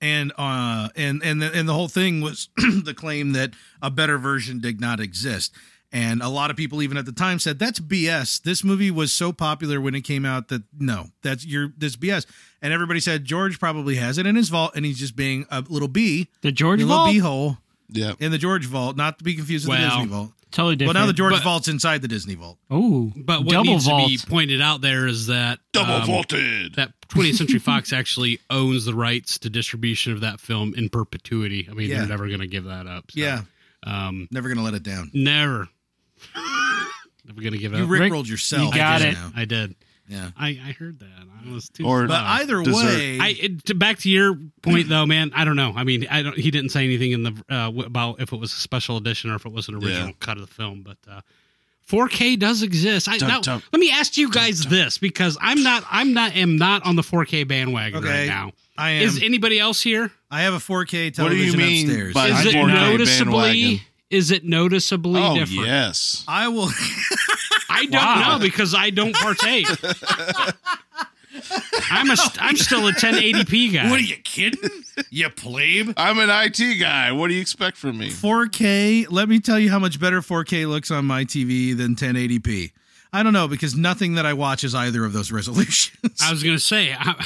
[SPEAKER 1] And uh and and the, and the whole thing was the claim that a better version did not exist. And a lot of people even at the time said that's BS. This movie was so popular when it came out that no, that's your this BS. And everybody said George probably has it in his vault and he's just being a little bee,
[SPEAKER 5] The
[SPEAKER 1] a
[SPEAKER 5] George
[SPEAKER 1] little
[SPEAKER 5] Vault?
[SPEAKER 1] bee hole
[SPEAKER 2] yeah.
[SPEAKER 1] in the George vault, not to be confused with the
[SPEAKER 3] Well,
[SPEAKER 1] Disney vault.
[SPEAKER 5] Totally
[SPEAKER 1] Well,
[SPEAKER 5] different.
[SPEAKER 1] now the George
[SPEAKER 3] But-
[SPEAKER 1] vault's inside the Disney vault.
[SPEAKER 5] Oh,
[SPEAKER 3] But what
[SPEAKER 5] double
[SPEAKER 3] needs
[SPEAKER 5] vault.
[SPEAKER 3] to be pointed out there is that
[SPEAKER 2] Double
[SPEAKER 3] um,
[SPEAKER 2] vaulted.
[SPEAKER 3] that 20th Century Fox actually owns the rights to distribution of that film in perpetuity. I mean,
[SPEAKER 1] Yeah.
[SPEAKER 3] they're never going to give that up. so,
[SPEAKER 1] Yeah,
[SPEAKER 3] Um,
[SPEAKER 1] never gonna let it down.
[SPEAKER 3] never. never going to give it
[SPEAKER 1] You
[SPEAKER 3] up.
[SPEAKER 5] Rick,
[SPEAKER 1] rickrolled yourself.
[SPEAKER 5] you got
[SPEAKER 1] I
[SPEAKER 5] it.
[SPEAKER 1] know.
[SPEAKER 3] I did.
[SPEAKER 1] Yeah.
[SPEAKER 3] I, I heard that. I was too.
[SPEAKER 2] Or-
[SPEAKER 1] But
[SPEAKER 3] Uh,
[SPEAKER 1] either
[SPEAKER 2] dessert.
[SPEAKER 1] way,
[SPEAKER 3] I it, to, back to your point though, man. I don't know. I mean, I don't. He didn't say anything in the uh, w- about if it was a special edition or if it was an original
[SPEAKER 2] Yeah.
[SPEAKER 3] cut of the film. But uh, 4K does exist. I,
[SPEAKER 2] Dun,
[SPEAKER 3] now,
[SPEAKER 2] dun.
[SPEAKER 3] let me ask you guys this because I'm not. I'm not. Am not on the 4K bandwagon
[SPEAKER 1] Okay.
[SPEAKER 3] right now.
[SPEAKER 1] I am.
[SPEAKER 3] Is anybody else here?
[SPEAKER 1] I have a 4K television
[SPEAKER 2] What do you mean
[SPEAKER 1] upstairs.
[SPEAKER 2] by- I'm
[SPEAKER 3] Is it
[SPEAKER 2] 4K
[SPEAKER 3] noticeably?
[SPEAKER 2] bandwagon.
[SPEAKER 3] Is it noticeably
[SPEAKER 2] Oh
[SPEAKER 3] different?
[SPEAKER 2] yes.
[SPEAKER 1] I will.
[SPEAKER 3] I don't know
[SPEAKER 5] Wow.
[SPEAKER 3] because I don't partake. I'm a. St- I'm still a 1080p guy.
[SPEAKER 1] you kidding? you plebe.
[SPEAKER 2] I'm an IT guy. What do you expect from me?
[SPEAKER 1] 4K. Let me tell you how much better 4K looks on my TV than 1080p. I don't know because nothing that I watch is either of those resolutions.
[SPEAKER 3] I was gonna say, I-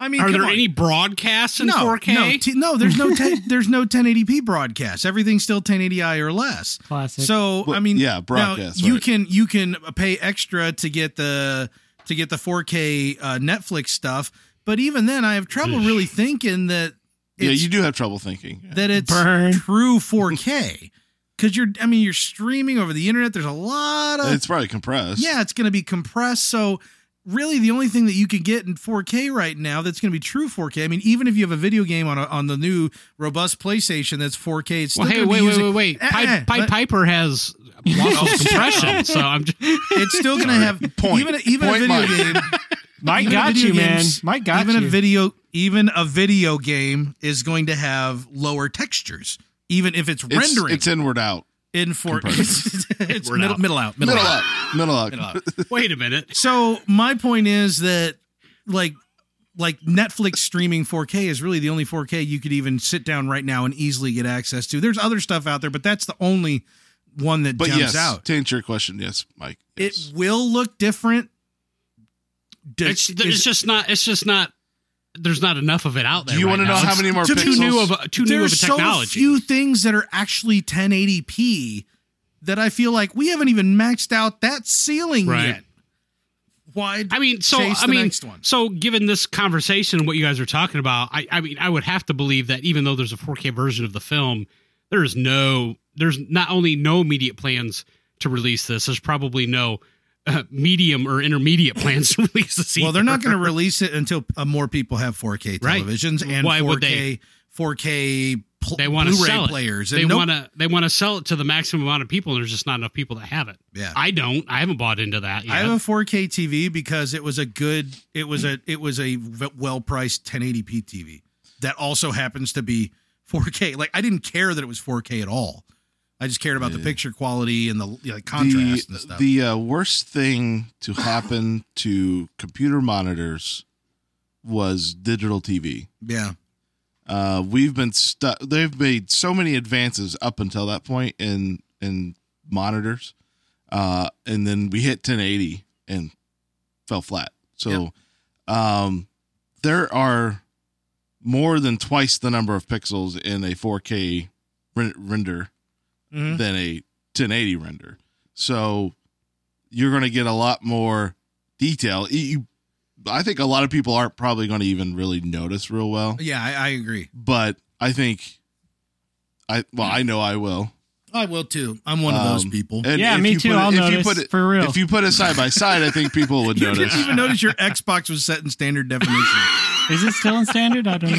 [SPEAKER 1] I mean,
[SPEAKER 3] are
[SPEAKER 1] come
[SPEAKER 3] there
[SPEAKER 1] on.
[SPEAKER 3] any broadcasts in
[SPEAKER 1] no,
[SPEAKER 3] 4K?
[SPEAKER 1] No, t- no, there's no te- there's no 1080p broadcast. Everything's still 1080i or less.
[SPEAKER 5] Classic.
[SPEAKER 1] So
[SPEAKER 2] Well,
[SPEAKER 1] I mean,
[SPEAKER 2] yeah,
[SPEAKER 1] now,
[SPEAKER 2] broadcast,
[SPEAKER 1] you
[SPEAKER 2] right.
[SPEAKER 1] can you can pay extra to get the to get the 4K uh, Netflix stuff, but even then, I have trouble really thinking that
[SPEAKER 2] yeah,
[SPEAKER 1] it's,
[SPEAKER 2] you do have trouble thinking. Yeah.
[SPEAKER 1] that it's
[SPEAKER 5] Burn.
[SPEAKER 1] true 4K because you're I mean you're streaming over the internet. There's a lot of
[SPEAKER 2] It's probably compressed.
[SPEAKER 1] uh, yeah, it's going to be compressed. So really, the only thing that you can get in 4K right now that's going to be true 4K. I mean, even if you have a video game on a, on the new robust PlayStation that's 4K, it's still
[SPEAKER 3] Well, hey,
[SPEAKER 1] gonna
[SPEAKER 3] wait,
[SPEAKER 1] be
[SPEAKER 3] wait,
[SPEAKER 1] using,
[SPEAKER 3] wait, wait.
[SPEAKER 1] Eh, eh,
[SPEAKER 3] Pied, Pied
[SPEAKER 1] but
[SPEAKER 3] Piper has loss of compression, so I'm just,
[SPEAKER 1] it's still going to have
[SPEAKER 2] Point.
[SPEAKER 1] even a, even
[SPEAKER 2] Point
[SPEAKER 1] a
[SPEAKER 2] mine.
[SPEAKER 1] video game.
[SPEAKER 5] Mike
[SPEAKER 1] even a
[SPEAKER 5] got
[SPEAKER 1] video
[SPEAKER 5] you, man.
[SPEAKER 1] games-
[SPEAKER 5] Mike got
[SPEAKER 1] even
[SPEAKER 5] you.
[SPEAKER 1] a video even a video game is going to have lower textures, even if it's,
[SPEAKER 2] It's,
[SPEAKER 1] rendering
[SPEAKER 2] It's inward out.
[SPEAKER 1] in 4 It's, it's
[SPEAKER 3] We're
[SPEAKER 1] middle,
[SPEAKER 3] out.
[SPEAKER 1] middle out, middle,
[SPEAKER 2] Middle
[SPEAKER 1] out.
[SPEAKER 2] up. Middle up.
[SPEAKER 1] Middle out.
[SPEAKER 3] wait a minute.
[SPEAKER 1] So my point is that like like Netflix streaming 4K is really the only 4K you could even sit down right now and easily get access to. There's other stuff out there, but that's the only one that
[SPEAKER 2] But
[SPEAKER 1] jumps
[SPEAKER 2] yes,
[SPEAKER 1] out.
[SPEAKER 2] to answer your question, yes, Mike. Yes.
[SPEAKER 1] It will look different. D-
[SPEAKER 3] It's,
[SPEAKER 1] is-
[SPEAKER 3] it's just not. It's just not. There's not enough of it out there.
[SPEAKER 2] do you
[SPEAKER 3] right
[SPEAKER 2] want to know
[SPEAKER 3] now.
[SPEAKER 2] how
[SPEAKER 3] It's
[SPEAKER 2] many more
[SPEAKER 1] too
[SPEAKER 2] pixels?
[SPEAKER 3] too new of a, too new of a
[SPEAKER 1] there's
[SPEAKER 3] technology?
[SPEAKER 1] so few things that are actually 1080p that I feel like we haven't even maxed out that ceiling
[SPEAKER 3] Right.
[SPEAKER 1] yet. Why?
[SPEAKER 3] I mean, so
[SPEAKER 1] chase
[SPEAKER 3] I
[SPEAKER 1] the
[SPEAKER 3] mean,
[SPEAKER 1] next one.
[SPEAKER 3] so given this conversation and what you guys are talking about, I, I mean, I would have to believe that even though there's a 4K version of the film, there is no, there's not only no immediate plans to release this, there's probably no uh, medium or intermediate plans to release this.
[SPEAKER 1] Well, they're not
[SPEAKER 3] either.
[SPEAKER 1] going to release it until uh, more people have 4K
[SPEAKER 3] Right.
[SPEAKER 1] televisions and
[SPEAKER 3] Why
[SPEAKER 1] 4K
[SPEAKER 3] would they?
[SPEAKER 1] 4K pl-
[SPEAKER 3] They want to
[SPEAKER 1] Blu-ray
[SPEAKER 3] sell it.
[SPEAKER 1] players.
[SPEAKER 3] They
[SPEAKER 1] And nope.
[SPEAKER 3] want to. They want to sell it to the maximum amount of people. And there's just not enough people that have it.
[SPEAKER 1] Yeah.
[SPEAKER 3] I don't. I haven't bought into that. Yet.
[SPEAKER 1] I have a 4K TV because it was a good. It was a it was a v- well-priced 1080p TV that also happens to be 4K. Like I didn't care that it was 4K at all. I just cared about the picture quality and the you know, like contrast and
[SPEAKER 2] the,
[SPEAKER 1] stuff.
[SPEAKER 2] the uh, worst thing to happen to computer monitors was digital TV.
[SPEAKER 1] yeah,
[SPEAKER 2] Uh, we've been stuck. They've made so many advances up until that point in in monitors, uh, and then we hit 1080 and fell flat. So, um, there are more than twice the number of pixels in a 4K ren- render
[SPEAKER 1] Mhm.
[SPEAKER 2] than a 1080 render. So, you're going to get a lot more detail. You- You, I think a lot of people aren't probably going to even really notice real well
[SPEAKER 1] yeah, I, I agree.
[SPEAKER 2] but I think I well I know I will.
[SPEAKER 1] I will too. I'm one of those
[SPEAKER 2] Um,
[SPEAKER 1] people.
[SPEAKER 2] and
[SPEAKER 5] Yeah,
[SPEAKER 2] if
[SPEAKER 5] me
[SPEAKER 2] you
[SPEAKER 5] too.
[SPEAKER 2] put it-
[SPEAKER 5] I'll
[SPEAKER 2] if
[SPEAKER 5] notice,
[SPEAKER 2] you put it
[SPEAKER 5] for real.
[SPEAKER 2] If you put it side by side, I think people would
[SPEAKER 1] You
[SPEAKER 2] notice.
[SPEAKER 1] didn't even notice your Xbox was set in standard definition.
[SPEAKER 5] Is it still in standard? I don't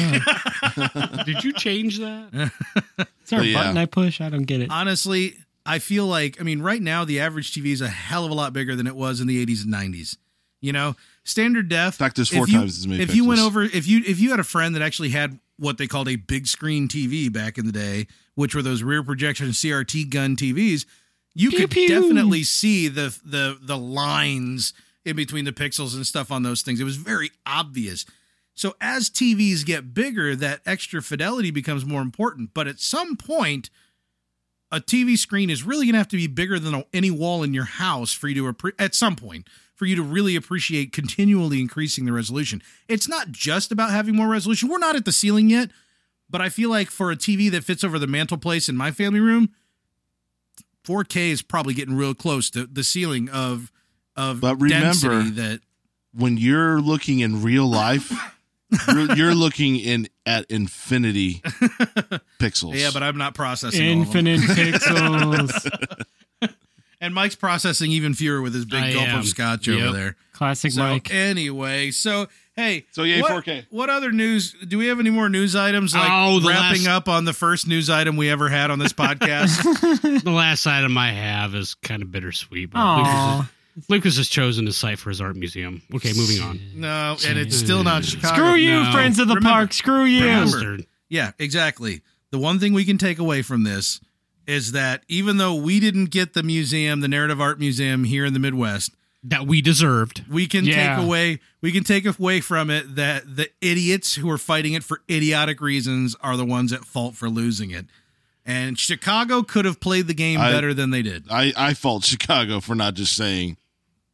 [SPEAKER 5] know.
[SPEAKER 3] Did you change that?
[SPEAKER 5] Is there a
[SPEAKER 2] But yeah.
[SPEAKER 5] button I push? I don't get it.
[SPEAKER 1] honestly, I feel like I mean, right now the average TV is a hell of a lot bigger than it was in the 80s and 90s. You know, standard def.
[SPEAKER 2] fact, there's four
[SPEAKER 1] if you-
[SPEAKER 2] times as many
[SPEAKER 1] If you went
[SPEAKER 2] pixels.
[SPEAKER 1] over, if you if you had a friend that actually had what they called a big screen TV back in the day, which were those rear projection CRT gun TVs, you
[SPEAKER 5] Pew,
[SPEAKER 1] could
[SPEAKER 5] pew.
[SPEAKER 1] definitely see the the the lines in between the pixels and stuff on those things. It was very obvious. So as TVs get bigger, that extra fidelity becomes more important. But at some point, a TV screen is really going to have to be bigger than a- any wall in your house for you to appre- at some point for you to really appreciate continually increasing the resolution. It's not just about having more resolution. We're not at the ceiling yet, but I feel like for a TV that fits over the mantelpiece in my family room, 4K is probably getting real close to the ceiling of of
[SPEAKER 2] But remember-
[SPEAKER 1] density that
[SPEAKER 2] when you're looking in real life, you're, you're looking in at infinity pixels.
[SPEAKER 1] yeah, but I'm not processing all of them.
[SPEAKER 5] Infinite pixels.
[SPEAKER 1] And Mike's processing even fewer with his big
[SPEAKER 3] I
[SPEAKER 1] gulp
[SPEAKER 3] am.
[SPEAKER 1] of scotch
[SPEAKER 3] Yep.
[SPEAKER 1] over there.
[SPEAKER 5] Classic
[SPEAKER 1] So
[SPEAKER 5] Mike.
[SPEAKER 1] anyway, so hey,
[SPEAKER 2] So, yay,
[SPEAKER 1] what,
[SPEAKER 2] 4K.
[SPEAKER 1] What other news? Do we have any more news items? Like
[SPEAKER 3] Oh, the
[SPEAKER 1] wrapping up
[SPEAKER 3] last-
[SPEAKER 1] on the first news item we ever had on this podcast.
[SPEAKER 3] the last item I have is kind of bittersweet. But Lucas,
[SPEAKER 5] Aw.
[SPEAKER 3] has, Lucas has chosen this site for his art museum. Okay, moving on.
[SPEAKER 1] no, and it's still not Chicago.
[SPEAKER 5] Screw you,
[SPEAKER 3] No.
[SPEAKER 5] friends of the
[SPEAKER 1] Remember-
[SPEAKER 5] park. Screw you.
[SPEAKER 1] Remember-
[SPEAKER 3] Bastard.
[SPEAKER 1] Yeah, exactly. The one thing we can take away from this is that even though we didn't get the museum, the Narrative Art Museum here in the Midwest,
[SPEAKER 3] that we deserved.
[SPEAKER 1] we can
[SPEAKER 5] Yeah.
[SPEAKER 1] take away we can take away from it that the idiots who are fighting it for idiotic reasons are the ones at fault for losing it. And Chicago could have played the game
[SPEAKER 2] I-
[SPEAKER 1] better than they did.
[SPEAKER 2] I I fault Chicago for not just saying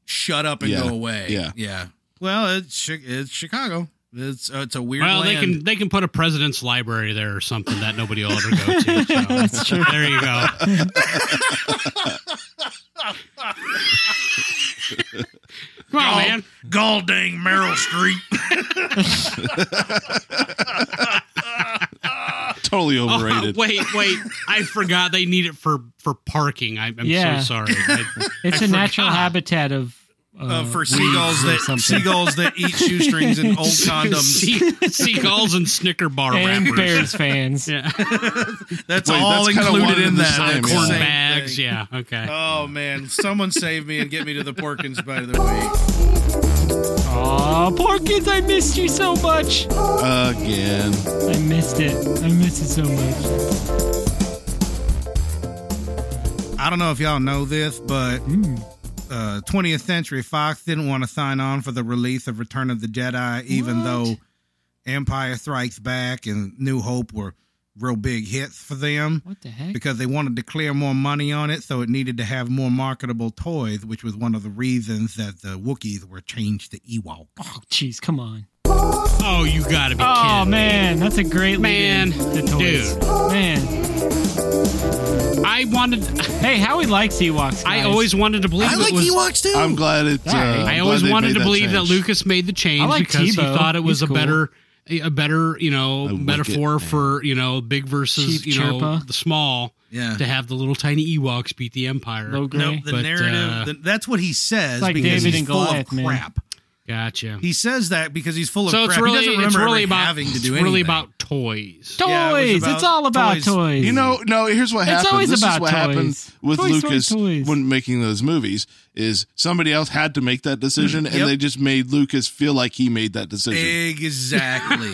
[SPEAKER 1] shut up and
[SPEAKER 2] Yeah.
[SPEAKER 1] go away.
[SPEAKER 2] Yeah.
[SPEAKER 1] yeah. Well, it's Chi- it's Chicago. It's uh, it's a weird.
[SPEAKER 3] Well,
[SPEAKER 1] land.
[SPEAKER 3] they can they can put a president's library there or something that nobody will ever go to. So. That's true. There you go. Come on, man.
[SPEAKER 1] Gall dang Meryl Streep. uh,
[SPEAKER 2] Totally
[SPEAKER 3] Oh,
[SPEAKER 2] overrated.
[SPEAKER 3] wait, wait. I forgot they need it for for parking. I, I'm
[SPEAKER 5] Yeah.
[SPEAKER 3] so sorry. I,
[SPEAKER 5] It's a
[SPEAKER 3] I
[SPEAKER 5] natural
[SPEAKER 3] forgot.
[SPEAKER 5] habitat of uh,
[SPEAKER 1] Uh, for
[SPEAKER 5] weeds
[SPEAKER 1] seagulls
[SPEAKER 5] or
[SPEAKER 1] that
[SPEAKER 5] something.
[SPEAKER 1] seagulls that eat shoestrings and old condoms.
[SPEAKER 3] sea, seagulls and Snicker bar
[SPEAKER 5] and
[SPEAKER 3] wrappers.
[SPEAKER 5] Bears fans.
[SPEAKER 3] Yeah.
[SPEAKER 1] That's
[SPEAKER 2] Wait,
[SPEAKER 1] all
[SPEAKER 2] that's kinda
[SPEAKER 1] included
[SPEAKER 2] one
[SPEAKER 1] in
[SPEAKER 2] and the
[SPEAKER 1] that.
[SPEAKER 2] same,
[SPEAKER 1] That's the
[SPEAKER 3] Corn
[SPEAKER 1] same
[SPEAKER 3] bags.
[SPEAKER 1] thing.
[SPEAKER 3] Yeah. Okay.
[SPEAKER 1] Oh man, someone save me and get me to the Porkins by the way.
[SPEAKER 5] Aw, poor kids, I missed you so much.
[SPEAKER 2] Again.
[SPEAKER 5] I missed it. I missed it so much.
[SPEAKER 1] I don't know if y'all know this, but
[SPEAKER 5] Hmm.
[SPEAKER 1] uh, 20th Century Fox didn't want to sign on for the release of Return of the Jedi, even though Empire Strikes Back and New Hope were real big hits for them.
[SPEAKER 5] What the heck?
[SPEAKER 1] because they wanted to clear more money on it, so it needed to have more marketable toys, which was one of the reasons that the Wookiees were changed to Ewok.
[SPEAKER 5] Oh, jeez, come on.
[SPEAKER 3] Oh, you gotta be
[SPEAKER 5] Oh
[SPEAKER 3] kidding.
[SPEAKER 5] man, that's a great
[SPEAKER 3] Man,
[SPEAKER 5] lead-in to toys.
[SPEAKER 3] dude.
[SPEAKER 5] Man,
[SPEAKER 3] I wanted.
[SPEAKER 5] hey, Howie likes Ewoks. Guys.
[SPEAKER 3] I always wanted to believe it was.
[SPEAKER 1] too.
[SPEAKER 2] I'm glad it. Uh,
[SPEAKER 5] Sorry.
[SPEAKER 2] I'm
[SPEAKER 3] I
[SPEAKER 2] glad
[SPEAKER 3] always
[SPEAKER 2] they
[SPEAKER 3] wanted
[SPEAKER 2] made
[SPEAKER 3] to believe that
[SPEAKER 2] change.
[SPEAKER 3] Lucas made the
[SPEAKER 5] I
[SPEAKER 3] change
[SPEAKER 5] like
[SPEAKER 3] because
[SPEAKER 5] Tebow.
[SPEAKER 3] he thought it was
[SPEAKER 5] He's
[SPEAKER 3] a
[SPEAKER 5] cool.
[SPEAKER 3] better, a better, you know,
[SPEAKER 2] wicked
[SPEAKER 3] metaphor
[SPEAKER 2] man.
[SPEAKER 3] for you know big versus
[SPEAKER 5] Chief
[SPEAKER 3] you know
[SPEAKER 5] Chirpa.
[SPEAKER 3] the small.
[SPEAKER 1] Yeah.
[SPEAKER 3] To have the little tiny Ewoks beat the Empire.
[SPEAKER 5] Low grade.
[SPEAKER 1] No, the
[SPEAKER 3] But,
[SPEAKER 1] narrative,
[SPEAKER 3] uh,
[SPEAKER 1] the, that's what he says
[SPEAKER 5] It's like
[SPEAKER 1] because
[SPEAKER 5] David
[SPEAKER 1] he's
[SPEAKER 5] and
[SPEAKER 1] full
[SPEAKER 5] Goliath,
[SPEAKER 1] of
[SPEAKER 5] man.
[SPEAKER 1] crap.
[SPEAKER 3] Gotcha.
[SPEAKER 1] He says that because he's full of
[SPEAKER 3] so
[SPEAKER 1] crap.
[SPEAKER 3] it's
[SPEAKER 1] he
[SPEAKER 3] really,
[SPEAKER 1] doesn't
[SPEAKER 3] it's
[SPEAKER 1] remember
[SPEAKER 3] really
[SPEAKER 1] ever
[SPEAKER 3] about,
[SPEAKER 1] having to
[SPEAKER 3] it's
[SPEAKER 1] do
[SPEAKER 3] really
[SPEAKER 1] anything.
[SPEAKER 3] about toys.
[SPEAKER 5] toys.
[SPEAKER 1] Yeah, it was about
[SPEAKER 5] it's all about
[SPEAKER 1] toys.
[SPEAKER 5] toys.
[SPEAKER 2] You know, no. Here's what
[SPEAKER 5] It's
[SPEAKER 2] happened.
[SPEAKER 5] always
[SPEAKER 2] this
[SPEAKER 5] about
[SPEAKER 2] is what happened
[SPEAKER 5] toys.
[SPEAKER 2] with
[SPEAKER 5] Toy Story
[SPEAKER 2] Lucas
[SPEAKER 5] toys.
[SPEAKER 2] when making those movies. Is somebody else had to make that decision,
[SPEAKER 1] Yep.
[SPEAKER 2] and they just made Lucas feel like he made that
[SPEAKER 5] Eh.
[SPEAKER 2] decision.
[SPEAKER 1] Exactly.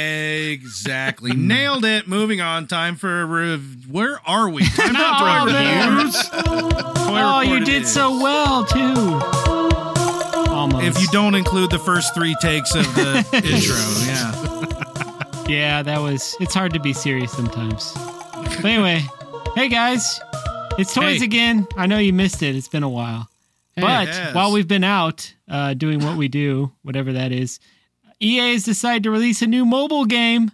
[SPEAKER 1] exactly. Nailed it. Moving on. Time for a rev- where are we? Time for
[SPEAKER 5] Oh,
[SPEAKER 1] toy
[SPEAKER 5] man.
[SPEAKER 1] reviews. Toy
[SPEAKER 5] Oh, you
[SPEAKER 1] report it
[SPEAKER 5] did
[SPEAKER 1] is.
[SPEAKER 5] so well too. Almost.
[SPEAKER 1] If you don't include the first three takes of the intro, yeah.
[SPEAKER 5] Yeah, that was. It's hard to be serious sometimes. But anyway, hey guys, it's toys
[SPEAKER 3] Hey.
[SPEAKER 5] again. I know you missed it. It's been a while. but
[SPEAKER 1] yes.
[SPEAKER 5] while we've been out uh, doing what we do, whatever that is, EA has decided to release a new mobile game,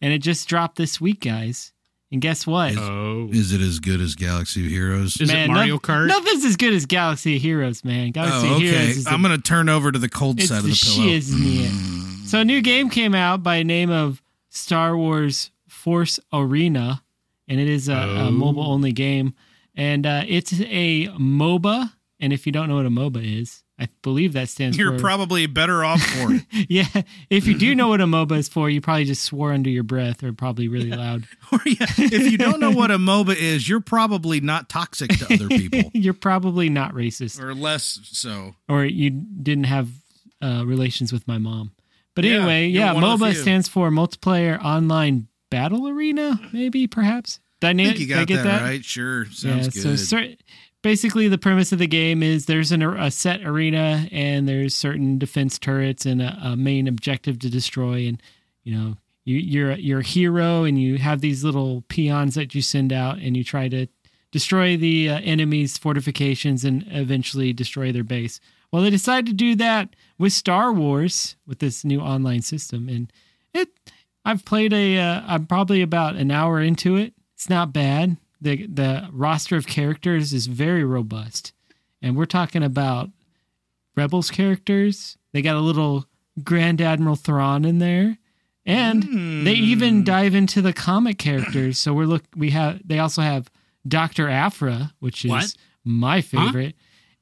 [SPEAKER 5] and it just dropped this week, guys. And guess what?
[SPEAKER 3] Oh.
[SPEAKER 1] Is it as good as Galaxy of Heroes?
[SPEAKER 3] Is it Mario
[SPEAKER 5] noth-
[SPEAKER 3] Kart?
[SPEAKER 5] Nothing's as good as Galaxy of Heroes, man. Galaxy
[SPEAKER 1] Oh,
[SPEAKER 5] of
[SPEAKER 1] okay.
[SPEAKER 5] Heroes is the
[SPEAKER 1] I'm gonna turn over to the cold
[SPEAKER 5] it's
[SPEAKER 1] side of the
[SPEAKER 5] she
[SPEAKER 1] pillow. Mm.
[SPEAKER 5] is neat. So a new game came out by name of Star Wars Force Arena, and it is a,
[SPEAKER 3] Oh.
[SPEAKER 5] a mobile only game, and uh, it's a MOBA. And if you don't know what a MOBA is, I believe that stands
[SPEAKER 1] You're
[SPEAKER 5] for
[SPEAKER 1] probably better off for it,
[SPEAKER 5] yeah. If you do know what a MOBA is for, you probably just swore under your breath or probably really loud.
[SPEAKER 1] or yeah, if you don't know what a MOBA is, you're probably not toxic to other people,
[SPEAKER 5] You're probably not racist,
[SPEAKER 1] or less so.
[SPEAKER 5] or you didn't have uh, relations with my mom. But
[SPEAKER 1] Yeah,
[SPEAKER 5] anyway,
[SPEAKER 1] you're
[SPEAKER 5] yeah,
[SPEAKER 1] one of the
[SPEAKER 5] MOBA
[SPEAKER 1] few.
[SPEAKER 5] stands for Multiplayer Online Battle Arena, maybe, perhaps. Did I,
[SPEAKER 1] I
[SPEAKER 5] na-
[SPEAKER 1] think you
[SPEAKER 5] did I
[SPEAKER 1] got
[SPEAKER 5] get
[SPEAKER 1] that,
[SPEAKER 5] that,
[SPEAKER 1] right. Sure, sounds
[SPEAKER 5] yeah,
[SPEAKER 1] good.
[SPEAKER 5] so cer- basically the premise of the game is there's an, a set arena and there's certain defense turrets and a, a main objective to destroy and you know you, you're you're a hero and you have these little peons that you send out and you try to destroy the uh, enemy's fortifications and eventually destroy their base well they decided to do that with star wars with this new online system and it I've played a. Uh, I'm probably about an hour into it. It's not bad. the The roster of characters is very robust, and we're talking about rebels characters. They got a little Grand Admiral Thrawn in there, and
[SPEAKER 1] Hmm.
[SPEAKER 5] they
[SPEAKER 3] Hmm.
[SPEAKER 5] even dive into the comic characters. So we're look. We have. They also have Doctor Afra, which is
[SPEAKER 3] What?
[SPEAKER 5] my
[SPEAKER 3] Huh?
[SPEAKER 5] favorite.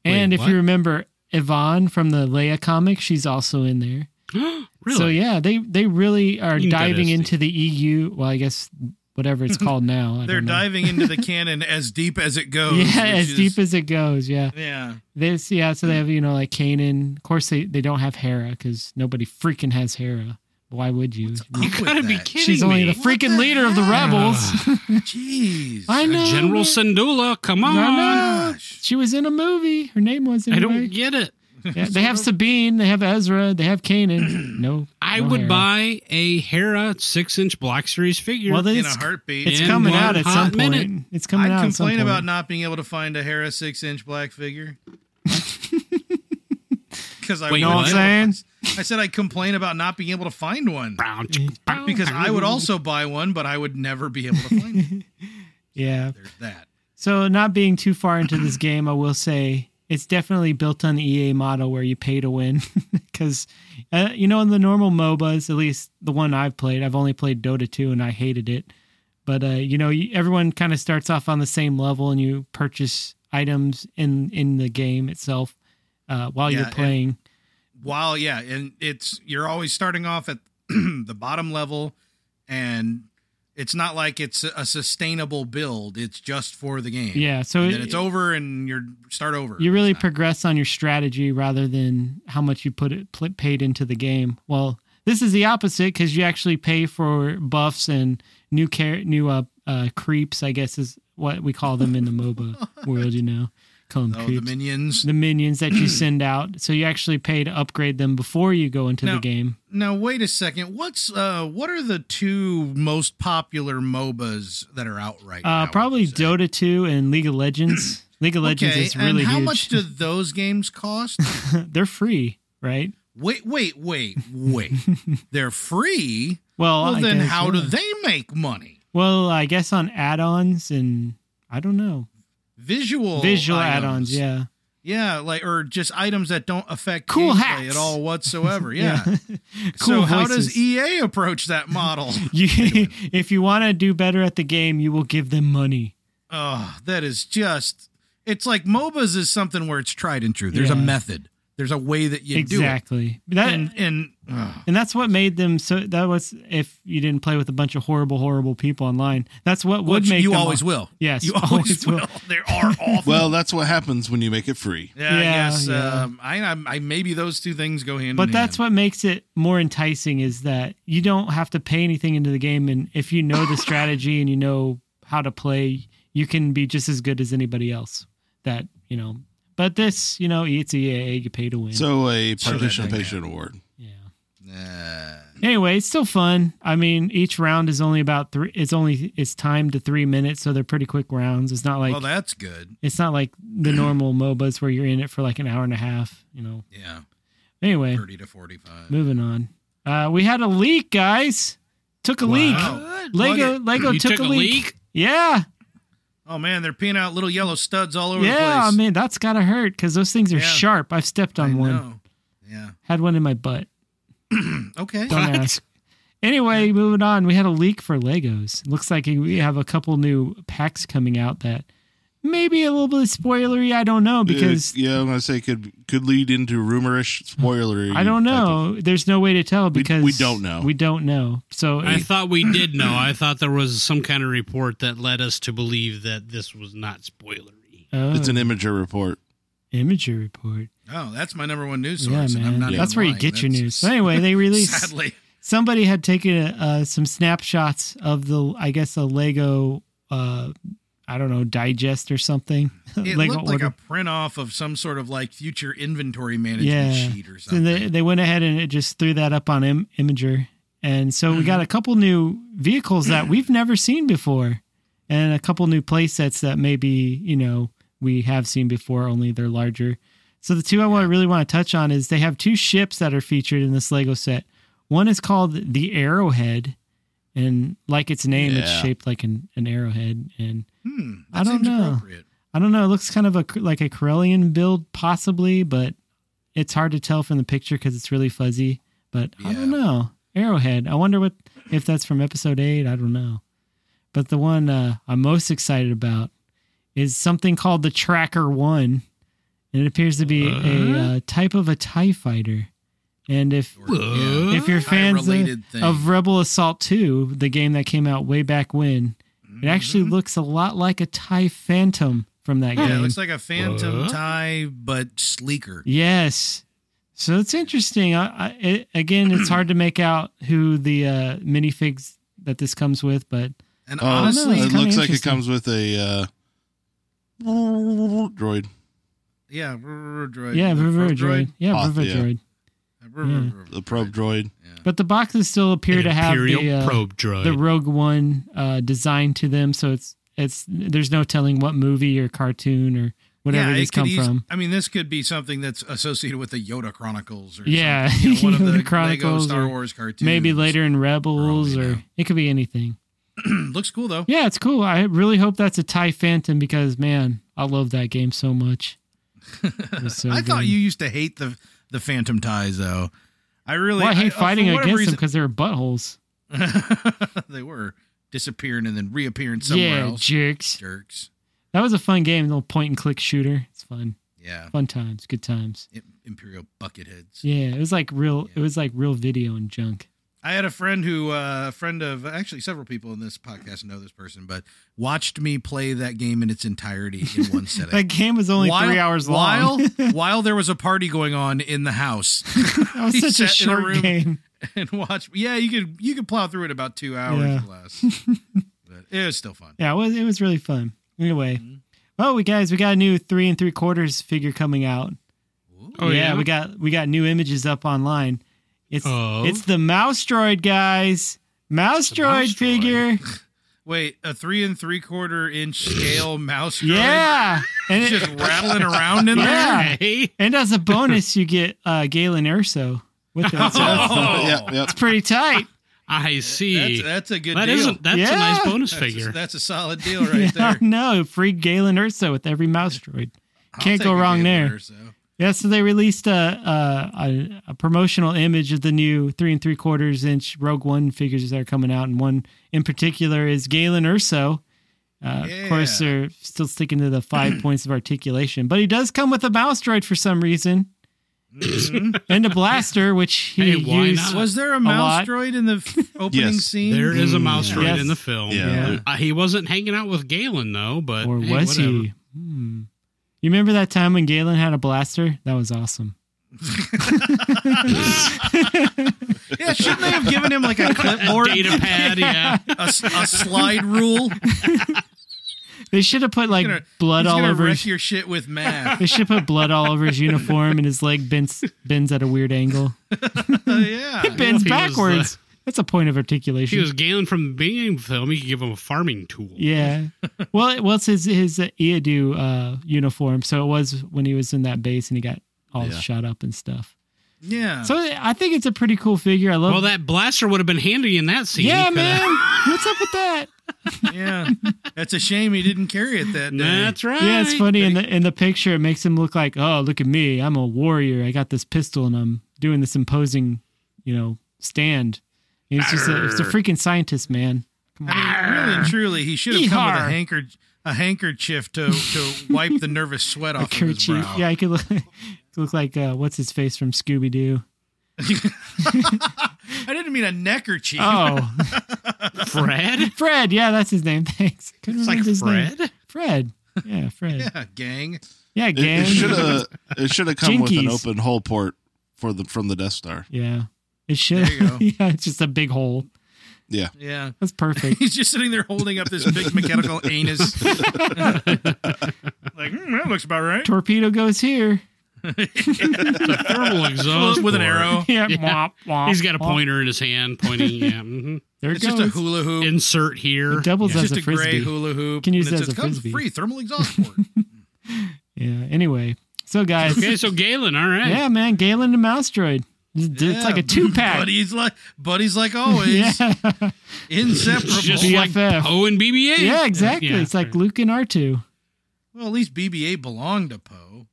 [SPEAKER 5] And if
[SPEAKER 3] what?
[SPEAKER 5] you remember Yvonne from the Leia comic, she's also in there.
[SPEAKER 3] really?
[SPEAKER 5] So yeah, they they really are
[SPEAKER 3] You can go to
[SPEAKER 5] diving
[SPEAKER 3] Steve.
[SPEAKER 5] into the EU. Well, I guess whatever it's called now. I
[SPEAKER 1] They're
[SPEAKER 5] don't know.
[SPEAKER 1] diving into the canon as deep as it goes.
[SPEAKER 5] Yeah,
[SPEAKER 1] which
[SPEAKER 5] as
[SPEAKER 1] is-
[SPEAKER 5] deep as it goes. Yeah,
[SPEAKER 1] yeah.
[SPEAKER 5] this yeah. So they have you know like Kanan. Of course they they don't have Hera because nobody freaking has Hera. Why would you?
[SPEAKER 3] You
[SPEAKER 1] Up with
[SPEAKER 3] gotta be
[SPEAKER 1] that.
[SPEAKER 3] kidding
[SPEAKER 5] She's only
[SPEAKER 3] me.
[SPEAKER 5] the freaking
[SPEAKER 1] the
[SPEAKER 5] leader of the
[SPEAKER 1] heck?
[SPEAKER 5] rebels.
[SPEAKER 1] Jeez.
[SPEAKER 5] I know.
[SPEAKER 3] General
[SPEAKER 5] right?
[SPEAKER 3] Sandula, come on.
[SPEAKER 5] I know.
[SPEAKER 1] Gosh.
[SPEAKER 5] She was in a movie. Her name was.
[SPEAKER 3] I
[SPEAKER 5] Anyway.
[SPEAKER 3] don't get it.
[SPEAKER 5] Yeah, they have Sabine. They have Ezra. They have Kanan. No,
[SPEAKER 3] I
[SPEAKER 5] no
[SPEAKER 3] would
[SPEAKER 5] Hera.
[SPEAKER 3] buy a Hera six inch Black Series figure.
[SPEAKER 5] Well, they-
[SPEAKER 1] In a
[SPEAKER 5] It's-
[SPEAKER 1] heartbeat.
[SPEAKER 5] It's
[SPEAKER 3] in
[SPEAKER 5] coming
[SPEAKER 3] one
[SPEAKER 5] out at some
[SPEAKER 3] hot
[SPEAKER 5] point.
[SPEAKER 3] minute.
[SPEAKER 5] It's coming
[SPEAKER 1] I'd
[SPEAKER 5] out. at some
[SPEAKER 1] complain
[SPEAKER 5] point.
[SPEAKER 1] about not being able to find a Hera six inch black figure. because I
[SPEAKER 3] Wait,
[SPEAKER 5] You know what
[SPEAKER 1] wouldn't
[SPEAKER 5] I'm
[SPEAKER 1] be able to- I said I complain about not being able to find one
[SPEAKER 3] Brown.
[SPEAKER 1] because I would also buy one, but I would never be able to find one.
[SPEAKER 5] saying? yeah.
[SPEAKER 1] There's that.
[SPEAKER 5] So, not being too far into this game, I will say it's definitely built on the EA model where you pay to win. Because, uh, you know, in the normal MOBAs, at least the one I've played, I've only played Dota 2 and I hated it. But, uh, you know, you, everyone kind of starts off on the same level and you purchase items in, in the game itself uh, while
[SPEAKER 1] Yeah,
[SPEAKER 5] you're
[SPEAKER 1] and-
[SPEAKER 5] playing.
[SPEAKER 1] While yeah, and it's you're always starting off at the bottom level, and it's not like it's a sustainable build. It's just for the game.
[SPEAKER 5] yeah. So,
[SPEAKER 1] and
[SPEAKER 5] it-
[SPEAKER 1] then it's over, and you're start over.
[SPEAKER 5] you really
[SPEAKER 1] It's not-
[SPEAKER 5] progress on your strategy rather than how much you put it pl- paid into the game. Well, this is the opposite because you actually pay for buffs and new care new uh, uh creeps. I guess is what we call them in the MOBA world. You know, call them
[SPEAKER 1] oh, the
[SPEAKER 5] creeps.
[SPEAKER 1] minions.
[SPEAKER 5] the minions that you send out. So you actually pay to upgrade them before you go into
[SPEAKER 1] Now-
[SPEAKER 5] the game.
[SPEAKER 1] Now wait a second. What's uh what are the two most popular MOBAs that are out right now?
[SPEAKER 5] Uh,
[SPEAKER 1] would
[SPEAKER 5] probably
[SPEAKER 1] you say?
[SPEAKER 5] Dota 2 and League of Legends. League of Legends
[SPEAKER 1] okay,
[SPEAKER 5] is really
[SPEAKER 1] and how
[SPEAKER 5] huge.
[SPEAKER 1] much do those games cost?
[SPEAKER 5] They're free, right?
[SPEAKER 1] wait, wait, wait, wait. They're free.
[SPEAKER 5] Well,
[SPEAKER 1] Well,
[SPEAKER 5] I
[SPEAKER 1] then
[SPEAKER 5] guess,
[SPEAKER 1] how do
[SPEAKER 5] yeah.
[SPEAKER 1] they make money?
[SPEAKER 5] Well, I guess on add-ons and I don't know
[SPEAKER 1] Visual
[SPEAKER 5] visual
[SPEAKER 1] items.
[SPEAKER 5] add-ons. Yeah,
[SPEAKER 1] yeah, like or just items that don't affect
[SPEAKER 5] Cool
[SPEAKER 1] gameplay
[SPEAKER 5] hats.
[SPEAKER 1] at all whatsoever. Yeah.
[SPEAKER 5] cool
[SPEAKER 1] so how does E
[SPEAKER 5] voices.
[SPEAKER 1] EA approach that model?
[SPEAKER 5] you, if you want to do better at the game, you will give them money.
[SPEAKER 1] Oh, that is just it's like MOBAs is something where it's tried and true. There's a
[SPEAKER 5] Yeah.
[SPEAKER 1] method. There's a way that you
[SPEAKER 5] exactly.
[SPEAKER 1] do it.
[SPEAKER 5] That
[SPEAKER 1] And
[SPEAKER 5] and,
[SPEAKER 1] and oh, ugh,
[SPEAKER 5] that's what made them so. That was if you didn't play with a bunch of horrible, horrible people online. That's what would
[SPEAKER 1] which
[SPEAKER 5] make
[SPEAKER 1] you
[SPEAKER 5] them-
[SPEAKER 1] always will.
[SPEAKER 5] Yes,
[SPEAKER 1] You always,
[SPEAKER 5] always
[SPEAKER 1] will.
[SPEAKER 5] will.
[SPEAKER 1] There are awful.
[SPEAKER 2] Well, that's what happens when you make it free.
[SPEAKER 1] yeah,
[SPEAKER 5] Yeah,
[SPEAKER 1] yes.
[SPEAKER 5] yeah.
[SPEAKER 1] Um, I, I I maybe those two things go hand
[SPEAKER 5] But
[SPEAKER 1] in
[SPEAKER 5] that's
[SPEAKER 1] hand.
[SPEAKER 5] what makes it more enticing is that you don't have to pay anything into the game, and if you know the strategy and you know how to play, you can be just as good as anybody else. That you know. But this, you know, it's EA. You pay to win.
[SPEAKER 2] So a
[SPEAKER 1] So that
[SPEAKER 2] participation award.
[SPEAKER 5] yeah.
[SPEAKER 1] Nah.
[SPEAKER 5] anyway, it's still fun. I mean, each round is only about three. It's only it's timed to three minutes, so they're pretty quick rounds. It's not like
[SPEAKER 1] well, that's good.
[SPEAKER 5] it's not like the normal MOBAs where you're in it for like an hour and a half. You know.
[SPEAKER 1] Yeah,
[SPEAKER 5] Anyway,
[SPEAKER 1] thirty to forty-five.
[SPEAKER 5] moving on. Uh, we had a leak, guys. Took a leak.
[SPEAKER 1] Wow.
[SPEAKER 5] Lego
[SPEAKER 1] Plug it.
[SPEAKER 5] Lego
[SPEAKER 3] You
[SPEAKER 5] took, a leak. Yeah,
[SPEAKER 1] Oh man, they're peeing out little yellow studs all over the place.
[SPEAKER 5] yeah. I mean, that's gotta hurt because those things are
[SPEAKER 1] Yeah.
[SPEAKER 5] sharp. I've stepped on
[SPEAKER 1] I
[SPEAKER 5] one.
[SPEAKER 1] know. Yeah.
[SPEAKER 5] Had one in my butt.
[SPEAKER 1] Okay.
[SPEAKER 5] Don't
[SPEAKER 3] What?
[SPEAKER 5] ask. Anyway, moving on. We had a leak for Legos. Looks like we have a couple new packs coming out that maybe a little bit spoilery. I don't know because
[SPEAKER 2] It- yeah, I'm gonna say could could lead into rumorish, spoilery.
[SPEAKER 5] I don't
[SPEAKER 2] type of-
[SPEAKER 5] know. There's no way to tell
[SPEAKER 2] We-
[SPEAKER 5] because
[SPEAKER 2] we don't know.
[SPEAKER 5] We don't know. So
[SPEAKER 3] I thought we did know. I thought there was some kind of report that led us to believe that this was not spoilery.
[SPEAKER 5] oh,
[SPEAKER 2] It's an imager report.
[SPEAKER 5] imagery report.
[SPEAKER 1] Oh, that's my number one news
[SPEAKER 5] Yeah,
[SPEAKER 1] source. and I'm
[SPEAKER 5] man.
[SPEAKER 1] not
[SPEAKER 5] That's
[SPEAKER 1] even
[SPEAKER 5] where you
[SPEAKER 1] lying.
[SPEAKER 5] get your
[SPEAKER 1] That's-
[SPEAKER 5] news. So anyway, they released
[SPEAKER 1] Sadly.
[SPEAKER 5] somebody had taken uh, some snapshots of the I guess a Lego uh, I don't know digest or something.
[SPEAKER 1] It
[SPEAKER 5] Lego
[SPEAKER 1] looked like
[SPEAKER 5] order.
[SPEAKER 1] a print off of some sort of like future inventory management
[SPEAKER 5] Yeah.
[SPEAKER 1] sheet or
[SPEAKER 5] And
[SPEAKER 1] something.
[SPEAKER 5] they, they went ahead and it just threw that up on Im- Imager. And so we
[SPEAKER 1] Mm-hmm.
[SPEAKER 5] got a couple new vehicles that we've never seen before and a couple new play sets that maybe, you know, we have seen before, only they're larger. So the two I want, really want to touch on is they have two ships that are featured in this Lego set. One is called the Arrowhead. And like its name, it's
[SPEAKER 2] Yeah.
[SPEAKER 5] shaped like an, an arrowhead. And
[SPEAKER 1] hmm, that
[SPEAKER 5] I don't
[SPEAKER 1] seems
[SPEAKER 5] know.
[SPEAKER 1] appropriate.
[SPEAKER 5] I don't know. It looks kind of a like a Corellian build, possibly, but it's hard to tell from the picture because it's really fuzzy. But I don't
[SPEAKER 1] Yeah.
[SPEAKER 5] know. Arrowhead. I wonder what if that's from episode eight. I don't know. But the one uh, I'm most excited about is something called the Tracker One, and it appears to be
[SPEAKER 1] Uh-huh.
[SPEAKER 5] a uh, type of a Tie Fighter. And if
[SPEAKER 1] Or- yeah.
[SPEAKER 5] if you're fans of,
[SPEAKER 1] related thing.
[SPEAKER 5] of Rebel Assault 2, the game that came out way back when, it actually looks a lot like a Tie Phantom from that
[SPEAKER 1] Mm-hmm. Yeah, it
[SPEAKER 5] game.
[SPEAKER 1] looks like a phantom
[SPEAKER 3] What?
[SPEAKER 1] tie, but sleeker.
[SPEAKER 5] yes. So it's interesting. I, I, it, again, it's hard to make out who the uh, minifigs that this comes with, but
[SPEAKER 1] And
[SPEAKER 2] Oh,
[SPEAKER 1] honestly,
[SPEAKER 5] it's
[SPEAKER 2] it
[SPEAKER 5] kinda
[SPEAKER 2] looks like it
[SPEAKER 5] interesting.
[SPEAKER 2] comes with a uh, droid.
[SPEAKER 1] yeah, vroom, vroom, droid.
[SPEAKER 5] yeah,
[SPEAKER 1] The
[SPEAKER 5] Verver
[SPEAKER 1] vroom,
[SPEAKER 5] Droid. Yeah,
[SPEAKER 2] Oh,
[SPEAKER 5] Verver
[SPEAKER 2] yeah.
[SPEAKER 5] Droid.
[SPEAKER 1] Vroom, vroom, vroom,
[SPEAKER 2] The probe droid.
[SPEAKER 1] Yeah.
[SPEAKER 5] But the boxes still appear to have
[SPEAKER 3] Imperial
[SPEAKER 5] the, uh,
[SPEAKER 3] probe droid.
[SPEAKER 5] the Rogue One uh, design to them. So it's it's there's no telling what movie or cartoon or whatever
[SPEAKER 1] yeah,
[SPEAKER 5] these
[SPEAKER 1] it could
[SPEAKER 5] come
[SPEAKER 1] eas-
[SPEAKER 5] from.
[SPEAKER 1] I mean, this could be something that's associated with the Yoda Chronicles, or
[SPEAKER 5] Yeah,
[SPEAKER 1] something, you know, one of the
[SPEAKER 5] Yoda
[SPEAKER 1] Lego
[SPEAKER 5] Chronicles
[SPEAKER 1] Star
[SPEAKER 5] or
[SPEAKER 1] Wars cartoons.
[SPEAKER 5] Maybe later in Rebels,
[SPEAKER 1] Early
[SPEAKER 5] or
[SPEAKER 1] now.
[SPEAKER 5] it could be anything.
[SPEAKER 1] looks cool though.
[SPEAKER 5] Yeah, it's cool. I really hope that's a Tie Phantom because man, I love that game so much. It was so
[SPEAKER 1] I thought
[SPEAKER 5] good.
[SPEAKER 1] you used to hate the the Phantom Ties though. I really
[SPEAKER 5] Well, I hate
[SPEAKER 1] for
[SPEAKER 5] fighting
[SPEAKER 1] whatever
[SPEAKER 5] against them
[SPEAKER 1] reason-
[SPEAKER 5] because they're buttholes.
[SPEAKER 1] they were disappearing and then reappearing somewhere
[SPEAKER 5] yeah,
[SPEAKER 1] else.
[SPEAKER 5] jerks.
[SPEAKER 1] Jerks.
[SPEAKER 5] That was a fun game, little point and click shooter. It's fun,
[SPEAKER 1] Yeah.
[SPEAKER 5] fun times, good times.
[SPEAKER 1] Im- Imperial bucketheads.
[SPEAKER 5] Yeah, it was like real. It was like real video and junk.
[SPEAKER 1] I had a friend who, uh, a friend of actually several people in this podcast know this person, but watched me play that game in its entirety in one sitting.
[SPEAKER 5] That game was only three hours long.
[SPEAKER 1] While while there was a party going on in the house,
[SPEAKER 5] that was
[SPEAKER 1] he
[SPEAKER 5] such a
[SPEAKER 1] sat in a
[SPEAKER 5] short
[SPEAKER 1] room.
[SPEAKER 5] game.
[SPEAKER 1] and watch. Yeah, you could you could plow through it about two hours
[SPEAKER 5] Yeah.
[SPEAKER 1] or less. But it was still fun.
[SPEAKER 5] Yeah, it was it was really fun. Anyway, well, we guys, we got a new three and three quarters figure coming out.
[SPEAKER 3] Oh yeah,
[SPEAKER 5] we got we got new images up online. It's
[SPEAKER 3] Oh.
[SPEAKER 5] it's the mouse droid guys, mouse
[SPEAKER 3] The mouse
[SPEAKER 5] droid figure.
[SPEAKER 1] Wait, a three and three quarter inch scale mouse droid
[SPEAKER 5] yeah, and it,
[SPEAKER 1] just rattling around in there.
[SPEAKER 5] yeah,
[SPEAKER 3] Hey.
[SPEAKER 5] and as a bonus, you get uh, Galen Erso with it. So it's
[SPEAKER 2] yeah, yeah.
[SPEAKER 5] pretty tight.
[SPEAKER 3] I see.
[SPEAKER 1] That's, that's a good
[SPEAKER 3] That
[SPEAKER 1] deal.
[SPEAKER 3] isn't. That's a nice
[SPEAKER 5] Yeah.
[SPEAKER 3] bonus
[SPEAKER 1] that's,
[SPEAKER 3] figure.
[SPEAKER 1] A, that's a solid deal right there.
[SPEAKER 5] no, free Galen Erso with every mouse droid.
[SPEAKER 1] I'll
[SPEAKER 5] Can't
[SPEAKER 1] take
[SPEAKER 5] go
[SPEAKER 1] a
[SPEAKER 5] wrong
[SPEAKER 1] gamer,
[SPEAKER 5] there.
[SPEAKER 1] so.
[SPEAKER 5] Yeah, so they released a, a, a, a promotional image of the new three and three quarters inch Rogue One figures that are coming out, and one in particular is Galen Urso. Uh, Of course,
[SPEAKER 1] Yeah.
[SPEAKER 5] they're still sticking to the five points of articulation, but he does come with a mouse droid for some reason
[SPEAKER 1] Mhm.
[SPEAKER 5] and a blaster, which he
[SPEAKER 3] Hey, why
[SPEAKER 5] used.
[SPEAKER 3] not?
[SPEAKER 1] Was there a
[SPEAKER 5] lot.
[SPEAKER 1] mouse droid in the f- opening
[SPEAKER 2] Yes.
[SPEAKER 1] scene?
[SPEAKER 3] there is a mouse
[SPEAKER 5] Mm.
[SPEAKER 3] droid
[SPEAKER 5] Yes.
[SPEAKER 3] in the film.
[SPEAKER 2] Yeah.
[SPEAKER 1] Yeah.
[SPEAKER 3] Uh, he wasn't hanging out with Galen though, but
[SPEAKER 5] Or
[SPEAKER 3] hey,
[SPEAKER 5] was
[SPEAKER 3] whatever.
[SPEAKER 5] he? Hmm. You remember that time when Galen had a blaster? That was awesome.
[SPEAKER 1] Yeah, shouldn't they have given him like a
[SPEAKER 3] A
[SPEAKER 1] clipboard,
[SPEAKER 3] data pad, yeah.
[SPEAKER 1] a, s- a slide rule?
[SPEAKER 5] They should have put like
[SPEAKER 1] gonna-
[SPEAKER 5] blood
[SPEAKER 1] He's
[SPEAKER 5] all
[SPEAKER 1] gonna
[SPEAKER 5] over
[SPEAKER 1] wreck
[SPEAKER 5] his
[SPEAKER 1] your shit with math.
[SPEAKER 5] They should put blood all over his uniform and his leg bends bends at a weird angle.
[SPEAKER 1] Uh, yeah,
[SPEAKER 5] Bends
[SPEAKER 3] He was, uh,
[SPEAKER 5] backwards. That's a point of
[SPEAKER 3] If he
[SPEAKER 5] articulation.
[SPEAKER 3] was Galen from the beginning of the film, he could give him a farming tool.
[SPEAKER 5] yeah. Well, it, well, it's his his uh, Eadu uh, uniform. So it was when he was in that base and he got all
[SPEAKER 2] Yeah.
[SPEAKER 5] shot up and stuff.
[SPEAKER 1] yeah.
[SPEAKER 5] So I think it's a pretty cool figure. I love.
[SPEAKER 3] Well, that blaster would have been handy in that scene.
[SPEAKER 5] yeah,
[SPEAKER 3] He coulda-
[SPEAKER 5] man. What's up with that?
[SPEAKER 1] Yeah, that's a shame he didn't carry it that day.
[SPEAKER 3] That's right.
[SPEAKER 5] Yeah, it's funny in the in the picture. It makes him look like, oh, look at me. I'm a warrior. I got this pistol and I'm doing this imposing, you know, stand. And It's just a, it's a freaking scientist, man.
[SPEAKER 1] I mean, really and truly, he should have come with
[SPEAKER 5] Yeehaw.
[SPEAKER 1] a hanker, a handkerchief to to wipe the nervous sweat off of his
[SPEAKER 5] kerchief.
[SPEAKER 1] brow.
[SPEAKER 5] Yeah, he could look, look like uh, what's his face from Scooby Doo.
[SPEAKER 1] I didn't mean a neckerchief.
[SPEAKER 5] Oh,
[SPEAKER 3] Fred.
[SPEAKER 5] Fred. Yeah, that's his name. Thanks. Couldn't
[SPEAKER 3] It's like
[SPEAKER 5] remember his name.
[SPEAKER 3] Fred.
[SPEAKER 5] Fred. Yeah, Fred. Yeah,
[SPEAKER 1] Yeah, gang.
[SPEAKER 2] It,
[SPEAKER 5] gang.
[SPEAKER 2] it should have. It should have come with an
[SPEAKER 5] Jinkies.
[SPEAKER 2] open hole port for the from the Death Star.
[SPEAKER 5] yeah, it should.
[SPEAKER 1] There you go.
[SPEAKER 5] yeah, it's just a big hole.
[SPEAKER 1] Yeah.
[SPEAKER 5] That's perfect.
[SPEAKER 1] He's just sitting there holding up this big mechanical anus. like, "Hmm, that looks about right.
[SPEAKER 5] Torpedo goes here.
[SPEAKER 3] The thermal
[SPEAKER 5] Oh,
[SPEAKER 3] exhaust
[SPEAKER 1] With, with an
[SPEAKER 3] port.
[SPEAKER 1] arrow.
[SPEAKER 5] Yeah,
[SPEAKER 3] Oh, Yeah.
[SPEAKER 5] Womp, womp,
[SPEAKER 3] He's got a
[SPEAKER 5] womp.
[SPEAKER 3] pointer in his hand, pointing. Yeah, mhm.
[SPEAKER 5] There it
[SPEAKER 1] It's
[SPEAKER 5] goes.
[SPEAKER 1] just a hula hoop.
[SPEAKER 3] Insert here.
[SPEAKER 5] It doubles
[SPEAKER 1] It's
[SPEAKER 5] as
[SPEAKER 1] just
[SPEAKER 5] a
[SPEAKER 1] a gray
[SPEAKER 5] frisbee.
[SPEAKER 1] hula hoop.
[SPEAKER 5] Can use
[SPEAKER 1] and
[SPEAKER 5] it
[SPEAKER 1] it
[SPEAKER 5] as
[SPEAKER 1] says,
[SPEAKER 5] a
[SPEAKER 1] "Comes
[SPEAKER 5] frisbee."
[SPEAKER 1] Free thermal exhaust port.
[SPEAKER 5] yeah. Anyway, so guys.
[SPEAKER 3] Okay, so Galen. All right.
[SPEAKER 5] Yeah, man. Galen the mouse droid. It's
[SPEAKER 1] Yeah,
[SPEAKER 5] it's like a two pack.
[SPEAKER 1] Buddies like buddies like always.
[SPEAKER 5] Yeah.
[SPEAKER 1] Inseparable.
[SPEAKER 3] Just
[SPEAKER 5] BFF.
[SPEAKER 3] like Poe and BB-8.
[SPEAKER 5] yeah, exactly.
[SPEAKER 3] Yeah.
[SPEAKER 5] it's like Luke and R2.
[SPEAKER 1] Well, at least BB-8 belonged to Poe.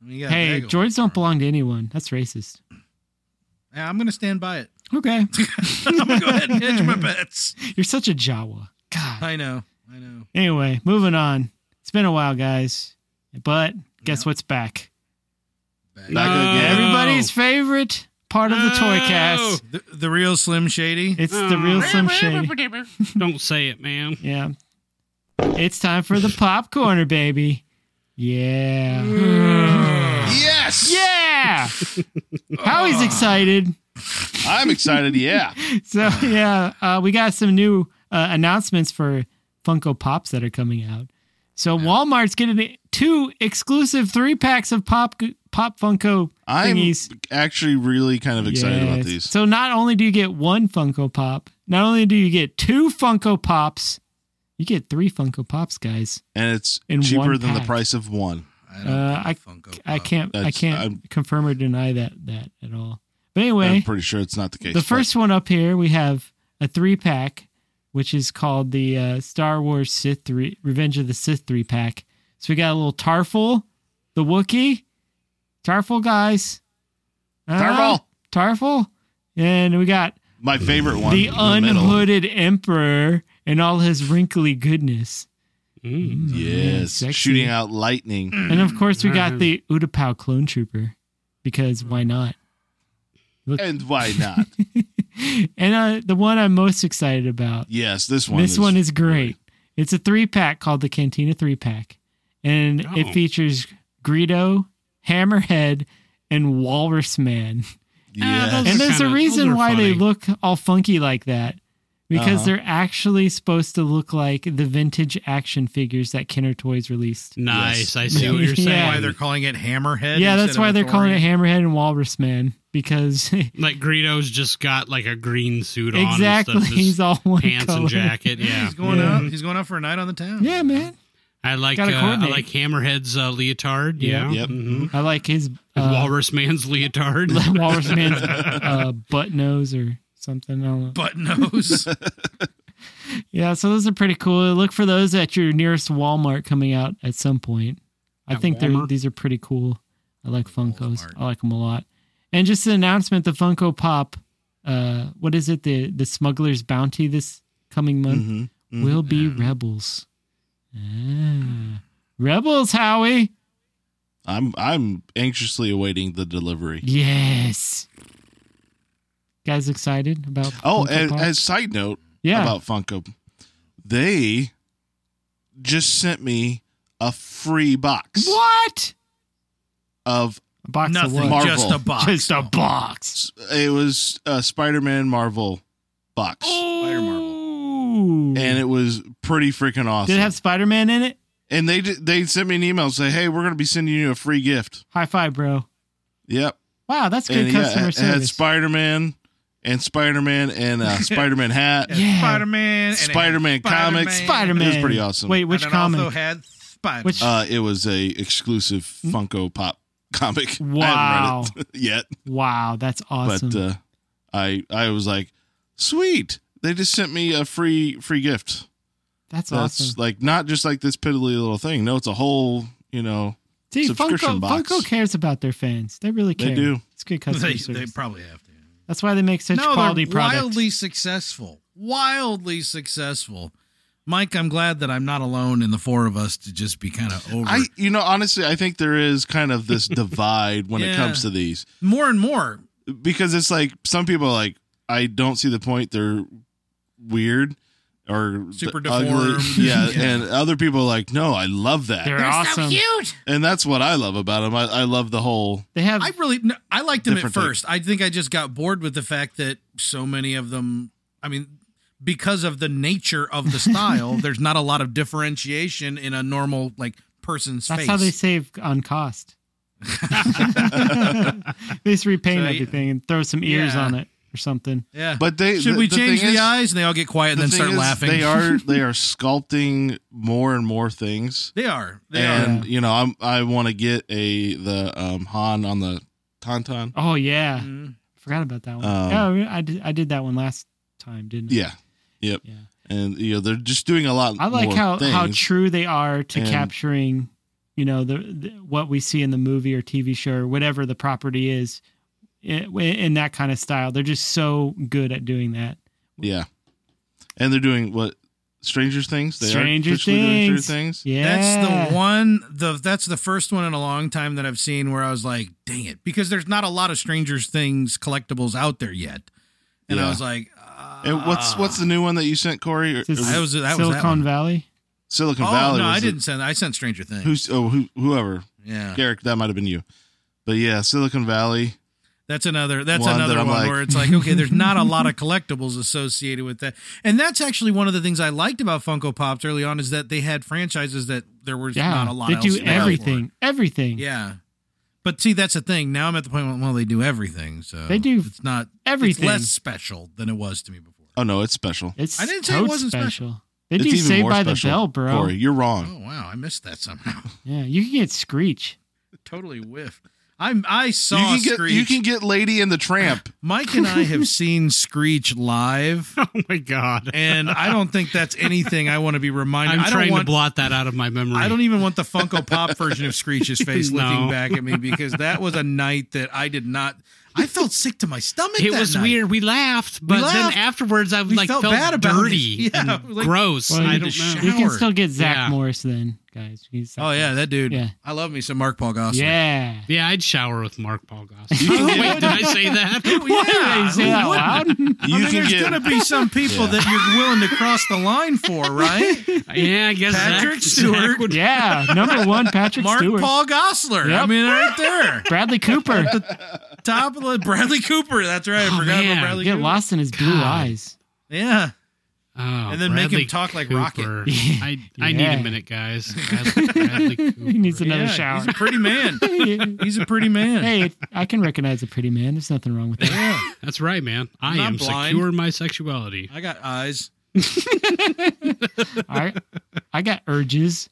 [SPEAKER 1] I mean, you got
[SPEAKER 5] Hey,
[SPEAKER 1] Bagel
[SPEAKER 5] droids
[SPEAKER 1] for
[SPEAKER 5] don't
[SPEAKER 1] him.
[SPEAKER 5] belong to anyone. That's racist.
[SPEAKER 1] Yeah, I'm gonna stand by it.
[SPEAKER 5] Okay.
[SPEAKER 1] I'm gonna go ahead and hedge my bets.
[SPEAKER 5] You're such a Jawa. God.
[SPEAKER 1] I know, I know.
[SPEAKER 5] Anyway, moving on. It's been a while, guys. But guess what's back?
[SPEAKER 1] Bad.
[SPEAKER 2] Back again.
[SPEAKER 5] Everybody's favorite part of the toy
[SPEAKER 3] No.
[SPEAKER 5] cast.
[SPEAKER 1] The, the real Slim Shady.
[SPEAKER 5] It's the real Slim Shady.
[SPEAKER 3] Don't say it, man.
[SPEAKER 5] Yeah. It's time for the pop corner, baby. Yeah.
[SPEAKER 2] Yes.
[SPEAKER 5] Yeah. Howie's excited.
[SPEAKER 2] I'm excited. Yeah.
[SPEAKER 5] So yeah, uh, we got some new uh, announcements for Funko Pops that are coming out. So Walmart's getting two exclusive three packs of pop pop Funko
[SPEAKER 2] I'm
[SPEAKER 5] thingies.
[SPEAKER 2] actually really kind of excited about
[SPEAKER 5] Yes.
[SPEAKER 2] these.
[SPEAKER 5] So not only do you get one Funko Pop, not only do you get two Funko Pops, you get three Funko Pops, guys.
[SPEAKER 2] and it's
[SPEAKER 5] In one
[SPEAKER 2] cheaper than the
[SPEAKER 5] pack.
[SPEAKER 2] price of one.
[SPEAKER 1] I don't
[SPEAKER 5] Uh,
[SPEAKER 1] think
[SPEAKER 5] I-
[SPEAKER 1] Funko
[SPEAKER 5] I
[SPEAKER 1] Pop.
[SPEAKER 5] can't I
[SPEAKER 2] That's-
[SPEAKER 5] can't
[SPEAKER 2] I'm-
[SPEAKER 5] confirm or deny that that at all. But
[SPEAKER 2] I'm
[SPEAKER 5] anyway,
[SPEAKER 2] pretty sure it's not the case.
[SPEAKER 5] the
[SPEAKER 2] but
[SPEAKER 5] first one up here we have a three pack, which is called the uh, Star Wars Sith three Revenge of the Sith three pack. So we got a little Tarful, the Wookiee, Tarful guys, Ah, Tarful, and we got
[SPEAKER 2] my favorite one.
[SPEAKER 5] the
[SPEAKER 2] in middle.
[SPEAKER 5] unhooded Emperor and all his wrinkly goodness.
[SPEAKER 3] Mm.
[SPEAKER 2] Yes,
[SPEAKER 5] Mm, sexy.
[SPEAKER 2] shooting out lightning.
[SPEAKER 5] And of course, we got
[SPEAKER 3] Mhm.
[SPEAKER 5] the Utapau clone trooper because why not?
[SPEAKER 2] And why not?
[SPEAKER 5] and uh, the one I'm most excited about.
[SPEAKER 2] yes, this one.
[SPEAKER 5] this
[SPEAKER 2] is,
[SPEAKER 5] one is great. It's a three pack called the Cantina three pack, and
[SPEAKER 3] Oh.
[SPEAKER 5] it features Greedo, Hammerhead, and Walrus Man.
[SPEAKER 3] Ah,
[SPEAKER 2] Yes.
[SPEAKER 3] those
[SPEAKER 5] And
[SPEAKER 3] are
[SPEAKER 5] there's a
[SPEAKER 3] kinda- those
[SPEAKER 5] reason
[SPEAKER 3] are
[SPEAKER 5] why they
[SPEAKER 3] funny.
[SPEAKER 5] look all funky like that because
[SPEAKER 2] Uh-huh.
[SPEAKER 5] they're actually supposed to look like the vintage action figures that Kenner Toys released.
[SPEAKER 3] Nice.
[SPEAKER 2] Yes.
[SPEAKER 3] I see what you're saying.
[SPEAKER 5] Yeah.
[SPEAKER 1] Why they're calling it Hammerhead?
[SPEAKER 5] yeah, that's
[SPEAKER 1] instead
[SPEAKER 5] why
[SPEAKER 1] of
[SPEAKER 5] they're calling it
[SPEAKER 1] Authority?
[SPEAKER 5] Hammerhead and Walrus Man because
[SPEAKER 3] like Greedo's just got like a green suit on. and
[SPEAKER 5] exactly
[SPEAKER 3] stuff, just
[SPEAKER 5] he's all one
[SPEAKER 3] pants
[SPEAKER 5] color.
[SPEAKER 3] and jacket.
[SPEAKER 1] Yeah,
[SPEAKER 3] Yeah.
[SPEAKER 1] he's going
[SPEAKER 5] Yeah.
[SPEAKER 1] out. He's going out for a night on the town.
[SPEAKER 5] Yeah, man,
[SPEAKER 3] I like uh,
[SPEAKER 5] Gotta
[SPEAKER 3] I
[SPEAKER 5] coordinate.
[SPEAKER 3] like Hammerhead's uh, leotard.
[SPEAKER 5] Yeah.
[SPEAKER 3] Yeah.
[SPEAKER 2] Yep.
[SPEAKER 1] Mm-hmm.
[SPEAKER 3] Mhm.
[SPEAKER 5] I like his
[SPEAKER 3] And
[SPEAKER 5] uh,
[SPEAKER 3] Walrus Man's leotard.
[SPEAKER 1] Oh
[SPEAKER 5] Walrus Man's uh, butt nose or something. I don't know.
[SPEAKER 1] Butt nose.
[SPEAKER 5] Yeah, so those are pretty cool. Look for those at your nearest Walmart coming out at some point. I
[SPEAKER 3] At
[SPEAKER 5] think they're,
[SPEAKER 3] Walmart?
[SPEAKER 5] these are pretty cool. I like Funkos.
[SPEAKER 1] Walmart.
[SPEAKER 5] I like them a lot. And just an announcement: the Funko Pop, uh, what is it? The the Smuggler's Bounty this coming month
[SPEAKER 2] Mhm.
[SPEAKER 5] will be Rebels. Ah. Rebels, Howie.
[SPEAKER 2] I'm I'm anxiously awaiting the delivery.
[SPEAKER 5] Yes. Guys, excited about?
[SPEAKER 2] Oh,
[SPEAKER 5] Funko
[SPEAKER 2] and
[SPEAKER 5] Pop?
[SPEAKER 2] as side note
[SPEAKER 5] yeah.
[SPEAKER 2] about Funko, they just sent me a free box
[SPEAKER 5] what?
[SPEAKER 2] of
[SPEAKER 5] A box
[SPEAKER 1] Nothing.
[SPEAKER 5] of what?
[SPEAKER 1] Just
[SPEAKER 2] Marvel.
[SPEAKER 1] a box.
[SPEAKER 5] Just a box.
[SPEAKER 2] it was a Spider-Man Marvel box,
[SPEAKER 5] Oh.
[SPEAKER 1] Spider Marvel.
[SPEAKER 5] Ooh.
[SPEAKER 2] and it was pretty freaking awesome.
[SPEAKER 5] Did it have Spider Man in it?
[SPEAKER 2] and they did- they sent me an email say, "Hey, we're gonna be sending you a free gift."
[SPEAKER 5] High five, bro.
[SPEAKER 2] Yep,
[SPEAKER 5] Wow, that's good
[SPEAKER 2] and yeah,
[SPEAKER 5] customer
[SPEAKER 2] it had
[SPEAKER 5] service.
[SPEAKER 2] Spider-Man and Spider-Man and a Spider-Man hat.
[SPEAKER 5] Yeah.
[SPEAKER 1] Spider Man.
[SPEAKER 2] Spider-Man comics.
[SPEAKER 5] Spider Man.
[SPEAKER 2] It was pretty awesome.
[SPEAKER 5] Wait, which
[SPEAKER 1] and it
[SPEAKER 5] comic?
[SPEAKER 1] Also had Spider.
[SPEAKER 5] Which-
[SPEAKER 2] Uh, it was a exclusive Funko Pop comic. I
[SPEAKER 5] Wow.
[SPEAKER 2] haven't read it yet,
[SPEAKER 5] wow, that's awesome.
[SPEAKER 2] but uh, I I was like, sweet. They just sent me a free free gift.
[SPEAKER 5] that's,
[SPEAKER 2] That's
[SPEAKER 5] awesome.
[SPEAKER 2] like not just like this piddly little thing. No, it's a whole you know.
[SPEAKER 5] See,
[SPEAKER 2] subscription
[SPEAKER 5] Funko,
[SPEAKER 2] box.
[SPEAKER 5] Funko cares about their fans. They really
[SPEAKER 2] They
[SPEAKER 5] care.
[SPEAKER 2] do.
[SPEAKER 5] It's good customer
[SPEAKER 1] they, they
[SPEAKER 5] service.
[SPEAKER 1] probably have to.
[SPEAKER 5] that's why they make such quality
[SPEAKER 1] they're
[SPEAKER 5] products.
[SPEAKER 1] Wildly successful. Wildly successful. Mike, I'm glad that I'm not alone in the four of us to just be kind of over.
[SPEAKER 2] I you know honestly, I think there is kind of this divide when it
[SPEAKER 1] Yeah.
[SPEAKER 2] comes to these
[SPEAKER 1] more and more.
[SPEAKER 2] because it's like some people are like I don't see the point. They're weird or
[SPEAKER 1] Super
[SPEAKER 2] ugly.
[SPEAKER 1] deformed.
[SPEAKER 2] Yeah,
[SPEAKER 1] Yeah.
[SPEAKER 2] and other people are like, no, I love that.
[SPEAKER 5] They're, awesome.
[SPEAKER 2] and that's what I love about them. I, I love the whole.
[SPEAKER 5] They have
[SPEAKER 1] I really, no, I liked them at
[SPEAKER 2] Different thing.
[SPEAKER 1] first. I think I just got bored with the fact that so many of them. I mean, because of the nature of the style, there's not a lot of differentiation in a normal like person's
[SPEAKER 5] that's
[SPEAKER 1] face.
[SPEAKER 5] how they save on cost. they just repaint
[SPEAKER 1] So, yeah.
[SPEAKER 5] everything and throw some ears
[SPEAKER 1] Yeah.
[SPEAKER 5] on it or something.
[SPEAKER 1] yeah.
[SPEAKER 2] But they
[SPEAKER 1] should
[SPEAKER 2] the-
[SPEAKER 1] we
[SPEAKER 2] the
[SPEAKER 1] change the
[SPEAKER 2] thing is-
[SPEAKER 1] eyes? And they all get quiet and
[SPEAKER 2] the
[SPEAKER 1] then
[SPEAKER 2] thing
[SPEAKER 1] start
[SPEAKER 2] is,
[SPEAKER 1] laughing.
[SPEAKER 2] They are they are sculpting more and more things.
[SPEAKER 1] They are. They are.
[SPEAKER 2] and you know, I'm I want to get a the um Han on the Tauntaun.
[SPEAKER 5] Oh yeah,
[SPEAKER 1] Mhm.
[SPEAKER 5] forgot about that one.
[SPEAKER 2] Um,
[SPEAKER 5] yeah, I did. I did that one last time, didn't I?
[SPEAKER 2] Yeah. Yep.
[SPEAKER 5] Yeah.
[SPEAKER 2] And you know, they're just doing a lot.
[SPEAKER 5] I like
[SPEAKER 2] more
[SPEAKER 5] how
[SPEAKER 2] things.
[SPEAKER 5] how true they are to
[SPEAKER 2] And-
[SPEAKER 5] capturing, you know, the, the what we see in the movie or TV show or whatever the property is, in, in that kind of style. They're just so good at doing that.
[SPEAKER 2] Yeah. And they're doing what Stranger Things. They
[SPEAKER 5] Stranger
[SPEAKER 2] are officially doing Stranger
[SPEAKER 5] Things.
[SPEAKER 2] Things.
[SPEAKER 5] Yeah,
[SPEAKER 1] That's the one. The that's the first one in a long time that I've seen where I was like, "Dang it!" Because there's not a lot of Stranger Things collectibles out there yet, and
[SPEAKER 2] Yeah.
[SPEAKER 1] I was like, uh,
[SPEAKER 2] And what's what's the new one that you sent, Corey? Or-
[SPEAKER 5] This is
[SPEAKER 1] I was- that was that
[SPEAKER 5] Silicon
[SPEAKER 1] one.
[SPEAKER 5] Valley.
[SPEAKER 2] Silicon
[SPEAKER 1] Oh
[SPEAKER 2] Valley.
[SPEAKER 1] no,
[SPEAKER 2] was
[SPEAKER 1] I
[SPEAKER 2] the-
[SPEAKER 1] didn't send. I sent Stranger Things.
[SPEAKER 2] Who's oh who, whoever
[SPEAKER 1] yeah,
[SPEAKER 2] Garrick? That might have been you. But yeah, Silicon Valley.
[SPEAKER 1] that's another. That's
[SPEAKER 2] One that
[SPEAKER 1] another
[SPEAKER 2] I'm
[SPEAKER 1] one
[SPEAKER 2] like-
[SPEAKER 1] where it's like, okay, there's not a lot of collectibles associated with that, and that's actually one of the things I liked about Funko Pops early on is that they had franchises that there was
[SPEAKER 5] Yeah,
[SPEAKER 1] not a lot.
[SPEAKER 5] they
[SPEAKER 1] else
[SPEAKER 5] do
[SPEAKER 1] available.
[SPEAKER 5] everything. Everything.
[SPEAKER 1] Yeah. But see, that's the thing. Now I'm at the point where well, they do everything. So
[SPEAKER 5] They do
[SPEAKER 1] It's not it's
[SPEAKER 5] everything.
[SPEAKER 1] less special than it was to me before.
[SPEAKER 2] Oh no, it's special.
[SPEAKER 5] It's
[SPEAKER 1] I didn't say it
[SPEAKER 5] totes
[SPEAKER 1] wasn't special.
[SPEAKER 5] They They do
[SPEAKER 2] even
[SPEAKER 5] Saved
[SPEAKER 2] more
[SPEAKER 5] by the
[SPEAKER 2] special.
[SPEAKER 5] Bell, bro.
[SPEAKER 2] Corey, you're wrong.
[SPEAKER 9] Oh wow, I missed that somehow.
[SPEAKER 5] Yeah, you can get Screech.
[SPEAKER 9] totally whiffed. I'm I saw
[SPEAKER 2] You can get
[SPEAKER 9] Screech.
[SPEAKER 2] you can get Lady and the Tramp.
[SPEAKER 1] Mike and I have seen Screech live,
[SPEAKER 3] Oh my god!
[SPEAKER 1] and I don't think that's anything I want to be reminded.
[SPEAKER 3] I'm
[SPEAKER 1] I do
[SPEAKER 3] trying
[SPEAKER 1] not want,
[SPEAKER 3] to blot that out of my memory.
[SPEAKER 1] I don't even want the Funko Pop version of Screech's face
[SPEAKER 3] No.
[SPEAKER 1] looking back at me because that was a night that I did not. I felt sick to my stomach.
[SPEAKER 3] It
[SPEAKER 1] that
[SPEAKER 3] was
[SPEAKER 1] night.
[SPEAKER 3] weird. We laughed, but
[SPEAKER 1] laughed.
[SPEAKER 3] then afterwards, I
[SPEAKER 1] We
[SPEAKER 3] like
[SPEAKER 1] felt
[SPEAKER 3] felt,
[SPEAKER 1] bad about
[SPEAKER 3] dirty,
[SPEAKER 1] it. Yeah,
[SPEAKER 3] and
[SPEAKER 1] like,
[SPEAKER 3] gross.
[SPEAKER 5] Well, you
[SPEAKER 3] I
[SPEAKER 5] need
[SPEAKER 3] don't know.
[SPEAKER 1] to
[SPEAKER 5] You
[SPEAKER 1] Howard.
[SPEAKER 5] can still get Zach
[SPEAKER 3] Yeah.
[SPEAKER 5] Morris then, guys. He's
[SPEAKER 1] Oh yeah, that dude.
[SPEAKER 5] Yeah.
[SPEAKER 1] I love me some Mark Paul Gosselaar.
[SPEAKER 5] yeah.
[SPEAKER 3] Yeah, I'd shower with Mark Paul Goss.
[SPEAKER 1] Oh,
[SPEAKER 2] You can
[SPEAKER 3] Wait,
[SPEAKER 2] get,
[SPEAKER 3] did I say that?
[SPEAKER 5] Why did I say that loud?
[SPEAKER 2] you
[SPEAKER 1] I mean,
[SPEAKER 2] can
[SPEAKER 1] there's
[SPEAKER 2] get-
[SPEAKER 1] gonna be some people that you're willing to cross the line for, right?
[SPEAKER 3] yeah, I guess
[SPEAKER 1] Patrick
[SPEAKER 3] Zach,
[SPEAKER 1] Stewart.
[SPEAKER 3] Zach would,
[SPEAKER 5] yeah, number one, Patrick
[SPEAKER 1] Mark
[SPEAKER 5] Stewart,
[SPEAKER 1] Paul Gossler. I
[SPEAKER 5] Yep.
[SPEAKER 1] mean, right there.
[SPEAKER 5] Bradley Cooper.
[SPEAKER 1] Top of the Bradley Cooper. That's right. I
[SPEAKER 3] Oh,
[SPEAKER 1] forgot about
[SPEAKER 3] man.
[SPEAKER 1] Bradley
[SPEAKER 5] get
[SPEAKER 1] Cooper.
[SPEAKER 5] lost in his blue
[SPEAKER 3] God.
[SPEAKER 5] eyes.
[SPEAKER 1] Yeah.
[SPEAKER 3] Oh,
[SPEAKER 1] And then make him
[SPEAKER 3] Bradley
[SPEAKER 1] talk like
[SPEAKER 3] Cooper.
[SPEAKER 1] Rocket.
[SPEAKER 3] I, I need
[SPEAKER 5] Yeah.
[SPEAKER 3] a minute, guys. Bradley, Bradley Cooper.
[SPEAKER 5] He needs another
[SPEAKER 1] Yeah,
[SPEAKER 5] shower.
[SPEAKER 1] He's a pretty man. He's a pretty man.
[SPEAKER 5] hey, I can recognize a pretty man. There's nothing wrong with that.
[SPEAKER 1] Yeah.
[SPEAKER 3] That's right, man. I
[SPEAKER 1] not
[SPEAKER 3] am
[SPEAKER 1] blind.
[SPEAKER 3] secure in my sexuality.
[SPEAKER 1] I got eyes.
[SPEAKER 5] All right. I got urges.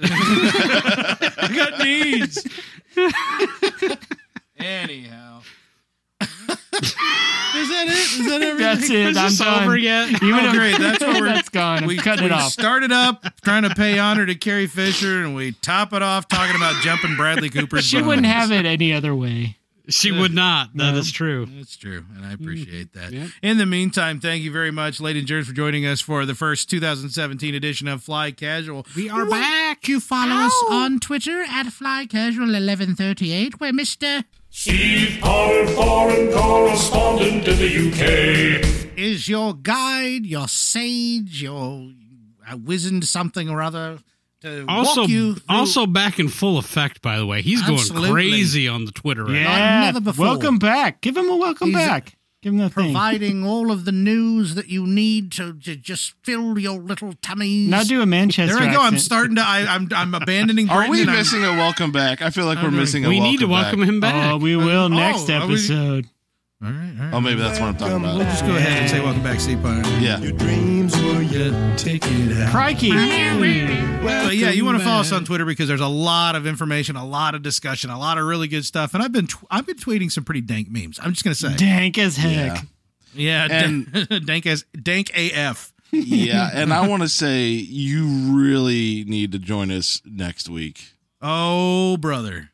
[SPEAKER 1] I got needs. Anyhow. Is that it? Is that everything?
[SPEAKER 5] That's it.
[SPEAKER 3] Is
[SPEAKER 5] I'm
[SPEAKER 3] this
[SPEAKER 5] done.
[SPEAKER 3] over yet?
[SPEAKER 5] Even
[SPEAKER 1] Oh,
[SPEAKER 5] if-
[SPEAKER 1] great. That's what we're-
[SPEAKER 5] that's gone.
[SPEAKER 1] we
[SPEAKER 5] I'm cutting it
[SPEAKER 1] we
[SPEAKER 5] off.
[SPEAKER 1] started up trying to pay honor to Carrie Fisher, and we top it off talking about jumping Bradley Cooper's.
[SPEAKER 5] She wouldn't
[SPEAKER 1] bones.
[SPEAKER 5] have it any other way.
[SPEAKER 3] She would not. That is
[SPEAKER 5] No.
[SPEAKER 3] true.
[SPEAKER 1] That's true, and I appreciate that.
[SPEAKER 3] Yep.
[SPEAKER 1] In the meantime, thank you very much, ladies and gentlemen, for joining us for the first 2017 edition of Fly Casual.
[SPEAKER 3] We are back.
[SPEAKER 1] You follow us on Twitter at Fly Casual 1138, where Mister
[SPEAKER 4] Steve Powell, foreign correspondent in the UK.
[SPEAKER 1] is your guide, your sage, your uh, wizened something or other to
[SPEAKER 3] Also,
[SPEAKER 1] walk you. through-
[SPEAKER 3] also back in full effect. By the way, he's
[SPEAKER 1] Absolutely.
[SPEAKER 3] going crazy on the Twitter. right now.
[SPEAKER 5] Yeah.
[SPEAKER 1] never before.
[SPEAKER 5] Welcome back. Give him a welcome
[SPEAKER 1] He's
[SPEAKER 5] back. Give him that thing.
[SPEAKER 1] providing all of the news that you need to, to just fill your little tummies.
[SPEAKER 5] Now do a Manchester
[SPEAKER 1] there I go. I'm
[SPEAKER 5] accent.
[SPEAKER 1] starting to. I, I'm I'm abandoning.
[SPEAKER 2] are
[SPEAKER 1] Britain
[SPEAKER 2] we
[SPEAKER 1] and I'm-
[SPEAKER 2] missing a welcome back? I feel like we're
[SPEAKER 1] doing-
[SPEAKER 2] missing a
[SPEAKER 3] We
[SPEAKER 2] welcome
[SPEAKER 3] need to welcome
[SPEAKER 2] back.
[SPEAKER 3] him back.
[SPEAKER 5] Oh, we will
[SPEAKER 1] Oh,
[SPEAKER 5] next
[SPEAKER 1] are we-
[SPEAKER 5] episode.
[SPEAKER 1] All right, all right.
[SPEAKER 2] Oh, maybe that's what I'm talking about.
[SPEAKER 1] We'll just go ahead and say welcome back, Steve Piner.
[SPEAKER 2] Yeah.
[SPEAKER 1] Take it out.
[SPEAKER 5] Crikey.
[SPEAKER 1] But yeah, you want to follow us on Twitter because there's a lot of information, a lot of discussion, a lot of really good stuff. And I've been tw- I've been tweeting some pretty dank memes. I'm just gonna say,
[SPEAKER 5] Dank as heck.
[SPEAKER 2] Yeah.
[SPEAKER 1] yeah,
[SPEAKER 2] And-
[SPEAKER 1] dank as dank AF.
[SPEAKER 2] yeah, and I want to say you really need to join us next week.
[SPEAKER 1] Oh brother,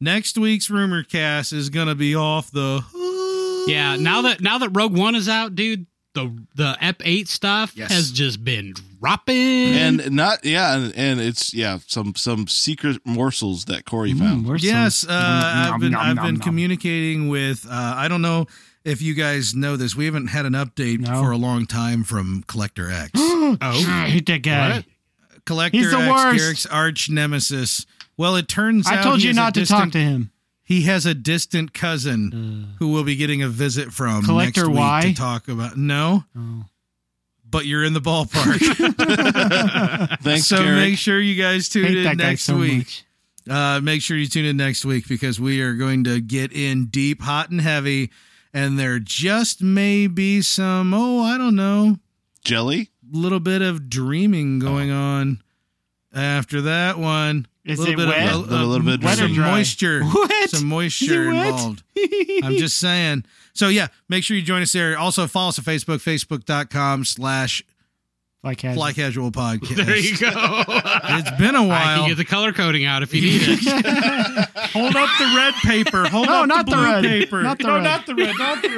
[SPEAKER 1] next week's rumor cast is gonna be off the. hook.
[SPEAKER 3] Yeah, now that now that Rogue One is out, dude, the the Ep Eight stuff
[SPEAKER 2] Yes.
[SPEAKER 3] has just been dropping.
[SPEAKER 2] And not yeah, and, and it's yeah, some some secret morsels that Corey
[SPEAKER 5] Mm,
[SPEAKER 2] found.
[SPEAKER 5] we're so-
[SPEAKER 1] Yes, uh, I've
[SPEAKER 5] nom,
[SPEAKER 1] been
[SPEAKER 5] nom,
[SPEAKER 1] I've
[SPEAKER 5] nom,
[SPEAKER 1] been
[SPEAKER 5] nom.
[SPEAKER 1] communicating with. Uh, I don't know if you guys know this. We haven't had an update
[SPEAKER 5] No.
[SPEAKER 1] for a long time from Collector X.
[SPEAKER 5] Oh,
[SPEAKER 1] Oh.
[SPEAKER 5] I hate that guy.
[SPEAKER 3] What?
[SPEAKER 1] Collector
[SPEAKER 5] He's the
[SPEAKER 1] X,
[SPEAKER 5] worst.
[SPEAKER 1] Garrick's arch nemesis. Well, it turns out
[SPEAKER 5] I told
[SPEAKER 1] he
[SPEAKER 5] you
[SPEAKER 1] is a
[SPEAKER 5] not to talk
[SPEAKER 1] distant-
[SPEAKER 5] to him.
[SPEAKER 1] He has a distant cousin who will be getting a visit from
[SPEAKER 5] Collector
[SPEAKER 1] next week
[SPEAKER 5] Y?
[SPEAKER 1] to talk about. No,
[SPEAKER 5] Oh.
[SPEAKER 1] but you're in the ballpark.
[SPEAKER 2] Thanks,
[SPEAKER 1] so
[SPEAKER 2] Garrick.
[SPEAKER 1] make sure you guys tune
[SPEAKER 5] Hate
[SPEAKER 1] in
[SPEAKER 5] that guy
[SPEAKER 1] next
[SPEAKER 5] so
[SPEAKER 1] week.
[SPEAKER 5] much.
[SPEAKER 1] Uh, make sure you tune in next week because we are going to get in deep, hot, and heavy. And there just may be some, oh, I don't know,
[SPEAKER 2] Jelly.
[SPEAKER 1] little bit of dreaming going on after that one.
[SPEAKER 5] Is
[SPEAKER 1] little
[SPEAKER 5] it
[SPEAKER 1] bit
[SPEAKER 5] wet?
[SPEAKER 1] Of,
[SPEAKER 2] A little bit of
[SPEAKER 5] Wet or
[SPEAKER 1] some
[SPEAKER 5] dreaming. dry?
[SPEAKER 1] moisture.
[SPEAKER 5] What?
[SPEAKER 1] Some
[SPEAKER 5] Is it
[SPEAKER 1] moisture
[SPEAKER 5] wet?
[SPEAKER 1] involved. I'm just saying. So yeah, make sure you join us there. Also follow us on Facebook, facebook.com slash
[SPEAKER 5] like casual.
[SPEAKER 1] fly casual podcast.
[SPEAKER 3] there you go.
[SPEAKER 1] It's been a
[SPEAKER 3] I can
[SPEAKER 1] while.
[SPEAKER 3] get the color coding out if you need it.
[SPEAKER 1] Hold up the red paper. Hold
[SPEAKER 5] No,
[SPEAKER 1] up
[SPEAKER 5] not
[SPEAKER 1] the
[SPEAKER 5] the
[SPEAKER 1] blue
[SPEAKER 5] red.
[SPEAKER 1] paper.
[SPEAKER 5] Not the
[SPEAKER 1] no,
[SPEAKER 5] red.
[SPEAKER 1] not the red. Not the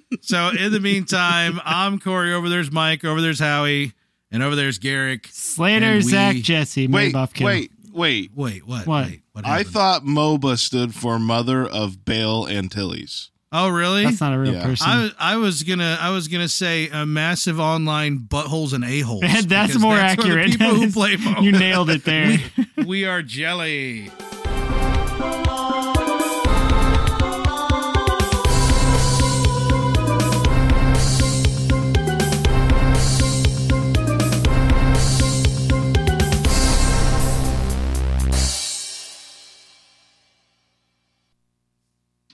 [SPEAKER 1] red. so in the meantime, I'm Corey. Over there's Mike. Over there's Howie. And over there's Garrick.
[SPEAKER 5] Slater,
[SPEAKER 1] And we-
[SPEAKER 5] Zach, Jesse,
[SPEAKER 2] Wait,
[SPEAKER 5] Madoff, Kim.
[SPEAKER 2] wait, wait.
[SPEAKER 1] Wait, what?
[SPEAKER 5] What?
[SPEAKER 1] Wait, what
[SPEAKER 2] I
[SPEAKER 1] happened?
[SPEAKER 2] thought MOBA stood for Mother of Bale Antilles.
[SPEAKER 1] Oh, really?
[SPEAKER 5] That's not a real
[SPEAKER 2] Yeah.
[SPEAKER 5] person.
[SPEAKER 1] I was- I was gonna I was gonna say a massive online buttholes and a holes.
[SPEAKER 5] that's more accurate.
[SPEAKER 1] People who play
[SPEAKER 5] you
[SPEAKER 1] Mo.
[SPEAKER 5] nailed it there.
[SPEAKER 1] we are jelly.